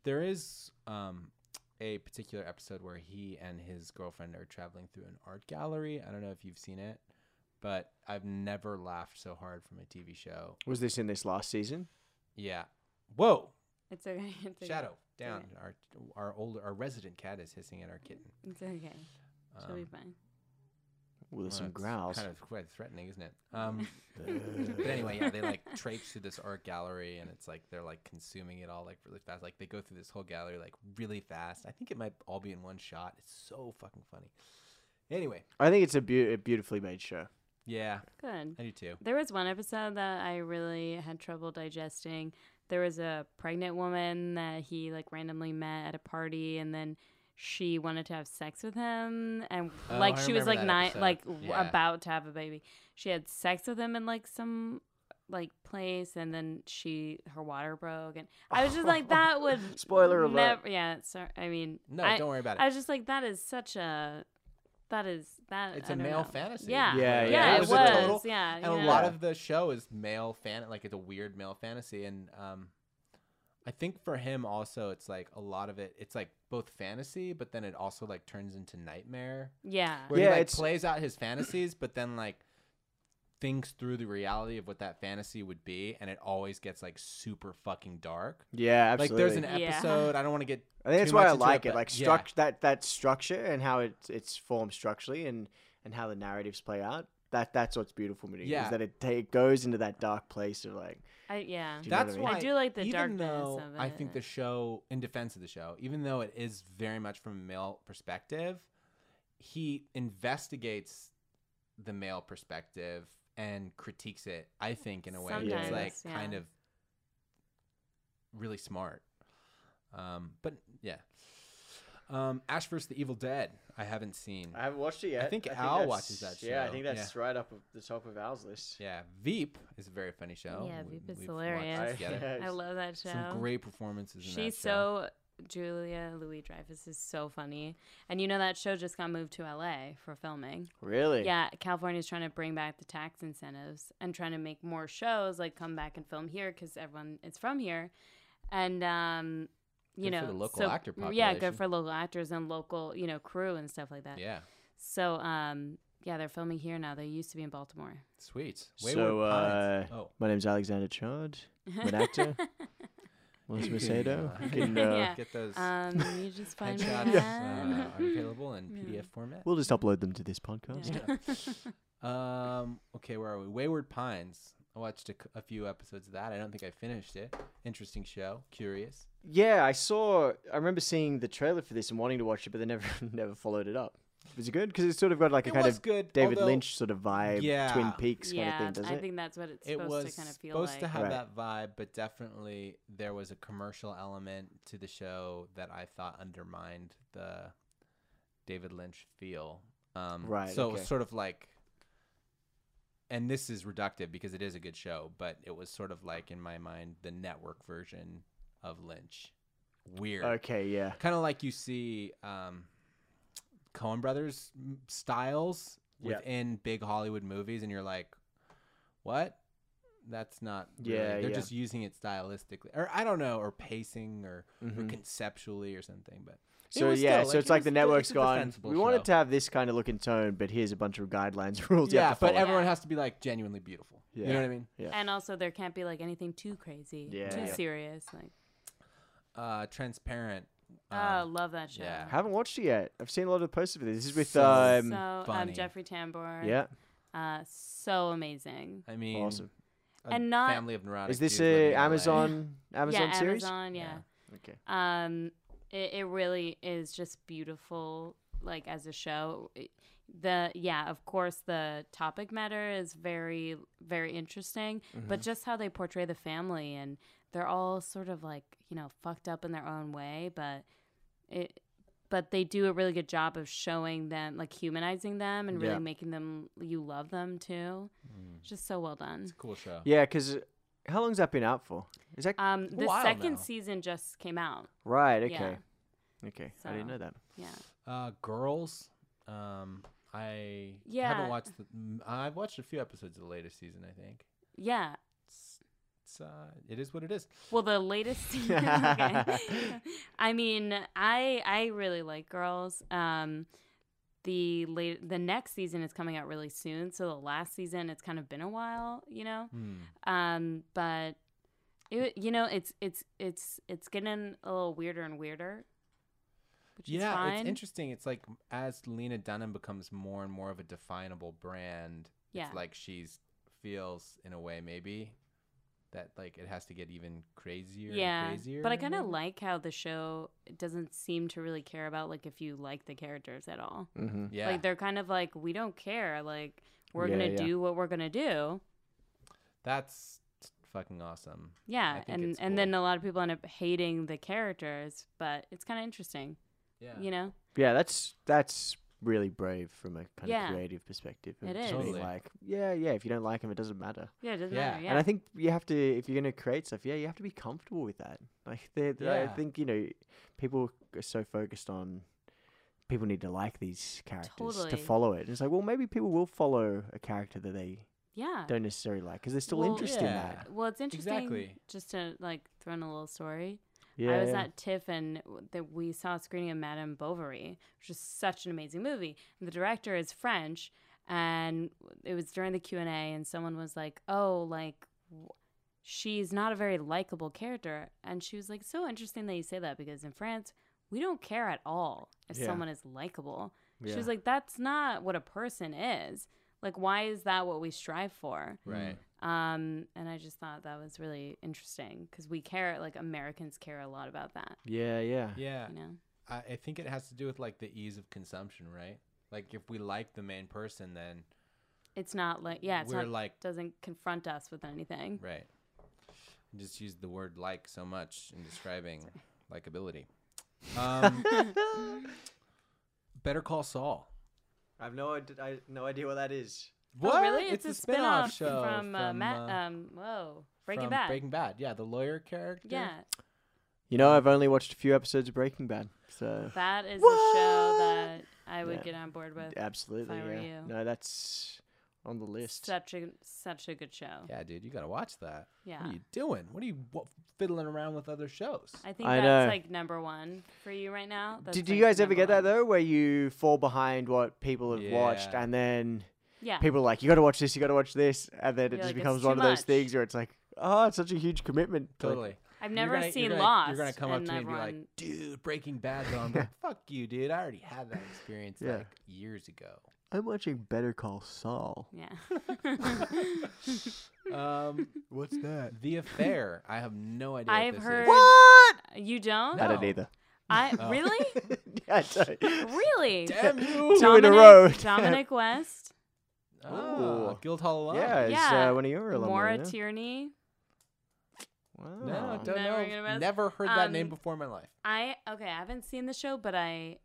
[SPEAKER 1] There is um, a particular episode where he and his girlfriend are traveling through an art gallery. I don't know if you've seen it, but I've never laughed so hard from a TV show.
[SPEAKER 2] was this in this last season?
[SPEAKER 1] Yeah. Whoa.
[SPEAKER 3] it's okay it's okay.
[SPEAKER 1] Shadow down. Our our old our resident cat is hissing at our kitten.
[SPEAKER 3] it's okay she'll be
[SPEAKER 1] Um,
[SPEAKER 3] fine
[SPEAKER 2] Well, there's
[SPEAKER 1] well,
[SPEAKER 2] some
[SPEAKER 1] it's
[SPEAKER 2] growls.
[SPEAKER 1] Kind of quite threatening, isn't it? Um, but anyway, yeah, they like traipse through this art gallery, and it's like they're like consuming it all like really fast. Like they go through this whole gallery like really fast. I think it might all be in one shot. It's so fucking funny. Anyway,
[SPEAKER 2] I think it's a, beau- a beautifully made show.
[SPEAKER 1] yeah,
[SPEAKER 3] good
[SPEAKER 1] I do too.
[SPEAKER 3] there was one episode that i really had trouble digesting there was a pregnant woman that he like randomly met at a party and then she wanted to have sex with him and
[SPEAKER 1] Oh,
[SPEAKER 3] like
[SPEAKER 1] I
[SPEAKER 3] she was
[SPEAKER 1] remember
[SPEAKER 3] like
[SPEAKER 1] that
[SPEAKER 3] nine
[SPEAKER 1] episode.
[SPEAKER 3] like w-
[SPEAKER 1] Yeah.
[SPEAKER 3] about to have a baby she had sex with him in like some like place and then she her water broke and i was just like that would
[SPEAKER 2] Spoiler alert.
[SPEAKER 3] never, yeah so i mean
[SPEAKER 1] No,
[SPEAKER 3] I,
[SPEAKER 1] don't worry about it.
[SPEAKER 3] I was just like, that is such a that is that
[SPEAKER 1] it's
[SPEAKER 3] a
[SPEAKER 1] a male fantasy.
[SPEAKER 3] Yeah.
[SPEAKER 2] Yeah, yeah,
[SPEAKER 1] Like,
[SPEAKER 3] Yeah,
[SPEAKER 2] it
[SPEAKER 3] it
[SPEAKER 2] was
[SPEAKER 3] was.
[SPEAKER 2] a
[SPEAKER 1] a
[SPEAKER 2] total-
[SPEAKER 3] yeah,
[SPEAKER 1] and a
[SPEAKER 3] yeah.
[SPEAKER 1] lot of the show is male fan like it's a weird male fantasy and um i think for him also it's like a lot of it it's like both fantasy but then it also like turns into nightmare
[SPEAKER 3] yeah.
[SPEAKER 1] where
[SPEAKER 2] Yeah,
[SPEAKER 1] he like
[SPEAKER 2] it's-
[SPEAKER 1] plays out his fantasies but then like thinks through the reality of what that fantasy would be and it always gets like super fucking dark
[SPEAKER 2] Yeah, absolutely.
[SPEAKER 1] like there's an
[SPEAKER 3] Yeah.
[SPEAKER 1] episode i don't want to get
[SPEAKER 2] I think that's
[SPEAKER 1] too
[SPEAKER 2] why
[SPEAKER 1] much
[SPEAKER 2] I
[SPEAKER 1] into
[SPEAKER 2] like it,
[SPEAKER 1] but
[SPEAKER 2] like
[SPEAKER 1] yeah.
[SPEAKER 2] struct that that structure and how it it's formed structurally and and how the narratives play out. That that's what's beautiful to me.
[SPEAKER 1] Yeah.
[SPEAKER 2] is that it ta- it goes into that dark place of like
[SPEAKER 3] I, yeah.
[SPEAKER 2] Do you know what
[SPEAKER 1] That's
[SPEAKER 2] I mean?
[SPEAKER 1] why
[SPEAKER 3] I do like the
[SPEAKER 1] even
[SPEAKER 3] darkness
[SPEAKER 1] though
[SPEAKER 3] of
[SPEAKER 1] I think
[SPEAKER 3] it.
[SPEAKER 1] the show, in defense of the show, even though it is very much from a male perspective, he investigates the male perspective and critiques it. I think in a way that's like
[SPEAKER 3] Sometimes,
[SPEAKER 1] kind
[SPEAKER 3] yeah.
[SPEAKER 1] of really smart. Um, but yeah, um, Ash vs. the Evil Dead. I haven't seen.
[SPEAKER 2] I haven't watched it yet.
[SPEAKER 1] yet. think I think Al that's- watches that
[SPEAKER 2] Yeah, I
[SPEAKER 1] show.
[SPEAKER 2] think that's right up at the top of Al's list.
[SPEAKER 1] yeah, Veep is a very funny show.
[SPEAKER 3] Yeah, Veep is
[SPEAKER 1] we've watched
[SPEAKER 3] hilarious.
[SPEAKER 2] I-
[SPEAKER 1] together.
[SPEAKER 3] I love that show.
[SPEAKER 1] Some great performances. In
[SPEAKER 3] She's
[SPEAKER 1] that show.
[SPEAKER 3] so Julia Louis Dreyfus is so funny, and you know that show just got moved to L.A. for filming.
[SPEAKER 2] Really?
[SPEAKER 3] Yeah, California's trying to bring back the tax incentives and trying to make more shows like come back and film here because everyone is from here, and um, you
[SPEAKER 1] Good
[SPEAKER 3] know, mm,
[SPEAKER 1] for the local actor
[SPEAKER 3] yeah,
[SPEAKER 1] population.
[SPEAKER 3] good for local actors and local you know crew and stuff like that.
[SPEAKER 1] Yeah.
[SPEAKER 3] So um, yeah, they're filming here now. They used to be in Baltimore.
[SPEAKER 1] Sweet.
[SPEAKER 2] So,
[SPEAKER 1] Wayward Pines.
[SPEAKER 2] uh,
[SPEAKER 1] oh,
[SPEAKER 2] My name's Alexander Chard. I'm an actor. Melissa Macedo. Can, uh,
[SPEAKER 3] Yeah.
[SPEAKER 1] get those
[SPEAKER 3] Um, you just find me.
[SPEAKER 1] headshots
[SPEAKER 3] at-
[SPEAKER 1] uh, are available in
[SPEAKER 3] Yeah.
[SPEAKER 1] PDF format.
[SPEAKER 2] We'll just upload them to this podcast.
[SPEAKER 3] Yeah.
[SPEAKER 1] Um, okay, where are we? Wayward Pines. I watched a, c- a few episodes of that. I don't think I finished it. Interesting show. Curious.
[SPEAKER 2] Yeah, I saw. I remember seeing the trailer for this and wanting to watch it, but they never never followed it up. Was it good? Because it's sort of got like a
[SPEAKER 1] it
[SPEAKER 2] kind
[SPEAKER 1] was
[SPEAKER 2] of
[SPEAKER 1] good.
[SPEAKER 2] David
[SPEAKER 1] although
[SPEAKER 2] Lynch sort of vibe,
[SPEAKER 1] Yeah.
[SPEAKER 2] Twin Peaks kind
[SPEAKER 3] yeah,
[SPEAKER 2] of thing,
[SPEAKER 3] I
[SPEAKER 2] doesn't it?
[SPEAKER 3] think that's what it's
[SPEAKER 1] It
[SPEAKER 3] supposed
[SPEAKER 1] was
[SPEAKER 3] to kind of feel
[SPEAKER 1] supposed
[SPEAKER 3] like.
[SPEAKER 1] to have
[SPEAKER 2] Right.
[SPEAKER 1] that vibe, but definitely there was a commercial element to the show that I thought undermined the David Lynch feel. Um,
[SPEAKER 2] Right,
[SPEAKER 1] So it
[SPEAKER 2] okay.
[SPEAKER 1] was sort of like and this is reductive because it is a good show, but it was sort of like in my mind the network version of Lynch. Weird.
[SPEAKER 2] Okay, yeah.
[SPEAKER 1] Kind of like you see um Coen Brothers m- styles
[SPEAKER 2] Yep.
[SPEAKER 1] within big Hollywood movies and you're like, "What? That's not really-
[SPEAKER 2] Yeah,
[SPEAKER 1] they're
[SPEAKER 2] yeah.
[SPEAKER 1] just using it stylistically or I don't know or pacing or, or
[SPEAKER 2] Mhm.
[SPEAKER 1] conceptually or something, but it
[SPEAKER 2] So
[SPEAKER 1] was
[SPEAKER 2] yeah,
[SPEAKER 1] still,
[SPEAKER 2] so it's
[SPEAKER 1] it
[SPEAKER 2] like
[SPEAKER 1] was
[SPEAKER 2] the
[SPEAKER 1] still-
[SPEAKER 2] network's
[SPEAKER 1] it's a
[SPEAKER 2] gone.
[SPEAKER 1] defensible
[SPEAKER 2] We wanted
[SPEAKER 1] show.
[SPEAKER 2] to have this kind of look and tone, but here's a bunch of guidelines, rules. you
[SPEAKER 1] Yeah,
[SPEAKER 2] have to
[SPEAKER 1] but
[SPEAKER 2] follow.
[SPEAKER 1] everyone has to be like genuinely beautiful. You
[SPEAKER 2] Yeah.
[SPEAKER 1] know what I mean?
[SPEAKER 2] Yeah.
[SPEAKER 3] And also, there can't be like anything too crazy,
[SPEAKER 2] Yeah.
[SPEAKER 3] too
[SPEAKER 2] Yeah.
[SPEAKER 3] serious. Like,
[SPEAKER 1] Uh transparent.
[SPEAKER 3] oh,
[SPEAKER 1] um,
[SPEAKER 3] love that show.
[SPEAKER 1] yeah.
[SPEAKER 2] haven't watched it yet. I've seen a lot of posts of it. This is with
[SPEAKER 1] So-
[SPEAKER 2] um,
[SPEAKER 3] so um,
[SPEAKER 1] funny.
[SPEAKER 3] Jeffrey Tambor.
[SPEAKER 2] yeah.
[SPEAKER 3] Uh, so amazing.
[SPEAKER 1] I mean
[SPEAKER 2] Awesome.
[SPEAKER 1] a
[SPEAKER 3] And not-
[SPEAKER 1] family of neurotic
[SPEAKER 2] Is this
[SPEAKER 1] dudes living
[SPEAKER 2] a
[SPEAKER 1] in LA.
[SPEAKER 2] Amazon Amazon
[SPEAKER 3] yeah,
[SPEAKER 2] series?
[SPEAKER 3] Amazon. Yeah.
[SPEAKER 2] Okay.
[SPEAKER 3] Um, it, it really is just beautiful. Like as a show, It- the yeah, of course, the topic matter is very very interesting, but just how they portray the family and they're all sort of like you know fucked up in their own way, but it. But they do a really good job of showing them, like humanizing them, and really
[SPEAKER 2] Yeah.
[SPEAKER 3] making them you love them too. Just so well done.
[SPEAKER 1] It's a cool show.
[SPEAKER 2] Yeah, because how long's that been out for? Is that
[SPEAKER 3] Um, the
[SPEAKER 1] while
[SPEAKER 3] second
[SPEAKER 1] now.
[SPEAKER 3] season just came out.
[SPEAKER 2] right? Okay.
[SPEAKER 3] yeah.
[SPEAKER 2] Okay. I didn't know
[SPEAKER 3] So-
[SPEAKER 2] that.
[SPEAKER 3] Yeah,
[SPEAKER 1] Uh, girls. Um, I
[SPEAKER 3] Yeah.
[SPEAKER 1] haven't watched. The, mm, I've watched a few episodes of the latest season. I think
[SPEAKER 3] yeah.
[SPEAKER 1] it's, it's uh, it is what it is.
[SPEAKER 3] Well, the latest. okay. I mean, I I really like girls. Um, the late the next season is coming out really soon, so the last season it's kind of been a while, you know. Um, but it you know it's it's it's it's getting a little weirder and weirder. Which is
[SPEAKER 1] yeah,
[SPEAKER 3] fine.
[SPEAKER 1] it's interesting. It's like as Lena Dunham becomes more and more of a definable brand.
[SPEAKER 3] Yeah.
[SPEAKER 1] It's like she's feels in a way maybe that like it has to get even crazier. and crazier.
[SPEAKER 3] but I kind of
[SPEAKER 1] maybe?
[SPEAKER 3] like how the show doesn't seem to really care about like if you like the characters at all.
[SPEAKER 2] Mm-hmm.
[SPEAKER 1] Yeah.
[SPEAKER 3] Like they're kind of like we don't care. Like we're
[SPEAKER 2] Yeah,
[SPEAKER 3] gonna
[SPEAKER 2] yeah.
[SPEAKER 3] do what we're gonna do.
[SPEAKER 1] That's fucking awesome. I
[SPEAKER 3] Yeah,
[SPEAKER 1] think
[SPEAKER 3] and
[SPEAKER 1] it's
[SPEAKER 3] and then
[SPEAKER 1] cool.
[SPEAKER 3] a lot of people end up hating the characters, but it's kind of interesting,
[SPEAKER 1] Yeah.
[SPEAKER 3] you know.
[SPEAKER 2] Yeah, that's that's really brave from a kind
[SPEAKER 3] Yeah.
[SPEAKER 2] of creative perspective. of
[SPEAKER 3] It
[SPEAKER 2] just
[SPEAKER 1] is.
[SPEAKER 2] being
[SPEAKER 1] Totally.
[SPEAKER 2] like, yeah, yeah. If you don't like him, it doesn't matter.
[SPEAKER 3] Yeah, it doesn't
[SPEAKER 1] Yeah.
[SPEAKER 3] matter.
[SPEAKER 1] And
[SPEAKER 3] Yeah,
[SPEAKER 2] And I think you have to, if you're going to create stuff, yeah, you have to be comfortable with that. Like, they're, I
[SPEAKER 1] Yeah.
[SPEAKER 2] think, you know, people are so focused on people need to like these characters to
[SPEAKER 3] Totally.
[SPEAKER 2] follow it. And it's like, well, maybe people will follow a character that they
[SPEAKER 3] yeah.
[SPEAKER 2] don't necessarily like because they're still
[SPEAKER 3] Well,
[SPEAKER 2] interested in
[SPEAKER 1] yeah.
[SPEAKER 2] that.
[SPEAKER 3] Well, it's interesting.
[SPEAKER 1] Exactly.
[SPEAKER 3] Just to like throw in a little story.
[SPEAKER 2] Yeah.
[SPEAKER 3] I was
[SPEAKER 2] yeah.
[SPEAKER 3] at TIFF and w- that we saw a screening of Madame Bovary, which is such an amazing movie. And the director is French, and it was during the Q and A, and someone was like, "Oh, like." w- She's not a very likable character. And she was like, So interesting that you say that because in France, we don't care at all if
[SPEAKER 2] Yeah.
[SPEAKER 3] someone is likable. She
[SPEAKER 2] Yeah.
[SPEAKER 3] was like, That's not what a person is. Like, why is that what we strive for?
[SPEAKER 1] Right.
[SPEAKER 3] Um, and I just thought that was really interesting because we care, like Americans care a lot about that,
[SPEAKER 2] Yeah, yeah.
[SPEAKER 1] Yeah.
[SPEAKER 3] you know.
[SPEAKER 1] I, I think it has to do with like the ease of consumption, right? Like if we like the main person, then
[SPEAKER 3] It's not like yeah, it's
[SPEAKER 1] we're
[SPEAKER 3] not
[SPEAKER 1] like
[SPEAKER 3] doesn't confront us with anything.
[SPEAKER 1] right. And just use the word "like" so much in describing likability. Um, Better Call Saul.
[SPEAKER 2] I have no, id- I, no idea what that is.
[SPEAKER 3] Oh, really? It's, a
[SPEAKER 1] spin-off
[SPEAKER 3] spin-off from, uh, Matt.
[SPEAKER 1] uh,
[SPEAKER 3] Um, whoa, Breaking
[SPEAKER 1] from
[SPEAKER 3] Bad.
[SPEAKER 1] Breaking Bad. Yeah, the lawyer character.
[SPEAKER 3] yeah,
[SPEAKER 2] You know, I've only watched a few episodes of Breaking Bad. So,
[SPEAKER 3] that is a
[SPEAKER 2] What?
[SPEAKER 3] show that I would
[SPEAKER 2] Yeah.
[SPEAKER 3] get on board with.
[SPEAKER 2] absolutely.
[SPEAKER 3] were
[SPEAKER 2] Yeah.
[SPEAKER 3] you.
[SPEAKER 2] No, that's on the list.
[SPEAKER 3] Such a such a good show. Yeah,
[SPEAKER 1] Yeah, dude, you gotta watch that. What are you doing? What are you wa- fiddling around with other shows?
[SPEAKER 3] I think
[SPEAKER 2] I
[SPEAKER 3] that's
[SPEAKER 2] know.
[SPEAKER 3] like number one for you right now. That's,
[SPEAKER 2] Did you
[SPEAKER 3] like,
[SPEAKER 2] guys ever
[SPEAKER 3] number
[SPEAKER 2] get that
[SPEAKER 3] one.
[SPEAKER 2] though, where you fall behind what people have watched,
[SPEAKER 1] Yeah.
[SPEAKER 2] and then
[SPEAKER 3] Yeah,
[SPEAKER 2] people are like, "You got to watch this, you got to watch this," and then
[SPEAKER 3] You're
[SPEAKER 2] it just
[SPEAKER 3] like, "It's
[SPEAKER 2] becomes
[SPEAKER 3] too
[SPEAKER 2] one of those
[SPEAKER 3] much."
[SPEAKER 2] things where it's like, "Oh, it's such a huge commitment." Like,
[SPEAKER 1] totally.
[SPEAKER 3] I've
[SPEAKER 1] You're
[SPEAKER 3] never
[SPEAKER 1] gonna-
[SPEAKER 3] seen
[SPEAKER 1] you're gonna,
[SPEAKER 3] Lost.
[SPEAKER 1] You're gonna come up to me and be
[SPEAKER 3] everyone,
[SPEAKER 1] like, "Dude, Breaking Bad." Though I'm like, "Fuck you, dude. I already had that experience
[SPEAKER 2] Yeah.
[SPEAKER 1] like years ago."
[SPEAKER 2] I'm watching Better Call Saul.
[SPEAKER 3] yeah.
[SPEAKER 1] Um,
[SPEAKER 2] What's that?
[SPEAKER 1] The Affair. I have no idea.
[SPEAKER 3] I've
[SPEAKER 1] what this
[SPEAKER 3] heard.
[SPEAKER 1] Is.
[SPEAKER 2] What?
[SPEAKER 3] You don't?
[SPEAKER 2] I
[SPEAKER 1] No.
[SPEAKER 2] don't either.
[SPEAKER 3] I
[SPEAKER 1] Oh.
[SPEAKER 3] really,
[SPEAKER 2] yeah, I don't.
[SPEAKER 3] really.
[SPEAKER 1] Damn you!
[SPEAKER 2] Two in a row.
[SPEAKER 3] Dominic West,
[SPEAKER 1] Oh,
[SPEAKER 2] Ooh.
[SPEAKER 1] Guildhall Alive.
[SPEAKER 2] yeah, it's
[SPEAKER 3] Yeah.
[SPEAKER 2] Uh, one of your alumni.
[SPEAKER 3] Maura
[SPEAKER 2] yeah?
[SPEAKER 3] Tierney.
[SPEAKER 1] No,
[SPEAKER 2] Wow.
[SPEAKER 1] don't
[SPEAKER 3] Never
[SPEAKER 1] know.
[SPEAKER 3] gonna mess-
[SPEAKER 1] Never heard that name
[SPEAKER 3] Um,
[SPEAKER 1] before in my life.
[SPEAKER 3] I okay. I haven't seen the show, but I,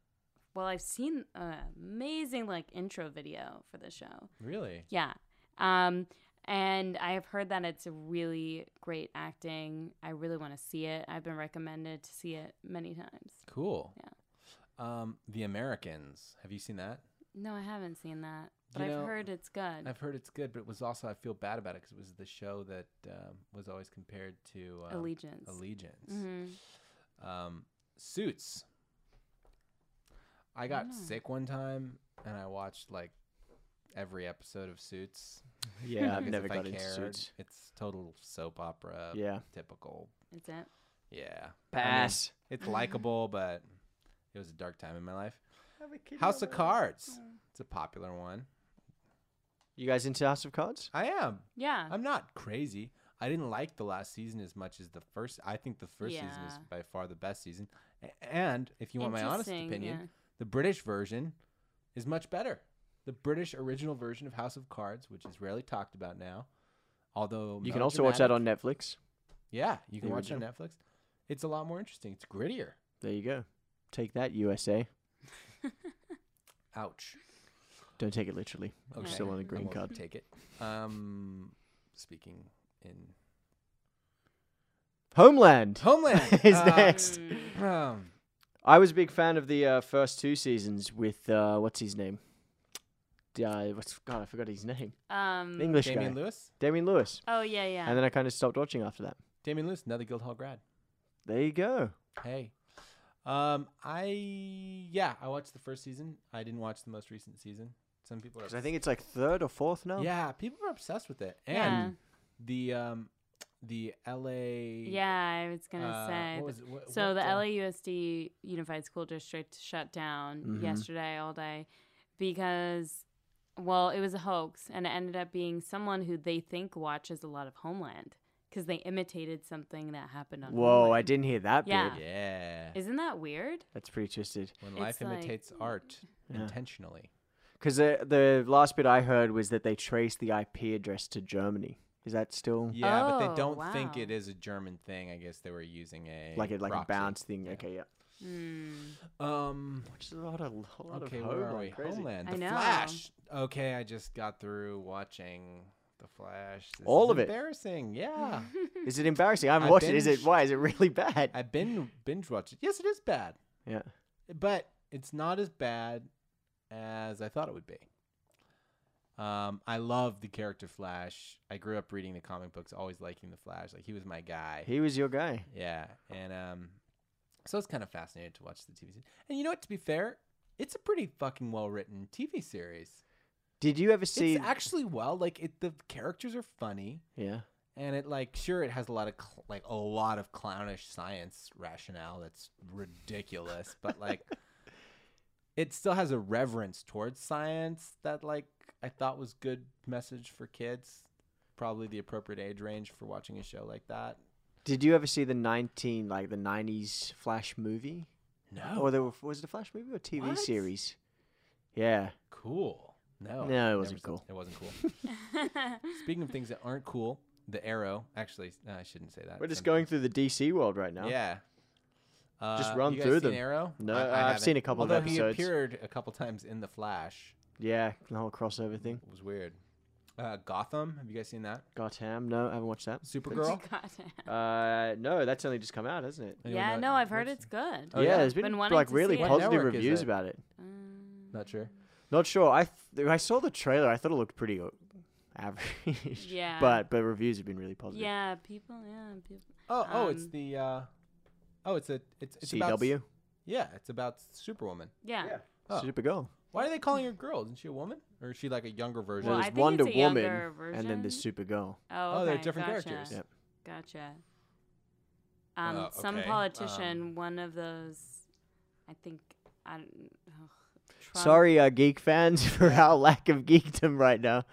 [SPEAKER 3] well, I've seen an amazing like intro video for the show.
[SPEAKER 1] Really?
[SPEAKER 3] Yeah, Um, and I have heard that it's really great acting. I really want to see it. I've been recommended to see it many times.
[SPEAKER 1] Cool. Yeah. Um, the Americans. Have you seen that?
[SPEAKER 3] No, I haven't seen that, but
[SPEAKER 1] You
[SPEAKER 3] I've
[SPEAKER 1] know,
[SPEAKER 3] heard it's good.
[SPEAKER 1] I've heard it's good, but it was also I feel bad about it because it was the show that um, was always compared to um,
[SPEAKER 3] Allegiance.
[SPEAKER 1] Allegiance.
[SPEAKER 3] Mhm.
[SPEAKER 1] Um, suits. I got
[SPEAKER 3] Hmm.
[SPEAKER 1] sick one time and I watched like every episode of Suits.
[SPEAKER 2] Yeah, I've
[SPEAKER 1] 'cause
[SPEAKER 2] never
[SPEAKER 1] if I
[SPEAKER 2] got into
[SPEAKER 1] cared,
[SPEAKER 2] suits.
[SPEAKER 1] It's total soap opera.
[SPEAKER 2] Yeah.
[SPEAKER 1] Typical.
[SPEAKER 3] Is it?
[SPEAKER 1] Yeah. I mean,
[SPEAKER 2] Pass.
[SPEAKER 1] it's
[SPEAKER 3] Mm.
[SPEAKER 1] likable, but it was a dark time in my life. House of Cards.
[SPEAKER 3] Mm.
[SPEAKER 1] It's a popular one.
[SPEAKER 2] You guys into House of Cards?
[SPEAKER 1] I am.
[SPEAKER 3] Yeah.
[SPEAKER 1] I'm not crazy. I didn't like the last season as much as the first. I think the first season is
[SPEAKER 3] Yeah.
[SPEAKER 1] by far the best season. A- And if you want my honest
[SPEAKER 3] Interesting,
[SPEAKER 1] opinion,
[SPEAKER 3] yeah.
[SPEAKER 1] the British version is much better. The British original version of House of Cards, which is rarely talked about now, although
[SPEAKER 2] You can also watch that
[SPEAKER 1] melodramatic-
[SPEAKER 2] on Netflix.
[SPEAKER 1] yeah, you can
[SPEAKER 2] the
[SPEAKER 1] watch it on Netflix. It's a lot more interesting. It's grittier.
[SPEAKER 2] There you go. Take that, USA.
[SPEAKER 1] Ouch.
[SPEAKER 2] Don't take it literally. I'm
[SPEAKER 1] Okay.
[SPEAKER 2] still on a
[SPEAKER 1] I
[SPEAKER 2] green
[SPEAKER 1] won't
[SPEAKER 2] card.
[SPEAKER 1] Take it. Um, speaking in
[SPEAKER 2] Homeland
[SPEAKER 1] Homeland
[SPEAKER 2] is
[SPEAKER 1] uh,
[SPEAKER 2] next.
[SPEAKER 1] um,
[SPEAKER 2] I was a big fan of the uh, first two seasons with uh, what's his name? D- Uh, what's God? I forgot his name. The
[SPEAKER 3] Um,
[SPEAKER 2] English
[SPEAKER 1] Damian
[SPEAKER 2] guy,
[SPEAKER 1] Lewis.
[SPEAKER 2] Damien Lewis.
[SPEAKER 3] oh yeah, yeah.
[SPEAKER 2] And then I kind of stopped watching after that.
[SPEAKER 1] Damian Lewis, another Guildhall grad.
[SPEAKER 2] There you go.
[SPEAKER 1] Hey. Um, I yeah, I watched the first season. I didn't watch the most recent season. Some people are
[SPEAKER 2] Because I think it's like third or fourth now.
[SPEAKER 1] Yeah, people are obsessed with it. And
[SPEAKER 3] Oh. yeah.
[SPEAKER 1] the um the LA
[SPEAKER 3] yeah, I was gonna
[SPEAKER 1] uh,
[SPEAKER 3] say.
[SPEAKER 1] what
[SPEAKER 3] th-
[SPEAKER 1] was it? What-
[SPEAKER 3] So
[SPEAKER 1] what,
[SPEAKER 3] the
[SPEAKER 1] uh,
[SPEAKER 3] LAUSD Unified School District shut down
[SPEAKER 2] Mhm.
[SPEAKER 3] yesterday all day because, well, it was a hoax and it ended up being someone who they think watches a lot of Homeland because they imitated something that happened on.
[SPEAKER 2] Whoa, I
[SPEAKER 3] Homeland.
[SPEAKER 2] didn't hear that
[SPEAKER 3] Yeah.
[SPEAKER 2] bit.
[SPEAKER 1] Yeah.
[SPEAKER 3] Isn't that weird?
[SPEAKER 2] That's pretty twisted.
[SPEAKER 1] when
[SPEAKER 3] it's
[SPEAKER 1] life
[SPEAKER 3] like-
[SPEAKER 1] imitates art
[SPEAKER 2] Yeah.
[SPEAKER 1] intentionally.
[SPEAKER 2] Because the the last bit I heard was that they traced the IP address to Germany. Is that still
[SPEAKER 1] Yeah, but
[SPEAKER 3] Oh,
[SPEAKER 1] they don't think
[SPEAKER 3] wow.
[SPEAKER 1] it is a German thing. I guess they were using a
[SPEAKER 2] like a like
[SPEAKER 1] proxy.
[SPEAKER 2] a bounce thing?
[SPEAKER 1] Yeah.
[SPEAKER 2] Okay, yeah.
[SPEAKER 3] Mm.
[SPEAKER 1] Um
[SPEAKER 2] Which is a lot of a lot
[SPEAKER 1] Okay,
[SPEAKER 2] of
[SPEAKER 1] where are
[SPEAKER 2] homeland,
[SPEAKER 1] we?
[SPEAKER 2] crazy.
[SPEAKER 1] Homeland.
[SPEAKER 3] I
[SPEAKER 1] The
[SPEAKER 3] know.
[SPEAKER 1] Flash. Okay, I just got through watching The Flash. This
[SPEAKER 2] All
[SPEAKER 1] is
[SPEAKER 2] of it.
[SPEAKER 1] Embarrassing. Yeah.
[SPEAKER 2] Is it embarrassing? I haven't
[SPEAKER 1] I
[SPEAKER 2] watched it. Is it
[SPEAKER 1] binged-
[SPEAKER 2] why? Is it really bad?
[SPEAKER 1] I bin binge watched it. Yes, it is bad,
[SPEAKER 2] yeah.
[SPEAKER 1] but it's not as bad as I thought it would be. Um, I love the character Flash. I grew up reading the comic books, always liking the Flash. Like he was my guy.
[SPEAKER 2] He was your guy.
[SPEAKER 1] Yeah, and um, so it's kind of fascinating to watch the TV series. And you know what? To be fair, it's a pretty fucking well written TV series.
[SPEAKER 2] Did you ever see?
[SPEAKER 1] it's actually well like it the characters are funny
[SPEAKER 2] yeah.
[SPEAKER 1] and it like sure it has a lot of cl- like a lot of clownish science rationale that's ridiculous but like it still has a reverence towards science that like i thought was good message for kids probably the appropriate age range for watching a show like that
[SPEAKER 2] Did you ever see the nineteen like the nineties Flash movie?
[SPEAKER 1] no
[SPEAKER 2] Or there were, was it a Flash movie or TV
[SPEAKER 1] What?
[SPEAKER 2] series? Yeah.
[SPEAKER 1] cool
[SPEAKER 2] No,
[SPEAKER 1] no
[SPEAKER 2] it
[SPEAKER 1] Never
[SPEAKER 2] wasn't
[SPEAKER 1] saw-
[SPEAKER 2] cool.
[SPEAKER 1] it wasn't cool speaking of things that aren't cool the arrow actually no, i shouldn't say that
[SPEAKER 2] We're just
[SPEAKER 1] Some-
[SPEAKER 2] going through the DC world right now.
[SPEAKER 1] Yeah.
[SPEAKER 2] Just
[SPEAKER 1] Uh,
[SPEAKER 2] run
[SPEAKER 1] you guys
[SPEAKER 2] through
[SPEAKER 1] seen
[SPEAKER 2] them.
[SPEAKER 1] Arrow?
[SPEAKER 2] No, I've
[SPEAKER 1] haven't.
[SPEAKER 2] seen a couple of
[SPEAKER 1] Although
[SPEAKER 2] episodes.
[SPEAKER 1] he appeared a couple times in The Flash.
[SPEAKER 2] Yeah. The whole crossover thing.
[SPEAKER 1] It was weird. Uh, Gotham. Have you guys seen that?
[SPEAKER 2] Gotham. No, I haven't watched that.
[SPEAKER 1] Supergirl.
[SPEAKER 3] God.
[SPEAKER 2] Uh, no, that's only just come out, hasn't it?
[SPEAKER 1] Anyone
[SPEAKER 3] Yeah,
[SPEAKER 1] know-
[SPEAKER 3] no, I've heard
[SPEAKER 1] what's-
[SPEAKER 3] it's good.
[SPEAKER 1] Oh,
[SPEAKER 2] yeah,
[SPEAKER 1] yeah.
[SPEAKER 2] there's been,
[SPEAKER 3] Been wanting
[SPEAKER 2] like
[SPEAKER 3] to
[SPEAKER 2] really
[SPEAKER 3] see it. What
[SPEAKER 2] positive
[SPEAKER 1] network is
[SPEAKER 2] reviews
[SPEAKER 1] it?
[SPEAKER 2] about it.
[SPEAKER 3] Um,
[SPEAKER 1] Not sure.
[SPEAKER 2] Not sure. I th- I saw the trailer. I thought it looked pretty o- average.
[SPEAKER 3] Yeah.
[SPEAKER 2] But but reviews have been really positive.
[SPEAKER 3] yeah, people. Yeah, people.
[SPEAKER 1] Oh, oh, it's
[SPEAKER 3] Um,
[SPEAKER 1] the. Uh, oh, it's a. It's, it's about.
[SPEAKER 2] CW.
[SPEAKER 1] Yeah, it's about Superwoman.
[SPEAKER 3] Yeah.
[SPEAKER 1] Oh.
[SPEAKER 2] Supergirl.
[SPEAKER 1] Why are they calling her girl? Isn't she a woman, or is she like a younger version?
[SPEAKER 3] Well,
[SPEAKER 2] There's
[SPEAKER 3] I think it's
[SPEAKER 2] Wonder
[SPEAKER 3] a
[SPEAKER 2] Woman,
[SPEAKER 3] younger
[SPEAKER 2] and then there's
[SPEAKER 3] version.
[SPEAKER 2] Supergirl.
[SPEAKER 3] Oh,
[SPEAKER 1] oh, they're
[SPEAKER 3] okay,
[SPEAKER 1] different
[SPEAKER 3] gotcha.
[SPEAKER 1] characters.
[SPEAKER 2] Yep.
[SPEAKER 3] Gotcha. Um,
[SPEAKER 1] Oh,
[SPEAKER 3] Some
[SPEAKER 1] okay. um,
[SPEAKER 3] politician, one of those, I think, I don't. Ugh, Trump-
[SPEAKER 2] Sorry, uh, geek fans, for our lack of geekdom right now.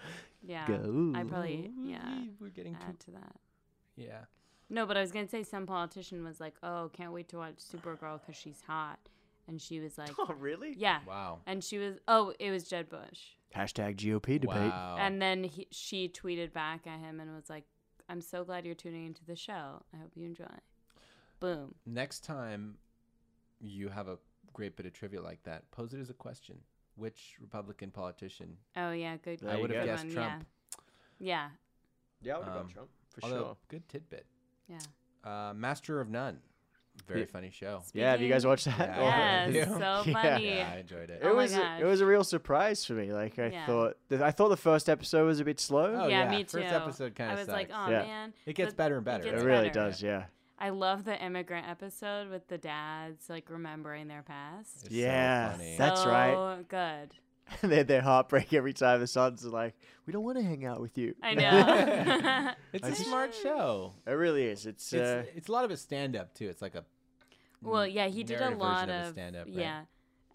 [SPEAKER 3] Yeah.
[SPEAKER 2] Go.
[SPEAKER 3] I probably yeah. uh,
[SPEAKER 1] We're getting too.
[SPEAKER 3] Add to that.
[SPEAKER 1] Yeah.
[SPEAKER 3] No, but I was gonna say some politician was like, "Oh, can't wait to watch Supergirl because she's hot," and she was like,
[SPEAKER 2] Oh, really?
[SPEAKER 3] "Yeah,"
[SPEAKER 1] Wow.
[SPEAKER 3] and she was, "Oh, it was Jed Bush,"
[SPEAKER 2] Hashtag GOP debate.
[SPEAKER 1] Wow.
[SPEAKER 3] and then he, she tweeted back at him and was like, "I'm so glad you're tuning into the show. I hope you enjoy." Boom.
[SPEAKER 1] next time you have a great bit of trivia like that, pose it as a question. Which Republican politician
[SPEAKER 3] Oh yeah, good.
[SPEAKER 2] There
[SPEAKER 1] I
[SPEAKER 2] you
[SPEAKER 1] would
[SPEAKER 2] go.
[SPEAKER 1] have guessed
[SPEAKER 3] one,
[SPEAKER 1] Trump.
[SPEAKER 3] Yeah.
[SPEAKER 2] Yeah, I would have
[SPEAKER 1] Um,
[SPEAKER 2] got Trump for
[SPEAKER 1] Although,
[SPEAKER 2] sure.
[SPEAKER 1] Good tidbit.
[SPEAKER 3] Yeah.
[SPEAKER 1] Uh, Master of None. Very
[SPEAKER 2] Yeah.
[SPEAKER 1] funny show.
[SPEAKER 2] Oh. Yeah, have you guys
[SPEAKER 3] Speaking-
[SPEAKER 2] watched that?
[SPEAKER 1] Yeah,
[SPEAKER 2] Oh,
[SPEAKER 1] I
[SPEAKER 3] Yes,
[SPEAKER 1] have. Yeah.
[SPEAKER 3] so
[SPEAKER 2] Yeah.
[SPEAKER 3] funny.
[SPEAKER 1] Yeah, I enjoyed
[SPEAKER 2] It
[SPEAKER 1] it.
[SPEAKER 3] Oh my
[SPEAKER 2] was
[SPEAKER 3] gosh.
[SPEAKER 2] it was a real surprise for me. Like I
[SPEAKER 3] Yeah.
[SPEAKER 2] thought th- I thought the first episode was a bit slow.
[SPEAKER 1] Oh,
[SPEAKER 3] yeah,
[SPEAKER 1] yeah.
[SPEAKER 3] me too.
[SPEAKER 1] First episode kinda
[SPEAKER 3] I was like,
[SPEAKER 1] sucks.
[SPEAKER 3] oh
[SPEAKER 2] Yeah.
[SPEAKER 3] man,
[SPEAKER 1] It gets
[SPEAKER 3] But
[SPEAKER 1] better and
[SPEAKER 3] it
[SPEAKER 1] better.
[SPEAKER 2] it
[SPEAKER 3] gets
[SPEAKER 2] really
[SPEAKER 3] better.
[SPEAKER 2] does, yeah.
[SPEAKER 3] I love the immigrant episode with the dads like remembering their past.
[SPEAKER 1] It's
[SPEAKER 2] Yeah.
[SPEAKER 1] So funny.
[SPEAKER 2] That- That's right.
[SPEAKER 3] So Good.
[SPEAKER 2] And they their heartbreak every time the sons are like, We don't want to hang out with you.
[SPEAKER 3] I know.
[SPEAKER 1] it's
[SPEAKER 2] I
[SPEAKER 1] a
[SPEAKER 2] just-
[SPEAKER 1] smart show.
[SPEAKER 2] It really is. It's, uh,
[SPEAKER 1] It's, it's a lot of his stand up, too. It's like a.
[SPEAKER 3] well,
[SPEAKER 1] n-
[SPEAKER 3] yeah, he did a
[SPEAKER 1] narrative version
[SPEAKER 3] lot
[SPEAKER 1] of
[SPEAKER 3] of,
[SPEAKER 1] a stand-up, right?
[SPEAKER 3] yeah.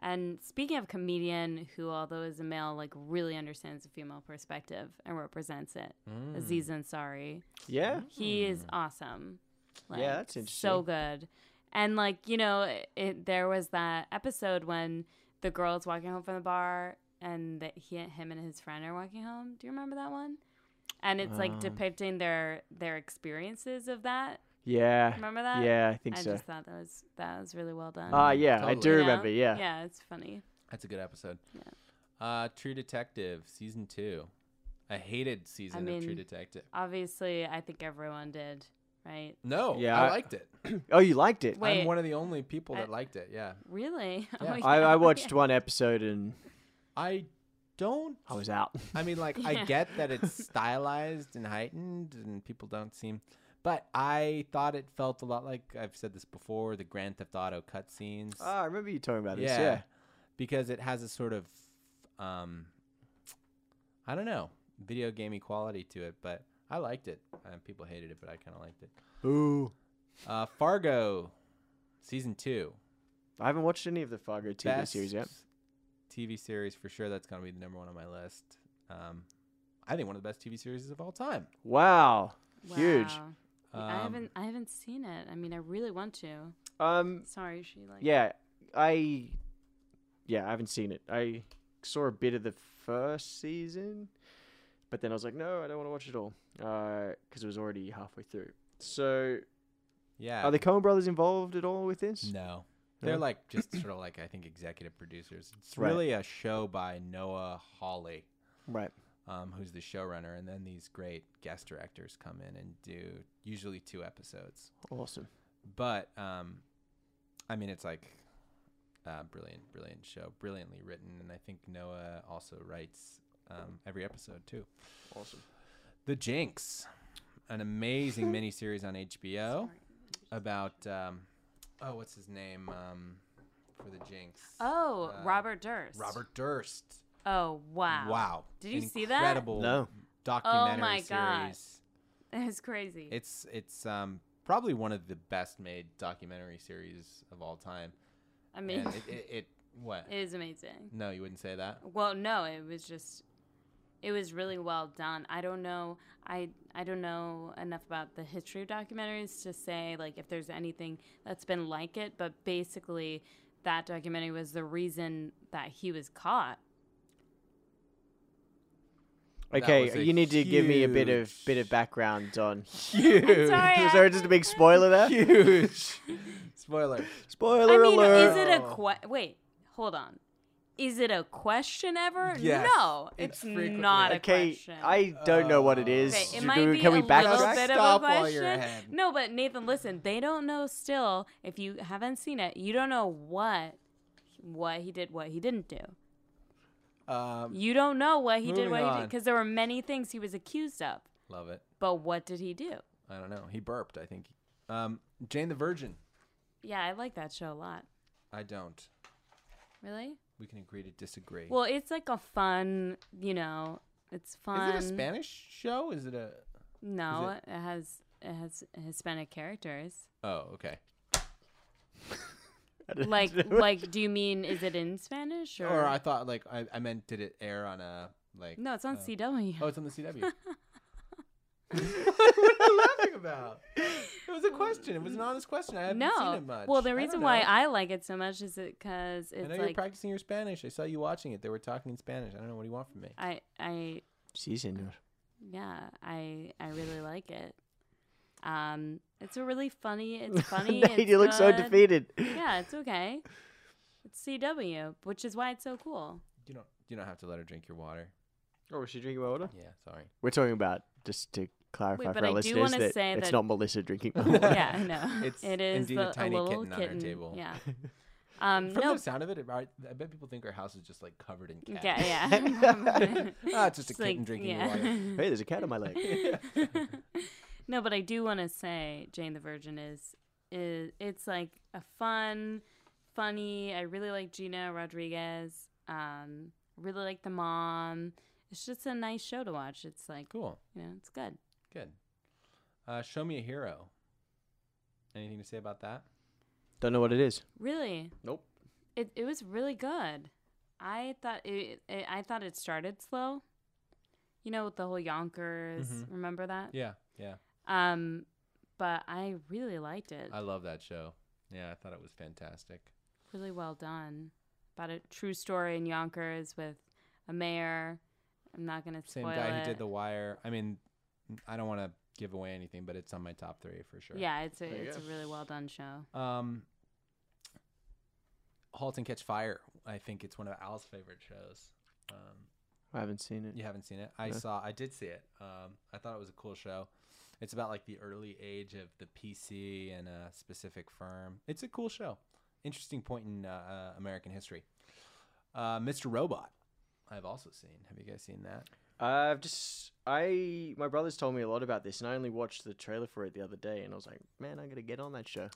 [SPEAKER 3] And speaking of comedian who, although is a male, like really understands the female perspective and represents it,
[SPEAKER 1] Mm.
[SPEAKER 3] Aziz Ansari.
[SPEAKER 2] yeah.
[SPEAKER 3] He is awesome.
[SPEAKER 2] Mm. Yeah, that's
[SPEAKER 3] So
[SPEAKER 2] interesting.
[SPEAKER 3] good. And like, you know, it, it, there was that episode when the girl's walking home from the bar and that he him and his friend are walking home. Do you remember that one? And it's like
[SPEAKER 2] Um.
[SPEAKER 3] depicting their their experiences of that.
[SPEAKER 2] Yeah.
[SPEAKER 3] Remember that?
[SPEAKER 2] Yeah, I think
[SPEAKER 3] I
[SPEAKER 2] so.
[SPEAKER 3] just thought that was that was really well done.
[SPEAKER 2] Ah, yeah, I
[SPEAKER 1] Totally.
[SPEAKER 2] do
[SPEAKER 3] You know?
[SPEAKER 2] remember, yeah.
[SPEAKER 3] Yeah, it's funny.
[SPEAKER 1] That's a good episode. Uh, True Detective, season two. I hated season of True
[SPEAKER 3] mean-
[SPEAKER 1] Detective.
[SPEAKER 3] Obviously, I think everyone did, right?
[SPEAKER 1] No,
[SPEAKER 2] Yeah,
[SPEAKER 1] I
[SPEAKER 2] I-
[SPEAKER 1] liked it.
[SPEAKER 2] Oh, you liked it?
[SPEAKER 3] Wait.
[SPEAKER 1] I'm one of the only people
[SPEAKER 3] I-
[SPEAKER 1] that liked it. Yeah,
[SPEAKER 3] Really? Oh
[SPEAKER 1] Yeah.
[SPEAKER 3] my
[SPEAKER 2] I, I
[SPEAKER 3] God.
[SPEAKER 2] watched one episode and
[SPEAKER 1] I don't.
[SPEAKER 2] I was out.
[SPEAKER 1] I mean, like, I
[SPEAKER 3] Yeah.
[SPEAKER 1] get that it's stylized and heightened, and people don't seem. But I thought it felt a lot like I've said this before: the Grand Theft Auto cutscenes.
[SPEAKER 2] Ah, I remember you talking about this.
[SPEAKER 1] yeah,
[SPEAKER 2] Yeah.
[SPEAKER 1] because it has a sort of, um, I don't know, video gamey quality to it. But I liked it. Uh, people hated it, but I kind of liked it.
[SPEAKER 2] Ooh.
[SPEAKER 1] Uh, Fargo, season two.
[SPEAKER 2] I haven't watched any of the Fargo TV
[SPEAKER 1] best
[SPEAKER 2] series yet.
[SPEAKER 1] TV series for sure. That's gonna be the number one on my list. Um, I think one of the best TV series of all time.
[SPEAKER 2] Wow. Huge.
[SPEAKER 3] Wow.
[SPEAKER 1] Um,
[SPEAKER 3] I haven't I haven't seen it. I mean, I really want to.
[SPEAKER 2] Um
[SPEAKER 3] Sorry, she like
[SPEAKER 2] yeah, I yeah, I haven't seen it. I saw a bit of the first season, but then I was like, no, I don't want to watch it all. Uh, 'cause it was already halfway through. So,
[SPEAKER 1] Yeah.
[SPEAKER 2] are the Coen brothers involved at all with this?
[SPEAKER 1] no. They're
[SPEAKER 2] No?
[SPEAKER 1] like just sort of like I think executive producers. It's
[SPEAKER 2] Right.
[SPEAKER 1] really a show by Noah Hawley,
[SPEAKER 2] Right.
[SPEAKER 1] um, who's the showrunner, and then these great guest directors come in and do usually two episodes.
[SPEAKER 2] Awesome.
[SPEAKER 1] But um, I mean, it's like a brilliant, brilliant show, brilliantly written, and I think Noah also writes um, every episode too.
[SPEAKER 2] Awesome.
[SPEAKER 1] The Jinx, an amazing miniseries on HBO about um, oh, what's his name um, for the Jinx?
[SPEAKER 3] Oh,
[SPEAKER 1] Uh,
[SPEAKER 3] Robert Durst.
[SPEAKER 1] Robert Durst.
[SPEAKER 3] Oh wow.
[SPEAKER 1] Wow!
[SPEAKER 3] Did you see that? Oh
[SPEAKER 1] Incredible
[SPEAKER 2] No.
[SPEAKER 1] documentary
[SPEAKER 3] my God.
[SPEAKER 1] series.
[SPEAKER 3] It's crazy.
[SPEAKER 1] It's it's um, probably one of the best made documentary series of all time.
[SPEAKER 3] I mean,
[SPEAKER 1] And it, it, it what?
[SPEAKER 3] it is amazing.
[SPEAKER 1] no, you wouldn't say that.
[SPEAKER 3] Well, no, it was just it was really well done. I don't know. I I don't know enough about the history of documentaries to say like if there's anything that's been like it, but basically that documentary was the reason that he was caught.
[SPEAKER 1] That was
[SPEAKER 2] Okay,
[SPEAKER 1] a
[SPEAKER 2] you need to give me a bit of bit of
[SPEAKER 1] huge-
[SPEAKER 2] background on.
[SPEAKER 1] Huge,
[SPEAKER 3] sorry.
[SPEAKER 2] Is there just a big spoiler there?
[SPEAKER 1] huge spoiler.
[SPEAKER 2] Spoiler
[SPEAKER 3] I mean,
[SPEAKER 2] alert.
[SPEAKER 3] is it a que- wait? Hold on. Is it a question ever?
[SPEAKER 1] Yes,
[SPEAKER 3] no,
[SPEAKER 1] it's
[SPEAKER 3] it's
[SPEAKER 1] frequently-
[SPEAKER 3] not a
[SPEAKER 2] okay,
[SPEAKER 3] question.
[SPEAKER 2] I don't know what it is.
[SPEAKER 3] Okay, it
[SPEAKER 2] Do-
[SPEAKER 3] might
[SPEAKER 2] do-
[SPEAKER 3] be
[SPEAKER 2] can
[SPEAKER 3] a
[SPEAKER 2] we
[SPEAKER 3] little
[SPEAKER 2] backtrack?
[SPEAKER 3] bit of a
[SPEAKER 1] Stop while you're
[SPEAKER 3] question.
[SPEAKER 1] ahead.
[SPEAKER 3] No, but Nathan, listen, they don't know still. If you haven't seen it, you don't know what what he did, what he didn't do.
[SPEAKER 1] Um,
[SPEAKER 3] You don't know what he
[SPEAKER 1] Moving
[SPEAKER 3] did, what he
[SPEAKER 1] on.
[SPEAKER 3] did, because there were many things he was accused of.
[SPEAKER 1] love it.
[SPEAKER 3] But what did he do?
[SPEAKER 1] I don't know. He burped. I think. Um, Jane the Virgin.
[SPEAKER 3] Yeah, I like that show a lot.
[SPEAKER 1] I don't.
[SPEAKER 3] Really?
[SPEAKER 1] We can agree to disagree.
[SPEAKER 3] Well, it's like a fun, you know, it's fun.
[SPEAKER 1] Is it a Spanish show? Is it a?
[SPEAKER 3] No, it? has it has Hispanic characters.
[SPEAKER 1] Oh, okay.
[SPEAKER 3] Like like do you mean is it in Spanish or,
[SPEAKER 1] Or I thought like I, I meant did it air on a like?
[SPEAKER 3] No, it's on
[SPEAKER 1] uh,
[SPEAKER 3] CW.
[SPEAKER 1] Oh, it's on the CW. what are you laughing about? It was a question. It was an honest question. I haven't seen it much.
[SPEAKER 3] Well, the
[SPEAKER 1] I don't
[SPEAKER 3] reason why
[SPEAKER 1] know.
[SPEAKER 3] I like it so much is because
[SPEAKER 1] I
[SPEAKER 3] it's
[SPEAKER 1] know you're
[SPEAKER 3] like
[SPEAKER 1] practicing your Spanish. I saw you watching it. They were talking in Spanish. I don't know what do you want from me.
[SPEAKER 3] I I
[SPEAKER 2] Si, senor.
[SPEAKER 3] yeah I I really like it. Um, it's a really funny. It's funny.
[SPEAKER 2] Nate,
[SPEAKER 3] it's
[SPEAKER 2] you look so
[SPEAKER 3] good.
[SPEAKER 2] defeated.
[SPEAKER 3] Yeah, it's okay. It's CW, which is why it's so cool.
[SPEAKER 1] You don't. You don't have to let her drink your water.
[SPEAKER 2] Oh, was she drinking my water?
[SPEAKER 1] Yeah, sorry.
[SPEAKER 2] We're talking about just to clarify for
[SPEAKER 3] but
[SPEAKER 2] our
[SPEAKER 3] I do
[SPEAKER 2] listeners
[SPEAKER 3] wanna
[SPEAKER 2] that
[SPEAKER 3] say
[SPEAKER 2] it's
[SPEAKER 3] that-
[SPEAKER 2] not Melissa drinking my water.
[SPEAKER 3] yeah, I know.
[SPEAKER 1] It's
[SPEAKER 3] it is
[SPEAKER 1] indeed a
[SPEAKER 3] the,
[SPEAKER 1] tiny
[SPEAKER 3] little
[SPEAKER 1] kitten on our table.
[SPEAKER 3] Yeah. Um,
[SPEAKER 1] From
[SPEAKER 3] no.
[SPEAKER 1] the sound of it, it right- I bet people think our house is just like covered in cats.
[SPEAKER 3] Yeah, yeah.
[SPEAKER 1] Ah, it's just a
[SPEAKER 3] It's like,
[SPEAKER 1] kitten drinking
[SPEAKER 3] yeah.
[SPEAKER 1] water.
[SPEAKER 2] Hey, there's a cat on my leg.
[SPEAKER 3] no, but I do want to say Jane the Virgin is is it's like a fun, funny. I really like Gina Rodriguez. Um, really like the mom. It's just a nice show to watch. It's like
[SPEAKER 1] Cool.
[SPEAKER 3] you know, it's good.
[SPEAKER 1] Good. Uh, show me a hero. Anything to say about that?
[SPEAKER 2] Don't know what it is.
[SPEAKER 3] Really,
[SPEAKER 2] Nope.
[SPEAKER 3] it it was really good. I thought it, it I thought it started slow. You know, with the whole Yonkers.
[SPEAKER 1] Mhm.
[SPEAKER 3] Remember that?
[SPEAKER 1] Yeah, yeah.
[SPEAKER 3] Um, but I really liked it.
[SPEAKER 1] I love that show. Yeah, I thought it was fantastic.
[SPEAKER 3] really well done about a true story in Yonkers with a mayor. I'm not gonna
[SPEAKER 1] Same
[SPEAKER 3] spoil
[SPEAKER 1] guy
[SPEAKER 3] it.
[SPEAKER 1] who did The Wire. I mean, I don't want to give away anything, but it's on my top three for sure.
[SPEAKER 3] Yeah, it's a
[SPEAKER 2] There you
[SPEAKER 3] it's a
[SPEAKER 2] go.
[SPEAKER 3] really well done show.
[SPEAKER 1] Um, *Halt and Catch Fire*. I think it's one of Al's favorite shows. Um,
[SPEAKER 2] I haven't seen it.
[SPEAKER 1] you haven't seen it? I
[SPEAKER 2] Mm-hmm. No.
[SPEAKER 1] saw. I did see it. Um, I thought it was a cool show. It's about like the early age of the PC and a specific firm. It's a cool show. Interesting point in uh, uh, American history. Uh, *Mr. Robot*. I've also seen. Have you guys seen that?
[SPEAKER 2] Uh, I've just I my brothers told me a lot about this, and I only watched the trailer for it the other day, and I was like, man, I'm gonna get on that show.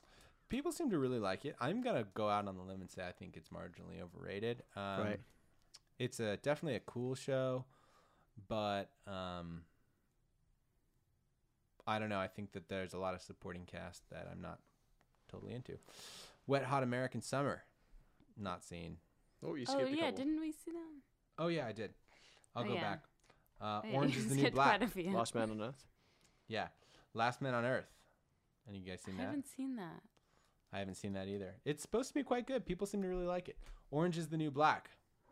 [SPEAKER 1] People seem to really like it. I'm gonna go out on the limb and say I think it's marginally overrated. Um,
[SPEAKER 2] Right.
[SPEAKER 1] It's a definitely a cool show, but um, I don't know. I think that there's a lot of supporting cast that I'm not totally into. Wet Hot American Summer, not seen.
[SPEAKER 2] Oh, you
[SPEAKER 3] Oh yeah, didn't we see that?
[SPEAKER 1] Oh yeah, I did. I'll
[SPEAKER 3] Oh,
[SPEAKER 1] go
[SPEAKER 3] yeah.
[SPEAKER 1] back. Uh,
[SPEAKER 3] Oh, yeah,
[SPEAKER 1] Orange
[SPEAKER 3] you
[SPEAKER 1] is the
[SPEAKER 3] said
[SPEAKER 1] new
[SPEAKER 3] quite
[SPEAKER 1] black.
[SPEAKER 3] a few.
[SPEAKER 2] Last Man on Earth.
[SPEAKER 1] yeah, Last Man on Earth. And you guys seen
[SPEAKER 3] I
[SPEAKER 1] that?
[SPEAKER 3] haven't seen that.
[SPEAKER 1] I haven't seen that either. It's supposed to be quite good. People seem to really like it. Orange is the new black.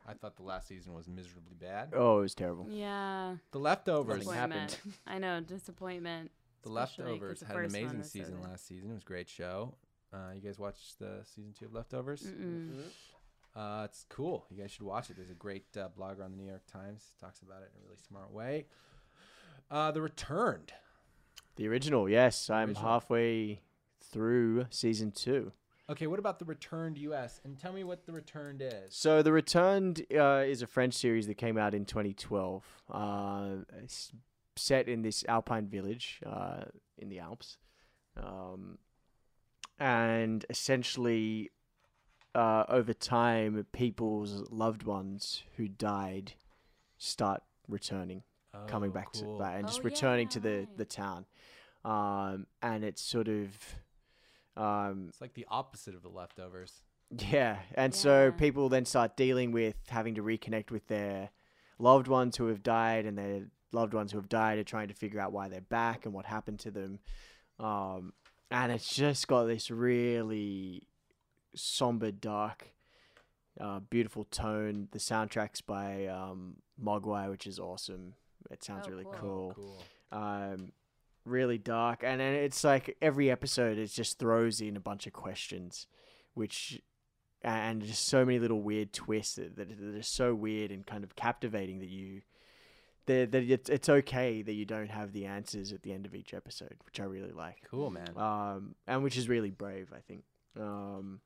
[SPEAKER 1] I thought the last season was miserably bad.
[SPEAKER 2] Oh, it was terrible.
[SPEAKER 3] Yeah,
[SPEAKER 1] The leftovers.
[SPEAKER 2] Nothing happened.
[SPEAKER 3] disappointment. I know disappointment.
[SPEAKER 1] The
[SPEAKER 3] especially 'cause
[SPEAKER 1] leftovers
[SPEAKER 3] the
[SPEAKER 1] had an
[SPEAKER 3] first one
[SPEAKER 1] amazing
[SPEAKER 3] was so
[SPEAKER 1] season
[SPEAKER 3] good.
[SPEAKER 1] last season. It was a great show. Uh, you guys watched the season two of Leftovers?
[SPEAKER 3] Mm-mm.
[SPEAKER 2] Mm-hmm.
[SPEAKER 1] Uh, it's cool. You guys should watch it. There's a great uh, blogger on the New York Times talks about it in a really smart way. Uh, the Returned.
[SPEAKER 2] The original, yes. I'm
[SPEAKER 1] original.
[SPEAKER 2] halfway through season two.
[SPEAKER 1] Okay, what about the Returned U.S. and tell me what the Returned is?
[SPEAKER 2] So the Returned uh, is a French series that came out in 2012. Uh, it's set in this Alpine village uh, in the Alps, um, and essentially, uh, over time, people's loved ones who died start returning, coming
[SPEAKER 1] Oh,
[SPEAKER 2] back
[SPEAKER 1] cool.
[SPEAKER 2] to that, and just
[SPEAKER 3] Oh,
[SPEAKER 2] returning to
[SPEAKER 3] yeah,
[SPEAKER 2] the
[SPEAKER 3] right.
[SPEAKER 2] the town, um, and it's sort of. Um,
[SPEAKER 1] It's like the opposite of the Leftovers.
[SPEAKER 2] yeah, and so
[SPEAKER 3] Yeah.
[SPEAKER 2] people then start dealing with having to reconnect with their loved ones who have died, and their loved ones who have died are trying to figure out why they're back and what happened to them. Um, and it's just got this really somber, dark, uh, beautiful tone. The soundtrack's by um, Mogwai, which is awesome. It sounds
[SPEAKER 3] Oh,
[SPEAKER 2] really cool
[SPEAKER 3] cool.
[SPEAKER 1] Cool.
[SPEAKER 2] um, really dark. And then it's like every episode, it just throws in a bunch of questions, which and just so many little weird twists that, that are just so weird and kind of captivating that you that, that it's, it's okay that you don't have the answers at the end of each episode, which I really like
[SPEAKER 1] Cool, man.
[SPEAKER 2] um, and which is really brave, I think. Um,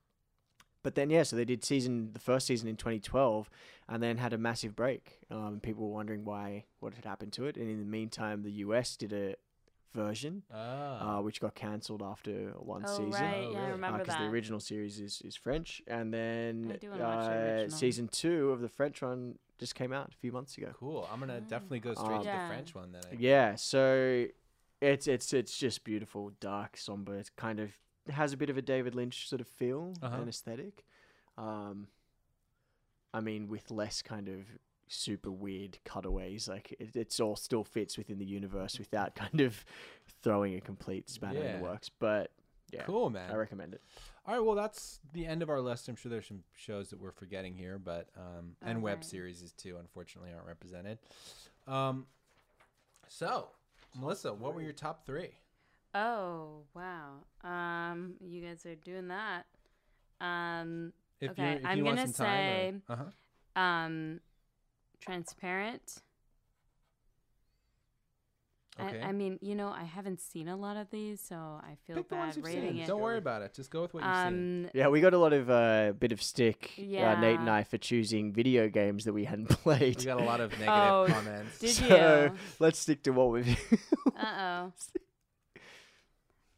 [SPEAKER 2] but then, yeah, so they did season the first season in 2012, and then had a massive break. Um, people were wondering why, what had happened to it, and in the meantime, the US did a version
[SPEAKER 1] Ah.
[SPEAKER 2] uh, which got cancelled after one
[SPEAKER 3] Oh
[SPEAKER 2] season.
[SPEAKER 3] right,
[SPEAKER 1] Oh,
[SPEAKER 3] yeah,
[SPEAKER 1] really?
[SPEAKER 3] I
[SPEAKER 1] Uh,
[SPEAKER 3] remember
[SPEAKER 2] the
[SPEAKER 3] that.
[SPEAKER 2] original series is, is French, and then
[SPEAKER 3] I do wanna watch the
[SPEAKER 2] uh,
[SPEAKER 3] original.
[SPEAKER 2] season two of the French one just came out a few months ago.
[SPEAKER 1] Cool. I'm gonna
[SPEAKER 3] Mm.
[SPEAKER 1] definitely go straight
[SPEAKER 2] Um,
[SPEAKER 1] to the
[SPEAKER 3] Yeah.
[SPEAKER 1] French one. Then I,
[SPEAKER 2] Yeah, so it's it's it's just beautiful, dark, somber. It's kind of it has a bit of a David Lynch sort of feel
[SPEAKER 1] Uh-huh.
[SPEAKER 2] and aesthetic. Um, I mean, with less kind of super weird cutaways, like it, it's all still fits within the universe without kind of throwing a complete spanner in
[SPEAKER 1] Yeah.
[SPEAKER 2] the works. But yeah,
[SPEAKER 1] Cool,
[SPEAKER 2] I
[SPEAKER 1] man.
[SPEAKER 2] recommend it.
[SPEAKER 1] All right, well, that's the end of our list. I'm sure there's some shows that we're forgetting here, but um,
[SPEAKER 2] Oh,
[SPEAKER 1] and web
[SPEAKER 3] Okay.
[SPEAKER 1] series is too unfortunately aren't represented. Um, so Melissa, what were your top three?
[SPEAKER 3] Oh wow. Um, you guys are doing that. Um,
[SPEAKER 1] If
[SPEAKER 3] Okay, I'm gonna
[SPEAKER 1] time, or- uh-huh.
[SPEAKER 3] um transparent
[SPEAKER 1] Okay.
[SPEAKER 3] I, I mean, you know, I haven't seen a lot of these, so I feel
[SPEAKER 1] Pick the
[SPEAKER 3] bad
[SPEAKER 1] ones you've
[SPEAKER 3] rating
[SPEAKER 1] seen.
[SPEAKER 3] it.
[SPEAKER 1] Don't worry about it. Just go with what you've seen.
[SPEAKER 3] um,
[SPEAKER 2] Yeah, we got a lot of uh, bit of stick, uh, Nate and
[SPEAKER 3] Yeah.
[SPEAKER 2] I, for choosing video games that we hadn't played.
[SPEAKER 1] We got a lot of negative
[SPEAKER 3] Oh,
[SPEAKER 1] comments.
[SPEAKER 3] did you?
[SPEAKER 2] so let's stick to what we've.
[SPEAKER 3] Uh oh.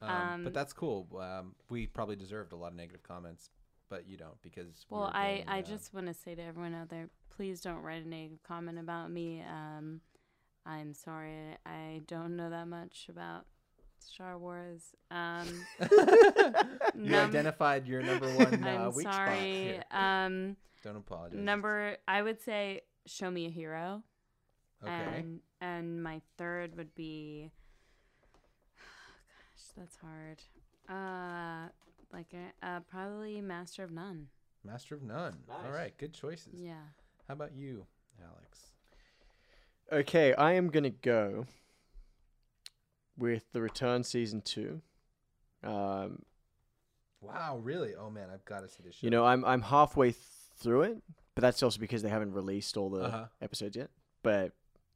[SPEAKER 1] Um,
[SPEAKER 3] Um,
[SPEAKER 1] but that's cool. Um, we probably deserved a lot of negative comments, but you don't because. we
[SPEAKER 3] Well,
[SPEAKER 1] were
[SPEAKER 3] I,
[SPEAKER 1] doing,
[SPEAKER 3] I
[SPEAKER 1] uh,
[SPEAKER 3] just want to say to everyone out there, please don't write a negative comment about me. Um, I'm sorry, I don't know that much about Star Wars. Um,
[SPEAKER 1] You
[SPEAKER 3] num-
[SPEAKER 1] identified your number one uh,
[SPEAKER 3] I'm
[SPEAKER 1] weak spot.
[SPEAKER 3] sorry.
[SPEAKER 1] Here,
[SPEAKER 3] Um,
[SPEAKER 1] don't apologize. It's-
[SPEAKER 3] number, I would say, show me a hero.
[SPEAKER 1] Okay.
[SPEAKER 3] And and my third would be gosh, that's hard. Uh like uh, uh probably Master of None.
[SPEAKER 1] Master of None. All
[SPEAKER 2] Nice.
[SPEAKER 1] right. Good choices.
[SPEAKER 3] Yeah.
[SPEAKER 1] How about you, Alex?
[SPEAKER 2] okay, I am gonna go with the Return season two. Um,
[SPEAKER 1] Wow, really? Oh man, I've got to see this show.
[SPEAKER 2] you know, I'm I'm halfway through it, but that's also because they haven't released all the
[SPEAKER 1] Uh-huh.
[SPEAKER 2] episodes yet. But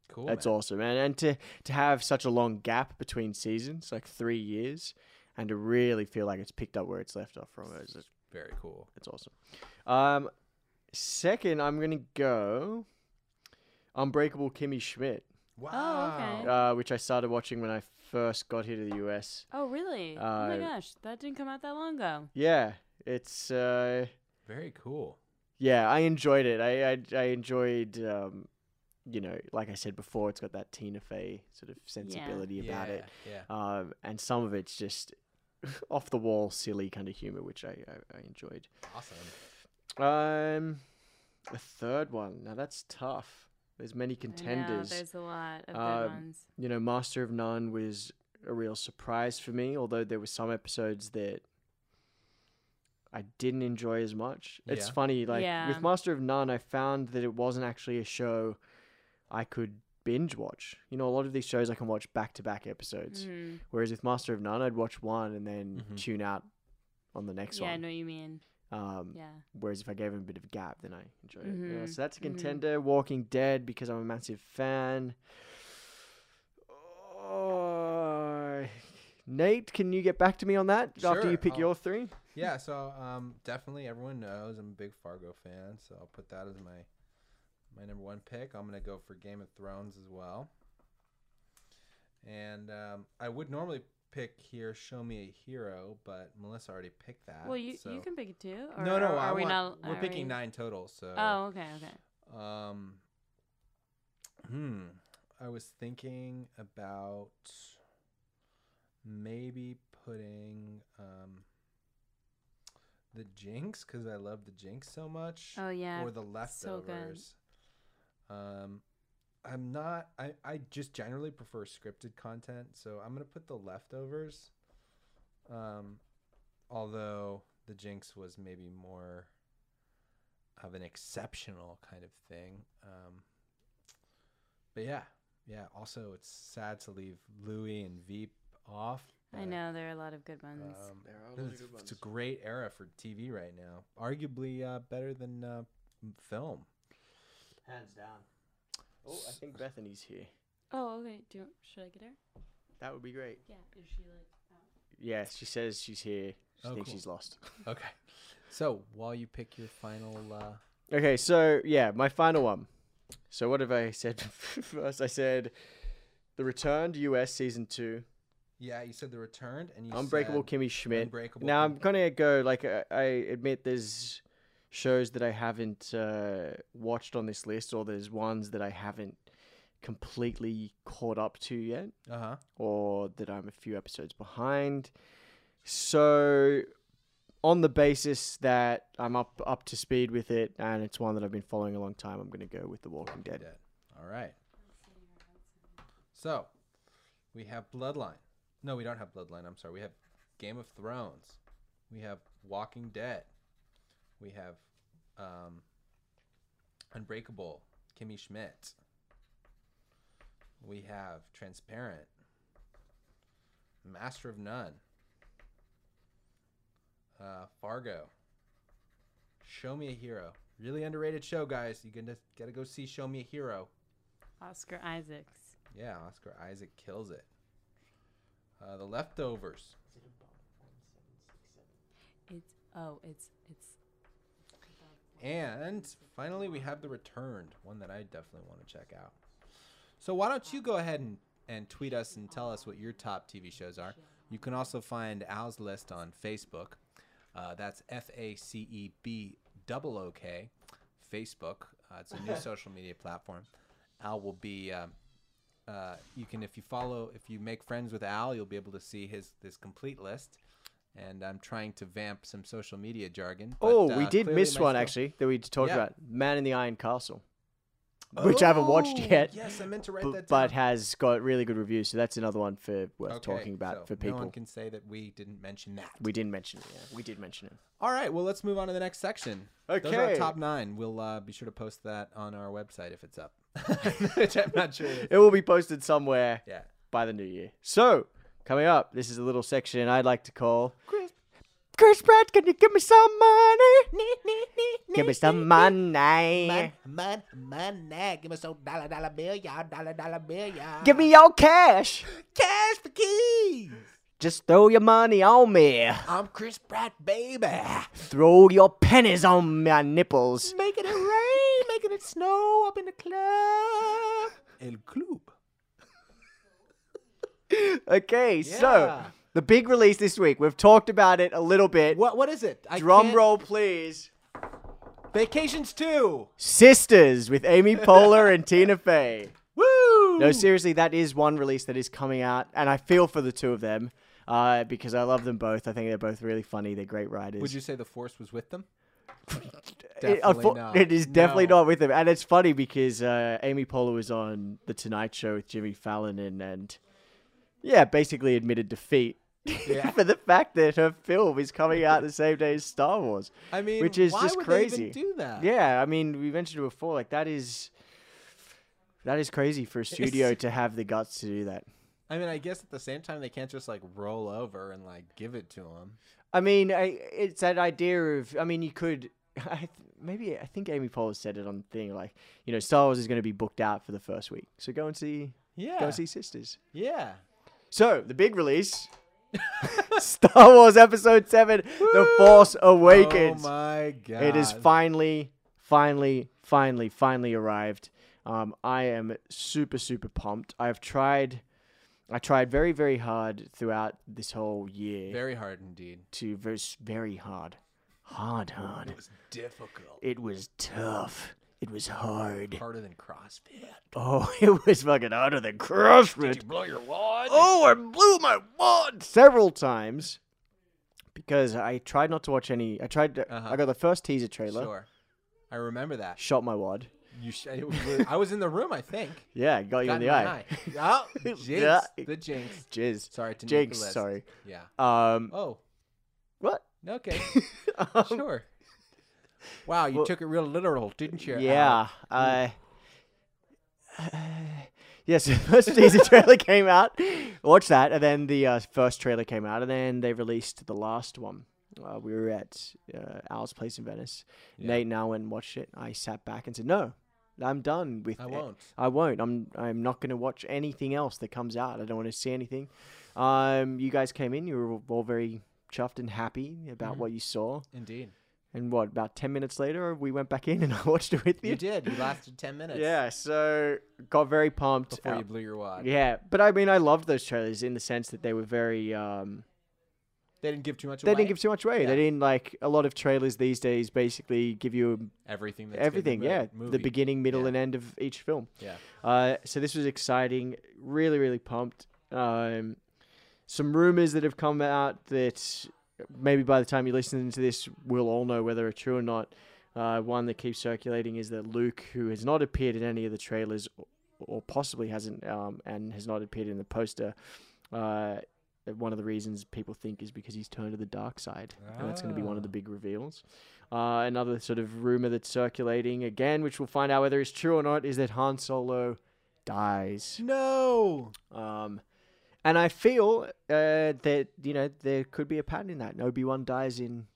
[SPEAKER 1] cool.
[SPEAKER 2] That's
[SPEAKER 1] man.
[SPEAKER 2] awesome, and and to to have such a long gap between seasons, like three years, and to really feel like it's picked up where it's left off from, it's,
[SPEAKER 1] Very cool.
[SPEAKER 2] it's awesome. Um, second, I'm gonna go Unbreakable Kimmy Schmidt,
[SPEAKER 1] Wow.
[SPEAKER 3] Oh, okay.
[SPEAKER 2] uh, which I started watching when I first got here to the US.
[SPEAKER 3] Oh really? oh
[SPEAKER 2] Uh,
[SPEAKER 3] my gosh, that didn't come out that long ago.
[SPEAKER 2] Yeah, it's uh,
[SPEAKER 1] Very cool.
[SPEAKER 2] yeah, I enjoyed it. I I, I enjoyed. Um, you know, like I said before, it's got that Tina Fey sort of sensibility about
[SPEAKER 1] yeah,
[SPEAKER 2] it.
[SPEAKER 1] Yeah.
[SPEAKER 2] um, and some of it's just off the wall, silly kind of humor, which I, I, I enjoyed.
[SPEAKER 1] Awesome.
[SPEAKER 2] Um, a third one. Now that's tough. There's many
[SPEAKER 3] I know,
[SPEAKER 2] contenders.
[SPEAKER 3] there's a lot of
[SPEAKER 2] Um,
[SPEAKER 3] good ones.
[SPEAKER 2] you know, Master of None was a real surprise for me, although there were some episodes that I didn't enjoy as much. It's
[SPEAKER 1] Yeah.
[SPEAKER 2] funny, like
[SPEAKER 3] Yeah.
[SPEAKER 2] with Master of None, I found that it wasn't actually a show I could binge watch. You know, a lot of these shows I can watch back to back episodes.
[SPEAKER 3] Mhm.
[SPEAKER 2] Whereas with Master of None, I'd watch one and then
[SPEAKER 1] Mhm.
[SPEAKER 2] tune out on the next
[SPEAKER 3] Yeah, I
[SPEAKER 2] one.
[SPEAKER 3] know what you mean.
[SPEAKER 2] Um,
[SPEAKER 3] Yeah.
[SPEAKER 2] Whereas if I gave him a bit of gap, then I enjoyed it. Yeah,
[SPEAKER 3] Mhm.
[SPEAKER 2] so that's a
[SPEAKER 3] Mhm.
[SPEAKER 2] contender. Walking Dead because I'm a massive fan. Oh, Nate, can you get back to me on that after you
[SPEAKER 1] Sure,
[SPEAKER 2] pick
[SPEAKER 1] I'll-
[SPEAKER 2] your three?
[SPEAKER 1] Yeah, so um, definitely everyone knows I'm a big Fargo fan, so I'll put that as my my number one pick. I'm gonna go for Game of Thrones as well. And um, I would normally pick here Show Me a Hero, but Melissa already picked that.
[SPEAKER 3] Well, you
[SPEAKER 1] Uh, so-
[SPEAKER 3] you can pick it too. Or,
[SPEAKER 1] no, no,
[SPEAKER 3] or
[SPEAKER 1] I
[SPEAKER 3] are we
[SPEAKER 1] want-
[SPEAKER 3] not?
[SPEAKER 1] we're
[SPEAKER 3] are
[SPEAKER 1] picking
[SPEAKER 3] we-
[SPEAKER 1] nine total. So
[SPEAKER 3] Oh, okay, okay.
[SPEAKER 1] um, hmm. I was thinking about maybe putting um, the Jinx because I love the Jinx so much,
[SPEAKER 3] Oh yeah.
[SPEAKER 1] or the
[SPEAKER 3] so good.
[SPEAKER 1] leftovers. um, I'm not. I I just generally prefer scripted content, so I'm gonna put the leftovers. Um, although the Jinx was maybe more of an exceptional kind of thing. Um, but yeah, yeah. Also, it's sad to leave Louis and Veep off.
[SPEAKER 3] I
[SPEAKER 1] but,
[SPEAKER 3] know there are a lot of good ones.
[SPEAKER 1] um,
[SPEAKER 2] There are a lot of
[SPEAKER 1] it's,
[SPEAKER 2] good
[SPEAKER 1] it's
[SPEAKER 2] ones.
[SPEAKER 1] a great era for TV right now. Arguably uh, better than uh, m- film.
[SPEAKER 2] Hands down. Oh, I think Bethany's here.
[SPEAKER 3] oh okay. Do you, should I get her?
[SPEAKER 2] That would be great.
[SPEAKER 3] Yeah. Is she like?
[SPEAKER 2] Yes, she says she's here. She
[SPEAKER 1] Oh,
[SPEAKER 2] thinks
[SPEAKER 1] cool.
[SPEAKER 2] she's lost.
[SPEAKER 1] Okay. So while you pick your final, uh,
[SPEAKER 2] Okay, so yeah, my final one. So what have I said first? I said The Returned US season two,
[SPEAKER 1] yeah, you said the returned and you
[SPEAKER 2] Unbreakable
[SPEAKER 1] said
[SPEAKER 2] Kimmy Schmidt.
[SPEAKER 1] Unbreakable
[SPEAKER 2] Now
[SPEAKER 1] Kim-
[SPEAKER 2] I'm gonna go like I, I admit there's shows that I haven't uh, watched on this list, or there's ones that I haven't completely caught up to yet,
[SPEAKER 1] uh huh.
[SPEAKER 2] or that I'm a few episodes behind. So on the basis that I'm up up to speed with it, and it's one that I've been following a long time, I'm gonna go with The Walking Dead.
[SPEAKER 1] Dead. All right. So we have Bloodline. No, we don't have Bloodline. I'm sorry. We have Game of Thrones. We have Walking Dead. We have um, Unbreakable. Kimmy Schmidt. We have Transparent. Master of None. Uh, Fargo. Show Me a Hero. Really underrated show, guys. You gotta gotta go see Show Me a Hero.
[SPEAKER 3] Oscar Isaacs.
[SPEAKER 1] Yeah, Oscar Isaac kills it. Uh, the leftovers.
[SPEAKER 3] It's oh, it's it's
[SPEAKER 1] And finally, we have The Returned, one that I definitely want to check out. So, why don't you go ahead and, and tweet us and tell us what your top TV shows are? You can also find Al's list on Facebook. Uh, that's F A C E B double O K, Facebook. Uh, it's a new social media platform. Al will be. Um, uh, you can if you follow if you make friends with Al, you'll be able to see his this complete list. And I'm trying to vamp some social media jargon. but,
[SPEAKER 2] oh, we
[SPEAKER 1] uh,
[SPEAKER 2] did
[SPEAKER 1] clearly
[SPEAKER 2] miss
[SPEAKER 1] my
[SPEAKER 2] one
[SPEAKER 1] skill-
[SPEAKER 2] actually that we talked
[SPEAKER 1] Yeah.
[SPEAKER 2] about. Man in the Iron Castle, which I haven't watched
[SPEAKER 1] Oh,
[SPEAKER 2] yet,
[SPEAKER 1] Yes, I meant to write
[SPEAKER 2] bu-
[SPEAKER 1] that down.
[SPEAKER 2] but has got really good reviews. So that's another one for worth
[SPEAKER 1] Okay,
[SPEAKER 2] talking about
[SPEAKER 1] so
[SPEAKER 2] for people.
[SPEAKER 1] No one can say that we didn't mention that.
[SPEAKER 2] We didn't mention it. Yeah, we did mention it.
[SPEAKER 1] All right, well, let's move on to the next section. Those are our
[SPEAKER 2] Okay.
[SPEAKER 1] top nine. We'll uh, be sure to post that on our website if it's up, which I'm not sure. it is.
[SPEAKER 2] It will be posted somewhere
[SPEAKER 1] Yeah.
[SPEAKER 2] by the new year. So, coming up, this is a little section I'd like to call Chris Pratt, can you give me some money? Give me some money.
[SPEAKER 4] Mon, money. Give us some dollar, dollar bill, y'all. Dollar, dollar bill, y'all.
[SPEAKER 2] Give me your cash.
[SPEAKER 4] cash for keys.
[SPEAKER 2] Just throw your money on me.
[SPEAKER 4] I'm Chris Pratt, baby.
[SPEAKER 2] Throw your pennies on my nipples.
[SPEAKER 4] Making it rain, making it snow up in the club.
[SPEAKER 1] El Club.
[SPEAKER 2] Okay, so the big release this week. We've talked about it a little bit.
[SPEAKER 1] What, what is it? I
[SPEAKER 2] Drum
[SPEAKER 1] can't-
[SPEAKER 2] roll, please.
[SPEAKER 1] Vacations 2.
[SPEAKER 2] Sisters with Amy Poehler and Tina Fey.
[SPEAKER 1] Woo!
[SPEAKER 2] No, seriously, that is one release that is coming out, and I feel for the two of them uh, because I love them both. I think they're both really funny. They're great writers.
[SPEAKER 1] Would you say the force was with them?
[SPEAKER 2] It-
[SPEAKER 1] Definitely
[SPEAKER 2] unfor-
[SPEAKER 1] not.
[SPEAKER 2] It is definitely
[SPEAKER 1] No.
[SPEAKER 2] not with them, and it's funny because uh, Amy Poehler was on the Tonight Show with Jimmy Fallon, and, and yeah, basically admitted defeat. for the fact that her film is coming out the same day as Star Wars.
[SPEAKER 1] I mean,
[SPEAKER 2] which is
[SPEAKER 1] why
[SPEAKER 2] just
[SPEAKER 1] would
[SPEAKER 2] crazy.
[SPEAKER 1] They even do that?
[SPEAKER 2] Yeah, I mean, we mentioned it before. Like that is that is crazy for a studio to have the guts to do that.
[SPEAKER 1] I mean, I guess at the same time, they can't just like roll over and like give it to them.
[SPEAKER 2] I mean, I, it's that idea of. I mean, you could. I, th- maybe I think Amy Poehler said it on the thing. Like, you know, Star Wars is going to be booked out for the first week, so go and see. Go
[SPEAKER 1] Yeah.
[SPEAKER 2] see Sisters.
[SPEAKER 1] Yeah.
[SPEAKER 2] So the big release. Star Wars Episode Seven: The Force Awakens.
[SPEAKER 1] Oh my god.
[SPEAKER 2] It is finally, finally, finally, finally arrived. Um, I am super, super pumped. I've tried, I tried very, very hard throughout this whole year
[SPEAKER 1] Very hard indeed.
[SPEAKER 2] to very, very hard, hard, hard. It was,
[SPEAKER 1] Difficult.
[SPEAKER 2] tough. It was hard.
[SPEAKER 1] Harder than CrossFit.
[SPEAKER 2] Oh, it was fucking harder than CrossFit.
[SPEAKER 1] blow your wad.
[SPEAKER 2] Oh, I blew my wad several times because I tried not to watch any. I tried. To,
[SPEAKER 1] Uh-huh.
[SPEAKER 2] I got the first teaser trailer.
[SPEAKER 1] Sure. I remember that.
[SPEAKER 2] Shot my wad.
[SPEAKER 1] You sh- I was- I was in the room, I think.
[SPEAKER 2] Yeah, it got you
[SPEAKER 1] Got
[SPEAKER 2] in the
[SPEAKER 1] in my
[SPEAKER 2] eye.
[SPEAKER 1] eye. Oh, jinx.
[SPEAKER 2] Yeah.
[SPEAKER 1] The jinx.
[SPEAKER 2] Jizz.
[SPEAKER 1] Sorry to
[SPEAKER 2] Jinx,
[SPEAKER 1] the list.
[SPEAKER 2] sorry.
[SPEAKER 1] Yeah.
[SPEAKER 2] Um,
[SPEAKER 1] Oh,
[SPEAKER 2] what?
[SPEAKER 1] okay.
[SPEAKER 2] Um,
[SPEAKER 1] sure. Wow, you
[SPEAKER 2] Well-
[SPEAKER 1] took it real literal, didn't you? Al?
[SPEAKER 2] Yeah. Uh, yes, the first teaser trailer came out. Watch that, and then the uh, first trailer came out, and then they released the last one. Uh, we were at uh, Al's place in Venice. Nate and I went and watched it. I sat back and said, "No, I'm done with.
[SPEAKER 1] I
[SPEAKER 2] it.
[SPEAKER 1] won't.
[SPEAKER 2] I won't. I'm. I'm not going to watch anything else that comes out. I don't want to see anything." Um, you guys came in. You were all very chuffed and happy
[SPEAKER 1] Mm-hmm.
[SPEAKER 2] about what you saw.
[SPEAKER 1] Indeed.
[SPEAKER 2] And what, about 10 minutes later, we went back in and I watched it with you?
[SPEAKER 1] You did. You lasted 10 minutes
[SPEAKER 2] Yeah, so got very pumped.
[SPEAKER 1] before
[SPEAKER 2] out.
[SPEAKER 1] you blew your wad.
[SPEAKER 2] yeah, but I mean, I loved those trailers in the sense that they were very. Um,
[SPEAKER 1] They didn't give too much
[SPEAKER 2] they
[SPEAKER 1] away.
[SPEAKER 2] didn't give too much away. They didn't like a lot of trailers these days. Basically, give you
[SPEAKER 1] everything. That's
[SPEAKER 2] everything.
[SPEAKER 1] Good in
[SPEAKER 2] yeah,
[SPEAKER 1] the mo-
[SPEAKER 2] the
[SPEAKER 1] movie.
[SPEAKER 2] beginning, middle,
[SPEAKER 1] Yeah.
[SPEAKER 2] and end of each film.
[SPEAKER 1] Yeah.
[SPEAKER 2] Uh, so this was exciting. Really, really pumped. Um, some rumors that have come out that maybe by the time you listen to this, we'll all know whether are true or not. Uh, one that keeps circulating is that Luke, who has not appeared in any of the trailers, or, or possibly hasn't, um, and has not appeared in the poster. Uh, that one of the reasons people think is because he's turned to the dark side, and that's going to be one of the big reveals. Uh, another sort of rumor that's circulating again, which we'll find out whether it's true or not, is that Han Solo dies.
[SPEAKER 1] No.
[SPEAKER 2] Um, and I feel uh, that you know there could be a pattern in that. Obi Wan dies in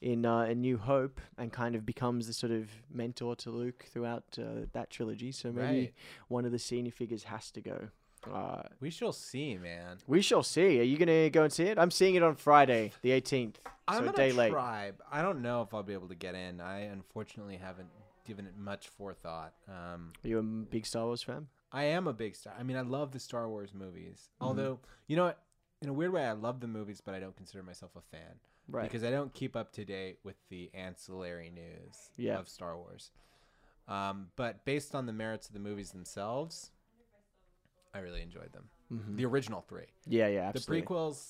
[SPEAKER 2] in uh, A New Hope and kind of becomes the sort of mentor to Luke throughout uh, that trilogy. So maybe
[SPEAKER 1] Right.
[SPEAKER 2] one of the senior figures has to go. Uh,
[SPEAKER 1] We shall see, man.
[SPEAKER 2] we shall see. Are you gonna go and see it? I'm seeing it on Friday, the 18th.
[SPEAKER 1] I'm
[SPEAKER 2] so a
[SPEAKER 1] gonna
[SPEAKER 2] day late.
[SPEAKER 1] try. but I don't know if I'll be able to get in. I unfortunately haven't given it much forethought. Um,
[SPEAKER 2] Are you a m- big Star Wars fan?
[SPEAKER 1] I am a big star. I mean, I love the Star Wars movies.
[SPEAKER 2] Mm-hmm.
[SPEAKER 1] Although, you know what? In a weird way, I love the movies, but I don't consider myself a fan
[SPEAKER 2] Right.
[SPEAKER 1] because I don't keep up to date with the ancillary news
[SPEAKER 2] Yeah.
[SPEAKER 1] of Star Wars. Um, but based on the merits of the movies themselves, I really enjoyed them. The original three.
[SPEAKER 2] Mm-hmm. yeah, yeah, Mm. absolutely.
[SPEAKER 1] The prequels,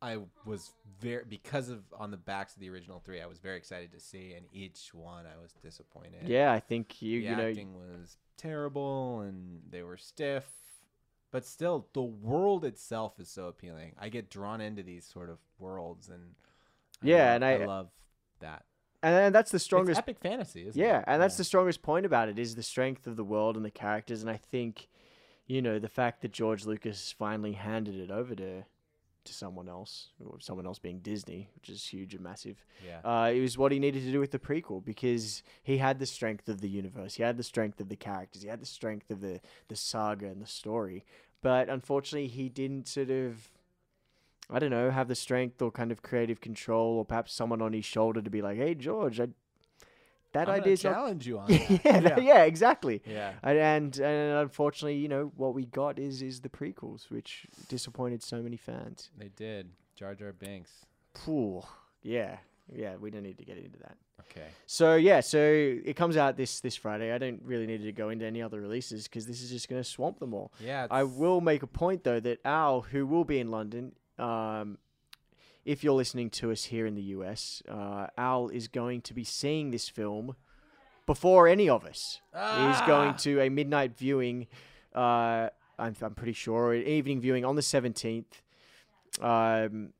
[SPEAKER 1] I was very because of on the backs of the original three, I was very excited to see, and each one I was disappointed.
[SPEAKER 2] Yeah, I think you
[SPEAKER 1] the
[SPEAKER 2] you know
[SPEAKER 1] acting was terrible, and they were stiff. But still, the world itself is so appealing. I get drawn into these sort of worlds, and
[SPEAKER 2] Yeah,
[SPEAKER 1] love-
[SPEAKER 2] and I-
[SPEAKER 1] I love that
[SPEAKER 2] and, and that's the
[SPEAKER 1] strongest
[SPEAKER 2] strongest
[SPEAKER 1] epic fantasy. Isn't
[SPEAKER 2] Yeah,
[SPEAKER 1] it?
[SPEAKER 2] and that's the strongest point about it is the strength of the world and the characters, and I think, you know, the fact that George Lucas finally handed it over to to someone else, or someone else being Disney, which is huge and massive.
[SPEAKER 1] Yeah.
[SPEAKER 2] Uh, it was what he needed to do with the prequel because he had the strength of the universe, he had the strength of the characters, he had the strength of the the saga and the story, but unfortunately, he didn't sort of I don't know, have the strength or kind of creative control, or perhaps someone on his shoulder to be like, "Hey, George, I, that
[SPEAKER 1] I'm gonna
[SPEAKER 2] idea's not."
[SPEAKER 1] challenge you on
[SPEAKER 2] yeah, yeah,
[SPEAKER 1] that.
[SPEAKER 2] yeah, exactly.
[SPEAKER 1] yeah.
[SPEAKER 2] And, and and unfortunately, you know what we got is is the prequels, which disappointed so many fans.
[SPEAKER 1] They did. Jar Jar Binks.
[SPEAKER 2] Phew. Yeah, yeah, we don't need to get into that.
[SPEAKER 1] Okay.
[SPEAKER 2] So yeah, so it comes out this this Friday. I don't really need to go into any other releases because this is just going to swamp them all.
[SPEAKER 1] Yeah.
[SPEAKER 2] I
[SPEAKER 1] it's-
[SPEAKER 2] will make a point though that Al, who will be in London, um, if you're listening to us here in the US, uh, Al is going to be seeing this film before any of us.
[SPEAKER 1] Ah!
[SPEAKER 2] He's going to a midnight viewing. Uh, I'm, I'm pretty sure an evening viewing on the 17th. Um,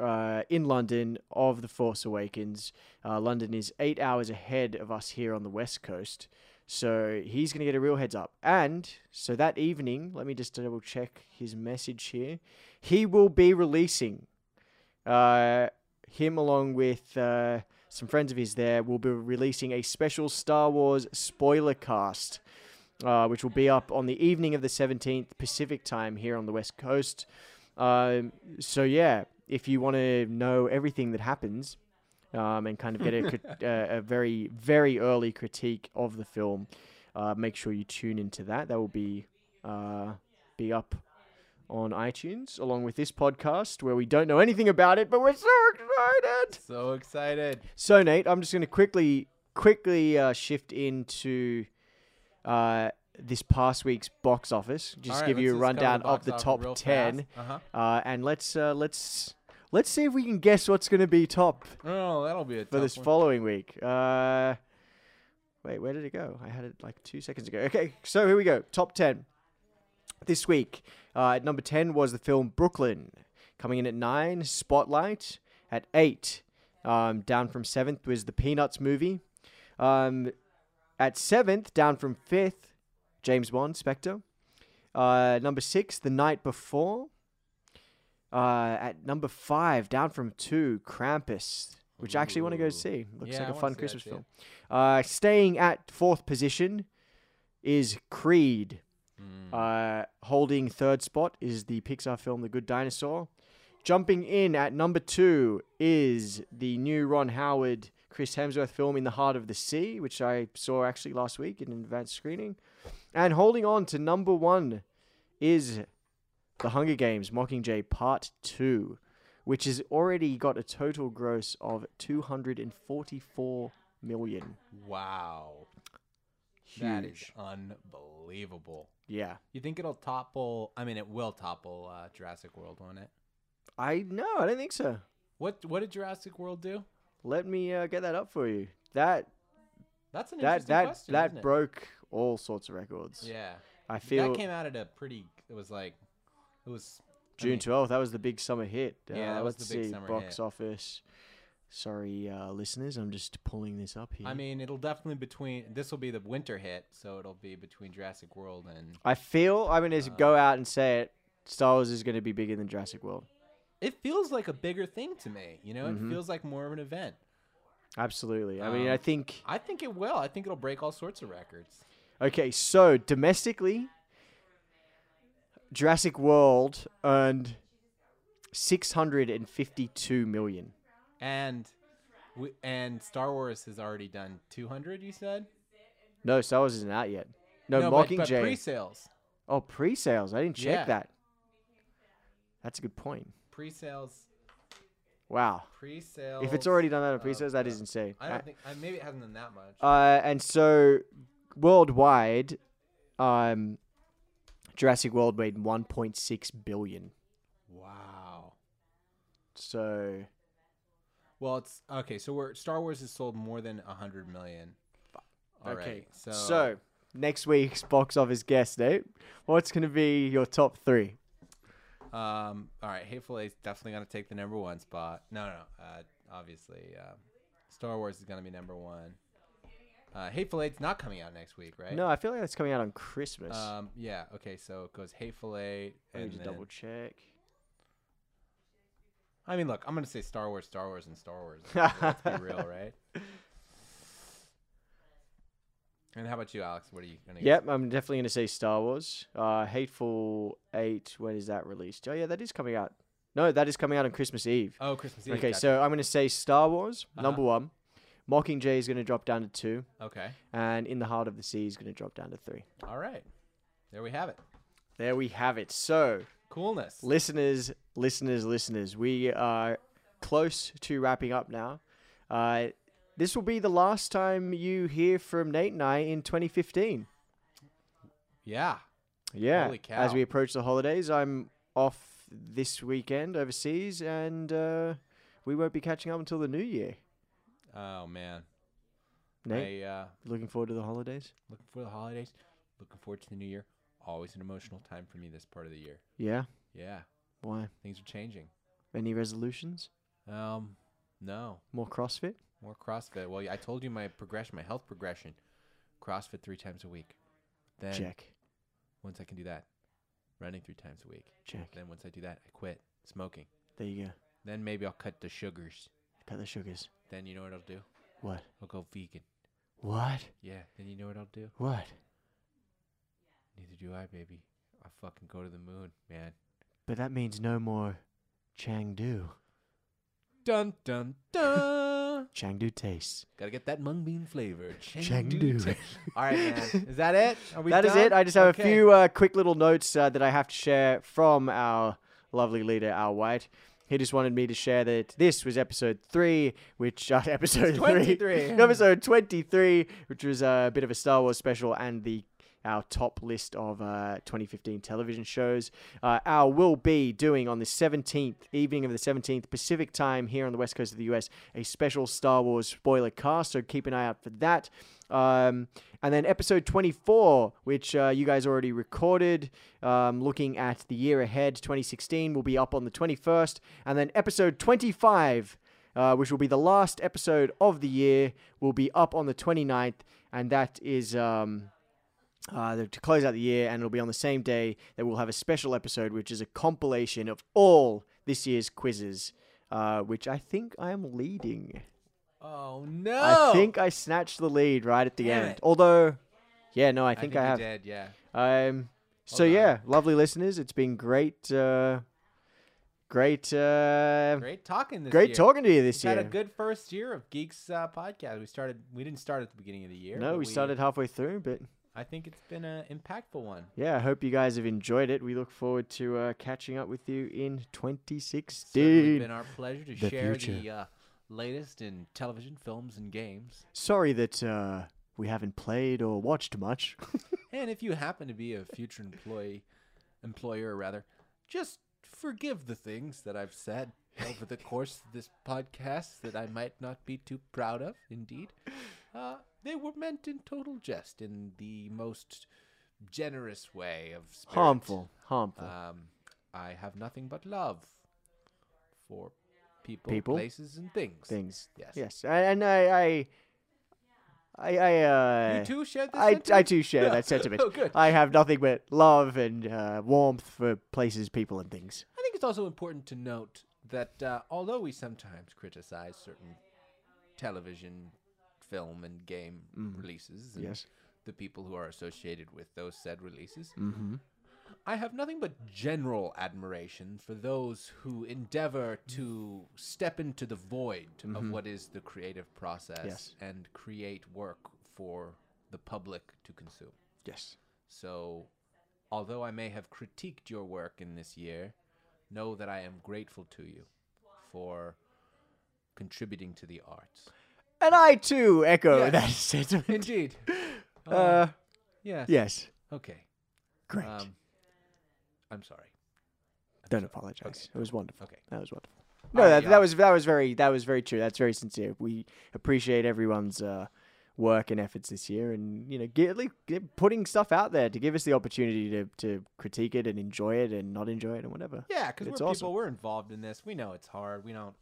[SPEAKER 2] uh, in London of The Force Awakens. Uh, London is eight hours ahead of us here on the West Coast. So he's going to get a real heads up. And so that evening, let me just double check his message here. He will be releasing uh, him along with uh, some friends of his there will be releasing a special Star Wars spoiler cast. Uh, which will be up on the evening of the 17th Pacific time here on the West Coast. Um, so yeah, if you want to know everything that happens, um, and kind of get a, crit- uh, a very very early critique of the film, uh, make sure you tune into that. That will be uh, be up on iTunes along with this podcast where we don't know anything about it, but we're so excited.
[SPEAKER 1] So excited.
[SPEAKER 2] So Nate, I'm just going to quickly quickly uh, shift into uh, this past week's box office. Just
[SPEAKER 1] All right,
[SPEAKER 2] give
[SPEAKER 1] let's
[SPEAKER 2] you a
[SPEAKER 1] cover the
[SPEAKER 2] rundown of
[SPEAKER 1] box
[SPEAKER 2] the
[SPEAKER 1] office
[SPEAKER 2] top
[SPEAKER 1] real
[SPEAKER 2] ten,
[SPEAKER 1] fast. Uh-huh.
[SPEAKER 2] uh, and let's uh, let's let's see if we can guess what's going to be top
[SPEAKER 1] Oh, that'll be a
[SPEAKER 2] for
[SPEAKER 1] tough
[SPEAKER 2] this
[SPEAKER 1] one.
[SPEAKER 2] following week. Uh, wait, where did it go? I had it like two seconds ago. Okay, so here we go. Top 10. This week, uh, at number 10 was the film Brooklyn. Coming in at 9, Spotlight. At 8, um, down from 7th, was the Peanuts movie. Um, at 7th, down from 5th, James Bond, Spectre. Uh, number 6, The Night Before. Uh, at number five, down from two, Krampus, which I actually want to go
[SPEAKER 1] Ooh.
[SPEAKER 2] see. Looks
[SPEAKER 1] Yeah,
[SPEAKER 2] like
[SPEAKER 1] I
[SPEAKER 2] a
[SPEAKER 1] wanna
[SPEAKER 2] fun
[SPEAKER 1] see that
[SPEAKER 2] Christmas
[SPEAKER 1] too.
[SPEAKER 2] film. Uh, staying at fourth position is Creed.
[SPEAKER 1] Hmm.
[SPEAKER 2] Uh, holding third spot is the Pixar film The Good Dinosaur. Jumping in at number two is the new Ron Howard, Chris Hemsworth film In the Heart of the Sea, which I saw actually last week in an advanced screening. And holding on to number one is The Hunger Games Mockingjay Part 2, which has already got a total gross of 244 million.
[SPEAKER 1] Wow.
[SPEAKER 2] Huge.
[SPEAKER 1] That is unbelievable.
[SPEAKER 2] Yeah.
[SPEAKER 1] You think it'll topple? I mean, it will topple uh, Jurassic World, won't it?
[SPEAKER 2] I no, I don't think so.
[SPEAKER 1] What What did Jurassic World do?
[SPEAKER 2] Let me uh, get that up for you. That
[SPEAKER 1] That's an
[SPEAKER 2] that
[SPEAKER 1] interesting
[SPEAKER 2] that
[SPEAKER 1] question.
[SPEAKER 2] that
[SPEAKER 1] isn't it?
[SPEAKER 2] broke all sorts of records.
[SPEAKER 1] Yeah,
[SPEAKER 2] I feel
[SPEAKER 1] that came out at a pretty. It was like, it was I
[SPEAKER 2] June
[SPEAKER 1] mean,
[SPEAKER 2] twelfth. That was the big summer hit. Uh,
[SPEAKER 1] Yeah, that was
[SPEAKER 2] let's
[SPEAKER 1] the big
[SPEAKER 2] see,
[SPEAKER 1] summer
[SPEAKER 2] box
[SPEAKER 1] hit.
[SPEAKER 2] office. Sorry, uh, listeners, I'm just pulling this up here.
[SPEAKER 1] I mean, it'll definitely between. This will be the winter hit, so it'll be between Jurassic World and Uh.
[SPEAKER 2] I feel I'm gonna go out and say it. Star Wars is gonna be bigger than Jurassic World.
[SPEAKER 1] it feels like a bigger thing to me. You know,
[SPEAKER 2] Mm-hmm.
[SPEAKER 1] it feels like more of an event.
[SPEAKER 2] Absolutely. I mean,
[SPEAKER 1] Um,
[SPEAKER 2] I think
[SPEAKER 1] I think it will. I think it'll break all sorts of records.
[SPEAKER 2] Okay, so domestically, Jurassic World earned 652 million.
[SPEAKER 1] And we, and Star Wars has already done 200. You said
[SPEAKER 2] No, Star Wars isn't out yet. No,
[SPEAKER 1] but,
[SPEAKER 2] Mockingjay.
[SPEAKER 1] but pre-sales,
[SPEAKER 2] oh, pre-sales. I didn't check
[SPEAKER 1] Yeah.
[SPEAKER 2] that. That's a good point.
[SPEAKER 1] pre-sales,
[SPEAKER 2] Wow.
[SPEAKER 1] pre-sales.
[SPEAKER 2] If it's already done that on
[SPEAKER 1] uh,
[SPEAKER 2] pre-sales, that
[SPEAKER 1] uh,
[SPEAKER 2] is insane.
[SPEAKER 1] I
[SPEAKER 2] Uh,
[SPEAKER 1] don't think. I, maybe it hasn't done that much.
[SPEAKER 2] Uh, and so worldwide, um, Jurassic World made 1.6 billion.
[SPEAKER 1] wow.
[SPEAKER 2] So
[SPEAKER 1] Well, it's okay. So we're Star Wars has sold more than 100 million. already.
[SPEAKER 2] Okay,
[SPEAKER 1] So,
[SPEAKER 2] So next week's box office guest, Nate. What's going to be your top three?
[SPEAKER 1] um, all right, Hateful Eight's definitely gonna take the number one spot. No, no, no, uh, obviously, um, Star Wars is gonna be number one. Uh, Hateful Eight's not coming out next week, right?
[SPEAKER 2] No, I feel like that's coming out on Christmas.
[SPEAKER 1] Um, yeah. Okay. So it goes Hateful Eight,
[SPEAKER 2] Let me
[SPEAKER 1] and
[SPEAKER 2] just
[SPEAKER 1] then,
[SPEAKER 2] double check.
[SPEAKER 1] I mean, look, I'm gonna say Star Wars, Star Wars, and Star Wars. Let's be real, right? And how about you, Alex? What are you gonna?
[SPEAKER 2] Yep, I'm definitely going to say Star Wars. Uh, Hateful Eight. When is that released? Oh yeah, that is coming out. No, that is coming out on Christmas Eve.
[SPEAKER 1] Oh, Christmas Eve.
[SPEAKER 2] okay,
[SPEAKER 1] gotcha. Uh-huh.
[SPEAKER 2] so I'm going to say Star Wars number one. Mockingjay is going to drop down to two,
[SPEAKER 1] Okay.
[SPEAKER 2] and In the Heart of the Sea is going to drop down to three.
[SPEAKER 1] All right. There we have it.
[SPEAKER 2] There we have it. So
[SPEAKER 1] Coolness.
[SPEAKER 2] listeners, listeners, listeners, we are close to wrapping up now. Uh, this will be the last time you hear from Nate and I in 2015.
[SPEAKER 1] Yeah.
[SPEAKER 2] Yeah.
[SPEAKER 1] Holy cow.
[SPEAKER 2] As we approach the holidays, I'm off this weekend overseas, and uh, we won't be catching up until the new year.
[SPEAKER 1] Oh man.
[SPEAKER 2] Nate,
[SPEAKER 1] I uh,
[SPEAKER 2] looking forward to the holidays.
[SPEAKER 1] looking for the holidays. Looking forward to the new year. Always an emotional time for me this part of the year.
[SPEAKER 2] Yeah.
[SPEAKER 1] Yeah.
[SPEAKER 2] Why?
[SPEAKER 1] Things are changing.
[SPEAKER 2] Any resolutions?
[SPEAKER 1] Um. No.
[SPEAKER 2] More CrossFit?
[SPEAKER 1] More CrossFit. Well, I told you my progression, my health progression. CrossFit three times a week. Then
[SPEAKER 2] Check.
[SPEAKER 1] once I can do that, running three times a week.
[SPEAKER 2] Check.
[SPEAKER 1] Then once I do that, I quit smoking.
[SPEAKER 2] There you go.
[SPEAKER 1] Then maybe I'll cut the sugars.
[SPEAKER 2] Cut the sugars.
[SPEAKER 1] Then you know what I'll do?
[SPEAKER 2] What?
[SPEAKER 1] I'll go vegan.
[SPEAKER 2] What?
[SPEAKER 1] Yeah. Then you know what I'll do?
[SPEAKER 2] What?
[SPEAKER 1] Neither do I, baby. I fucking go to the moon, man.
[SPEAKER 2] But that means no more Changdu.
[SPEAKER 1] Dun dun dun.
[SPEAKER 2] Changdu tastes.
[SPEAKER 1] Gotta get that mung bean flavor.
[SPEAKER 2] Chengdu.
[SPEAKER 1] ta- All right, man. Is that it? Are we
[SPEAKER 2] That is
[SPEAKER 1] done?
[SPEAKER 2] it. I just have
[SPEAKER 1] Okay.
[SPEAKER 2] a few uh, quick little notes uh, that I have to share from our lovely leader, Al White. He just wanted me to share that this was episode three, which uh, episode three,
[SPEAKER 1] 23.
[SPEAKER 2] episode twenty-three, which was uh, a bit of a Star Wars special and the our top list of uh, 2015 television shows. Uh, Al will be doing on the 17th evening of the 17th Pacific time here on the west coast of the US a special Star Wars spoiler cast. So keep an eye out for that. Um, and then episode 24, which uh, you guys already recorded, um, looking at the year ahead, 2016, will be up on the 21st. And then episode 25, uh, which will be the last episode of the year, will be up on the 29th. And that is. Um, uh, the- to close out the year, and it'll be on the same day that we'll have a special episode, which is a compilation of all this year's quizzes, uh, which I think I'm leading.
[SPEAKER 1] Oh no.
[SPEAKER 2] I think I snatched the lead right at the
[SPEAKER 1] Damn
[SPEAKER 2] end.
[SPEAKER 1] it.
[SPEAKER 2] Although, yeah, no, I
[SPEAKER 1] I
[SPEAKER 2] think
[SPEAKER 1] you
[SPEAKER 2] I, have.
[SPEAKER 1] did. Yeah.
[SPEAKER 2] Um, so
[SPEAKER 1] Hold on.
[SPEAKER 2] yeah, lovely listeners, it's been great, uh, great, uh, great,
[SPEAKER 1] Great talking this year.
[SPEAKER 2] talking to you this
[SPEAKER 1] We've
[SPEAKER 2] year.
[SPEAKER 1] had a good first year of Geeks uh, podcast. We started. We didn't start at the beginning of the year.
[SPEAKER 2] no,
[SPEAKER 1] but
[SPEAKER 2] we started halfway through, but
[SPEAKER 1] I think it's been an impactful one.
[SPEAKER 2] yeah, I hope you guys have enjoyed it. We look forward to uh, catching up with you in
[SPEAKER 1] It's certainly
[SPEAKER 2] 2016.
[SPEAKER 1] been our pleasure to
[SPEAKER 2] the
[SPEAKER 1] share
[SPEAKER 2] future.
[SPEAKER 1] the uh, latest in television, films, and games.
[SPEAKER 2] Sorry that uh, we haven't played or watched much.
[SPEAKER 1] And if you happen to be a future employee, employer rather, just forgive the things that I've said over the course of this podcast that I might not be too proud of. Indeed, uh, they were meant in total jest, in the most generous way of spirit.
[SPEAKER 2] harmful, harmful.
[SPEAKER 1] Um, I have nothing but love for people,
[SPEAKER 2] People?
[SPEAKER 1] places, and things.
[SPEAKER 2] things.
[SPEAKER 1] Yes.
[SPEAKER 2] Yes. I- And I, I, I, I uh,
[SPEAKER 1] You too shared this.
[SPEAKER 2] I, I too share that sentiment.
[SPEAKER 1] Oh, good.
[SPEAKER 2] I have nothing but love and uh, warmth for places, people, and things.
[SPEAKER 1] I think it's also important to note that uh, although we sometimes criticize certain television, film, and game releases, and
[SPEAKER 2] Mm-hmm. Yes.
[SPEAKER 1] the people who are associated with those said releases,
[SPEAKER 2] Mm-hmm.
[SPEAKER 1] I have nothing but general admiration for those who endeavor to step into the void of what is the creative process
[SPEAKER 2] Mm-hmm. Yes.
[SPEAKER 1] and create work for the public to consume.
[SPEAKER 2] Yes.
[SPEAKER 1] So, although I may have critiqued your work in this year, know that I am grateful to you for contributing to the arts.
[SPEAKER 2] And I too echo
[SPEAKER 1] Yeah.
[SPEAKER 2] that sentiment.
[SPEAKER 1] Indeed.
[SPEAKER 2] Uh,
[SPEAKER 1] Yeah.
[SPEAKER 2] yes.
[SPEAKER 1] Okay.
[SPEAKER 2] Great.
[SPEAKER 1] Um, I'm sorry.
[SPEAKER 2] Don't apologize. It was wonderful.
[SPEAKER 1] Okay. uh,
[SPEAKER 2] That was wonderful. No,
[SPEAKER 1] right,
[SPEAKER 2] that,
[SPEAKER 1] yeah.
[SPEAKER 2] that was that was very that was very true. That's very sincere. We appreciate everyone's uh, work and efforts this year, and you know, get, like, get- putting stuff out there to give us the opportunity to, to critique it and enjoy it and not enjoy it and whatever.
[SPEAKER 1] Yeah, because we're
[SPEAKER 2] It's
[SPEAKER 1] people.
[SPEAKER 2] awesome.
[SPEAKER 1] We're involved in this. We know it's hard. We don't.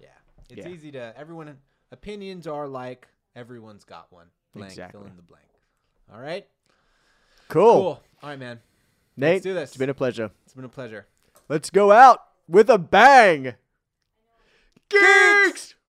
[SPEAKER 1] Yeah, it's
[SPEAKER 2] Yeah.
[SPEAKER 1] easy to everyone. Opinions are like everyone's got one. Blank.
[SPEAKER 2] Exactly.
[SPEAKER 1] Fill in the blank. All right.
[SPEAKER 2] Cool,
[SPEAKER 1] Cool. All right, man.
[SPEAKER 2] Nate.
[SPEAKER 1] do this.
[SPEAKER 2] It's been a pleasure.
[SPEAKER 1] It's been a pleasure.
[SPEAKER 2] Let's go out with a bang, geeks!